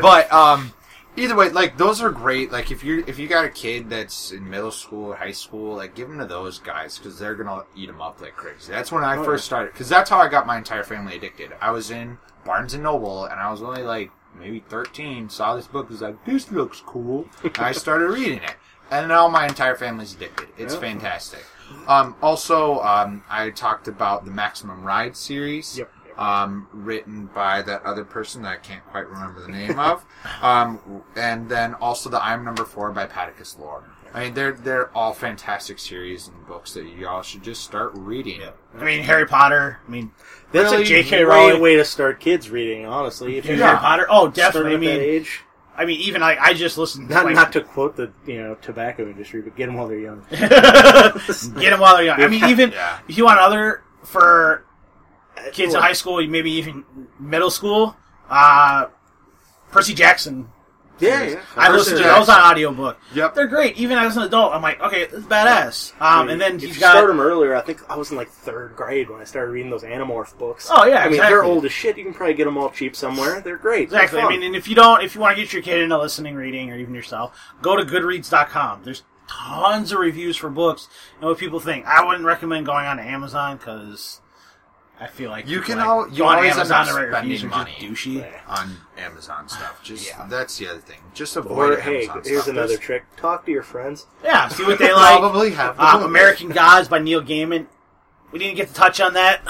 S3: but um, either way, like those are great. Like if you are if you got a kid that's in middle school or high school, like give them to those guys because they're gonna eat them up like crazy. That's when I
S2: Oh,
S3: first started because that's how I got my entire family addicted. I was in Barnes and Noble and I was only like maybe thirteen. Saw this book was like this looks cool. and I started reading it, and now my entire family's addicted. It's
S2: Yeah.
S3: fantastic. Um, also, um, I talked about the Maximum Ride series
S2: Yep, yep.
S3: um, written by that other person that I can't quite remember the name of, um, and then also the I'm Number Four by Paticus Lore. I mean, they're they're all fantastic series and books that y'all should just start reading.
S1: Yeah. I mean, Harry Potter. I mean,
S2: That's
S1: really
S2: a
S1: great
S2: J.K. Rowling way to start kids reading. Honestly, if you
S1: Harry Potter. Oh, definitely.
S2: Starting
S1: I
S2: at that
S1: mean,
S2: age.
S1: I mean, even like I just listened. to,
S2: Not,
S1: like,
S2: not to quote the you know tobacco industry, but get them while they're young.
S1: get them while they're young. I mean, even
S3: Yeah.
S1: if you want other for kids in
S2: Well,
S1: high school, maybe even middle school, uh, Percy Jackson.
S2: Yeah,
S1: series.
S2: yeah.
S1: I
S3: Percy
S1: listened to those on
S3: Jackson.
S1: audiobook.
S3: Yep.
S1: They're great. Even as an adult, I'm like, okay, this is badass. Um, and then
S2: if
S1: he's
S2: you
S1: got
S2: start them earlier. I think I was in like third grade when I started reading those Animorph books.
S1: Oh, yeah,
S2: I mean
S1: exactly.
S2: they're old as shit. You can probably get them all cheap somewhere. They're great.
S1: exactly.
S2: They're
S1: I
S2: fun.
S1: mean, and if you don't, if you want to get your kid into listening, reading, or even yourself, go to Goodreads.com. There's tons of reviews for books and what people think. I wouldn't recommend going on to Amazon because I feel like
S3: You
S1: people,
S3: can
S1: like,
S3: all- you
S1: go on
S3: always end
S1: Amazon
S3: up
S1: and write reviews are
S3: spending
S1: just
S3: money.
S1: douchey.
S3: on Amazon stuff. Just
S4: Yeah.
S3: that's the other thing. Just
S2: Or
S3: avoid
S2: hey,
S3: Amazon
S2: here's
S3: stuff.
S2: another
S3: There's-
S2: trick: talk to your friends.
S1: Yeah, see what they
S3: They
S1: like.
S3: probably have
S1: Uh,
S3: the-
S1: American Gods by Neil Gaiman. We didn't get to touch on that.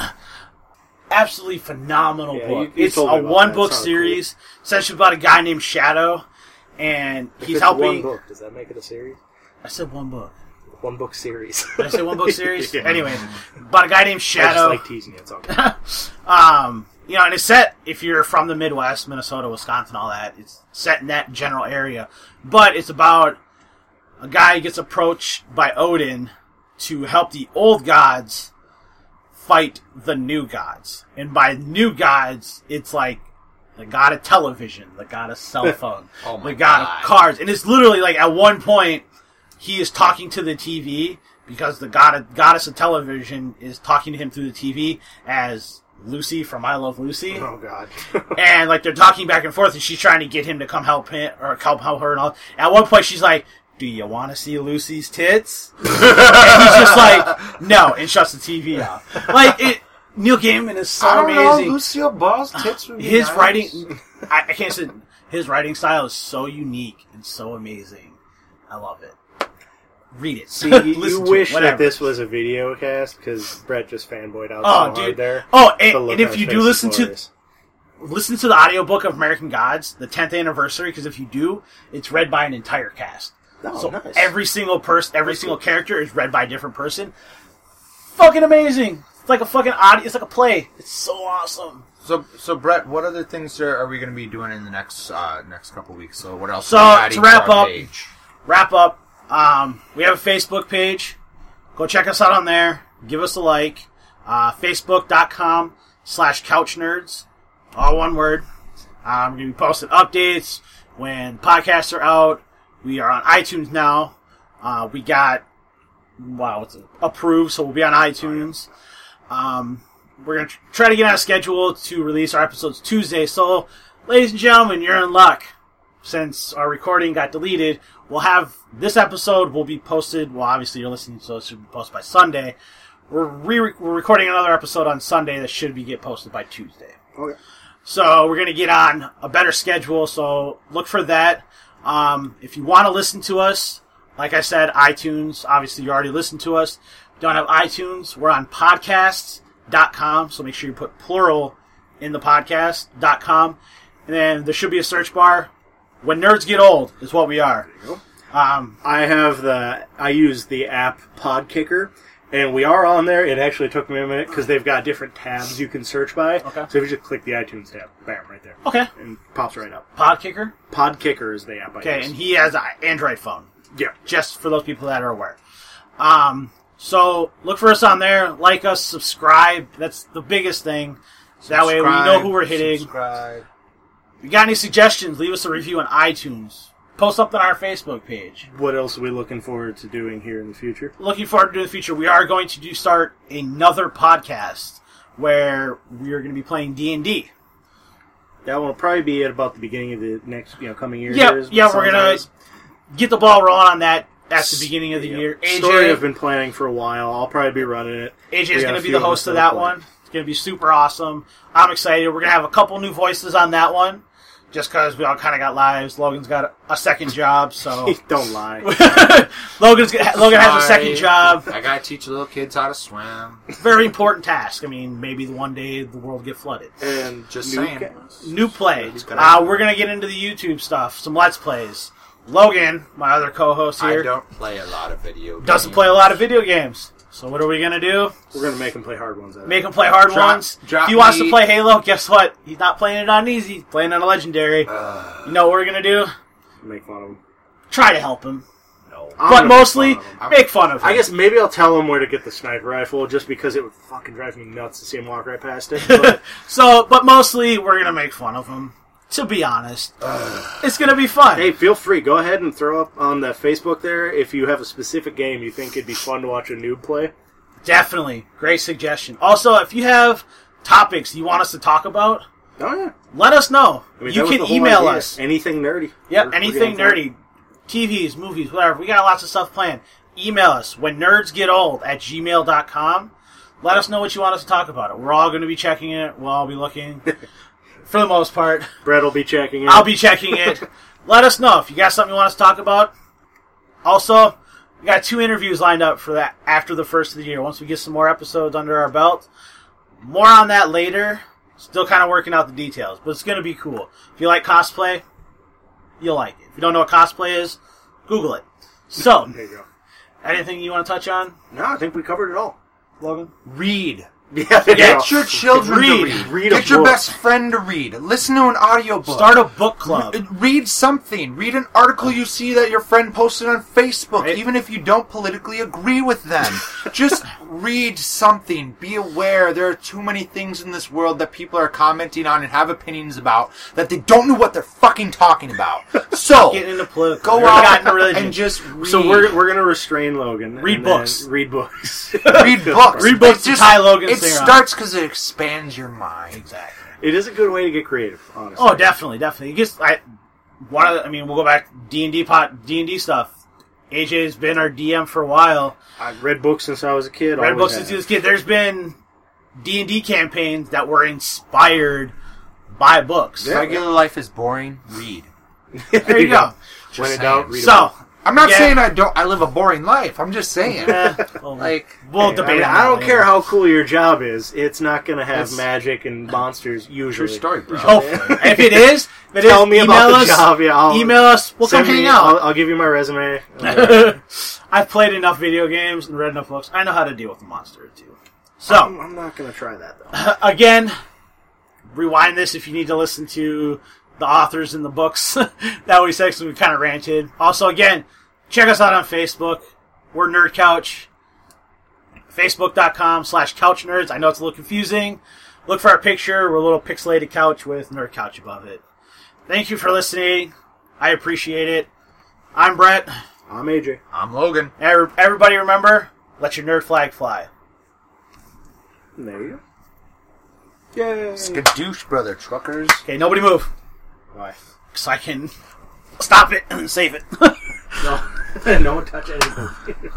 S1: Absolutely phenomenal
S2: Yeah,
S1: book.
S2: you- you
S1: it's
S2: told me
S1: a
S2: about
S1: one
S2: that.
S1: book
S2: It sounded
S1: series, essentially about a guy named Shadow, and
S2: If
S1: he's
S2: it's one
S1: helping.
S2: book. Does that make it a series?
S1: I said one book.
S2: One book series.
S1: Did I say one book series?
S2: Yeah.
S1: Anyway, uh, about a guy named
S2: I just
S1: Shadow.
S2: like teasing you. It's all good.
S1: Um, you know, and it's set if you're from the Midwest, Minnesota, Wisconsin, all that. It's set in that general area, but it's about a guy gets approached by Odin to help the old gods fight the new gods, and by new gods, it's like the god of television, the god of cell phone,
S3: Oh my
S1: the god
S3: God.
S1: of cars, and it's literally like at one point he is talking to the TV because the god goddess of television is talking to him through the TV as Lucy from I Love Lucy,
S2: oh God.
S1: and like they're talking back and forth, and she's trying to get him to come help him or help help her and all. At one point, she's like. Do you want to see Lucy's tits? and he's just like, no, and shuts the TV off. Like it, Neil Gaiman is so
S3: I don't
S1: amazing.
S3: know. Lucille Ball's tits would be
S1: his
S3: nice.
S1: writing, I, I can't say his writing style is so unique and so amazing. I love it. Read it.
S2: See, you, you
S1: Listen to it,
S2: wish
S1: whatever.
S2: that this was a video cast because Brett just fanboyed out
S1: Oh,
S2: so
S1: dude.
S2: hard there.
S1: Oh,
S2: The
S1: and,
S2: look
S1: and
S2: on
S1: if
S2: his
S1: you
S2: face
S1: do
S2: is
S1: listen to
S2: hilarious.
S1: listen to the audiobook of American Gods, the 10th anniversary, because if you do, it's read by an entire cast.
S2: Oh,
S1: so
S2: nice.
S1: every single person, every single character is read by a different person. Fucking amazing! It's like a fucking audio. It's like a play. It's so awesome.
S3: So, so Brett, what other things are, are we going to be doing in the next uh, next couple weeks? So, what else?
S1: So,
S3: we got
S1: to
S3: each
S1: wrap
S3: on
S1: up-
S3: page?
S1: wrap up. Um, we have a Facebook page. Go check us out on there. Give us a like. Uh, Facebook.com slash couch nerds. All one word. Um, we're going to be posting updates when podcasts are out. We are on iTunes now. Uh, we got, wow, it's approved, so we'll be on iTunes. Um, we're going to try to get on a schedule to release our episodes Tuesday. So, ladies and gentlemen, you're in luck since our recording got deleted, we'll have this episode will be posted. Well, obviously you're listening, so it should be posted by Sunday. We're re- we're recording another episode on Sunday that should be get posted by Tuesday.
S2: Okay.
S1: So we're gonna get on a better schedule. So look for that. Um, if you want to listen to us, like I said, iTunes. Obviously, you already listened to us. Don't have iTunes. We're on podcasts.com. So make sure you put plural in the podcast.com. And then there should be a search bar. When nerds get old is what we are. Um,
S2: I have the I use the app Podkicker, and we are on there. It actually took me a minute because they've got different tabs you can search by.
S1: Okay.
S2: So if you just click the iTunes tab, bam, right there,
S1: okay.
S2: and pops right up.
S1: Podkicker.
S2: Podkicker is the app. I
S1: Okay,
S2: use.
S1: and he has an Android phone.
S2: yeah,
S1: just for those people that are aware. Um, so look for us on there, like us, subscribe. That's the biggest thing. that way we know who we're hitting.
S3: Subscribe.
S1: If you got any suggestions, leave us a review on iTunes. Post something on our Facebook page.
S2: what else are we looking forward to doing here in the future?
S1: Looking forward to the future. We are going to do start another podcast where we are going to be playing D and D.
S2: That will probably be at about the beginning of the next, you know, coming year.
S1: Yeah,
S2: Years,
S1: yeah, we're gonna
S2: sometimes.
S1: get the ball rolling on that at the beginning of the
S2: Yeah.
S1: year.
S2: Story I've
S1: AJ,
S2: been planning for a while. I'll probably be running it.
S1: AJ
S2: We
S1: is
S2: got
S1: going
S2: a
S1: to be
S2: few
S1: the
S2: of us
S1: host of
S2: that'll
S1: that
S2: play.
S1: one. It's going to be super awesome. I'm excited. We're going to have a couple new voices on that one, just because we all kind of got lives. Logan's got a- a second job, so
S2: Don't lie.
S1: Logan's got- Logan has a second
S3: Sorry.
S1: job.
S3: I gotta teach little kids how to swim.
S1: Very important task. I mean, maybe the one day the world get flooded.
S2: And
S3: Just
S2: new
S3: saying.
S2: ca-
S1: New play.
S3: good.
S1: Uh, we're going to get into the YouTube stuff, some let's plays. Logan, my other co-host
S3: I
S1: here,
S3: don't play a lot of video.
S1: doesn't
S3: games.
S1: play a lot of video games. So what are we going to do?
S2: We're gonna make them play hard ones. Out of it.
S1: Make him play hard
S3: Drop-
S1: ones.
S3: drop
S1: if he wants to
S3: me.
S1: play Halo, guess what? He's not playing it on easy. He's playing on a legendary.
S2: Uh,
S3: Uh,
S1: you know what we're gonna do?
S2: make fun of them.
S1: Try to help him,
S3: No.
S2: I'm
S1: but
S2: gonna make
S1: mostly
S2: fun of 'em.
S3: I'm-
S1: make fun of him.
S2: I guess maybe I'll tell him where to get the sniper rifle, just because it would fucking drive me nuts to see him walk right past it. But
S1: so, but mostly we're gonna make fun of him. To be honest, it's gonna be fun.
S2: hey, feel free. Go ahead and throw up on the Facebook there if you have a specific game you think it'd be fun to watch a noob play.
S1: Definitely, great suggestion. Also, if you have topics you want us to talk about,
S2: Oh yeah,
S1: let us know.
S2: I mean, that
S1: you
S2: was
S1: can
S2: the whole
S1: email
S2: idea.
S1: us.
S2: anything nerdy. We're-
S1: Yep,
S2: we're
S1: anything
S2: going for it.
S1: nerdy. TVs, movies, whatever. We got lots of stuff planned. Email us when nerds get old at gmail.com. Let us know what you want us to talk about. It. We're all going to be checking it. We'll all be looking. For the most part,
S2: Brett will be checking it.
S1: I'll be checking it. Let us know if you got something you want us to talk about. Also, we got two interviews lined up for that after the first of the year. Once we get some more episodes under our belt, more on that later. Still kind of working out the details, but it's going to be cool. If you like cosplay, you'll like it. If you don't know what cosplay is, Google it. So,
S2: There you go.
S1: anything you want to touch on,
S2: No, I think we covered it all.
S1: Logan?
S3: Read.
S2: Yeah, there you go.
S3: Get your children
S1: Read.
S3: to read.
S2: Read a
S3: Get your
S2: book.
S3: best friend to read. Listen to an audiobook.
S1: Start a book club.
S3: Uh, Read something. Read an article you see that your friend posted on Facebook,
S1: Right.
S3: even if you don't politically agree with them. Just read something. Be aware there are too many things in this world that people are commenting on and have opinions about that they don't know what they're fucking talking about. So
S1: Getting into political.
S3: go
S1: We already got
S3: out
S1: into religion.
S3: and just read.
S2: So we're, we're gonna restrain Logan.
S1: Read
S2: and then
S1: books.
S2: Read books.
S3: read books.
S1: Read books
S3: It
S1: to Ty Logan
S3: It
S1: Singer.
S3: starts because it expands your mind.
S1: exactly.
S2: It is a good way to get creative. Honestly.
S1: Oh, definitely, definitely. It gets I one of the, I mean, we'll go back D and D pot D and D stuff. AJ's been our DM for a while.
S2: I've read books since I was a
S1: Red
S2: kid. always
S1: Bull since
S2: have.
S1: he was a kid. There's been D and D campaigns that were inspired by books.
S2: Yeah.
S3: Regular life is boring. Read.
S1: There you go.
S2: When in
S3: Just
S2: doubt,
S3: saying.
S2: read a
S1: So,
S2: book.
S3: I'm not
S1: Yeah.
S3: saying I don't. I live a boring life. I'm just saying.
S1: eh, well,
S3: Like
S1: we'll
S2: Hey, I,
S1: debate.
S2: mean,
S1: on
S2: I
S1: that
S2: don't
S1: later.
S2: care how cool your job is. It's not gonna have
S3: That's-
S2: magic and monsters
S3: true
S2: usually.
S3: story, bro.
S1: Hopefully, Oh, if it is, if it
S2: Tell
S1: is,
S2: me
S1: email
S2: about
S1: us,
S2: the job. Yeah, I'll
S1: Email us. We'll come
S2: send
S1: hang
S2: me-
S1: out.
S2: I'll, I'll give you my resume.
S1: I've played enough video games and read enough books. I know how to deal with a monster or two. So.
S2: I'm, I'm not gonna try that though.
S1: again, rewind this if you need to listen to the authors in the books that we said 'cause we kind of ranted. Also, again, check us out on Facebook. We're Nerd Couch. Facebook.com slash couch nerds. I know it's a little confusing. Look for our picture. We're a little pixelated couch with Nerd Couch above it. Thank you for listening. I appreciate it. I'm Brett.
S2: I'm AJ.
S3: I'm Logan.
S1: Every- Everybody remember, let your nerd flag fly.
S2: There you go. Yay.
S3: Skadoosh, brother truckers.
S1: Okay, nobody move.
S2: Why?
S1: So I can stop it and save it.
S2: No, no one touch anything.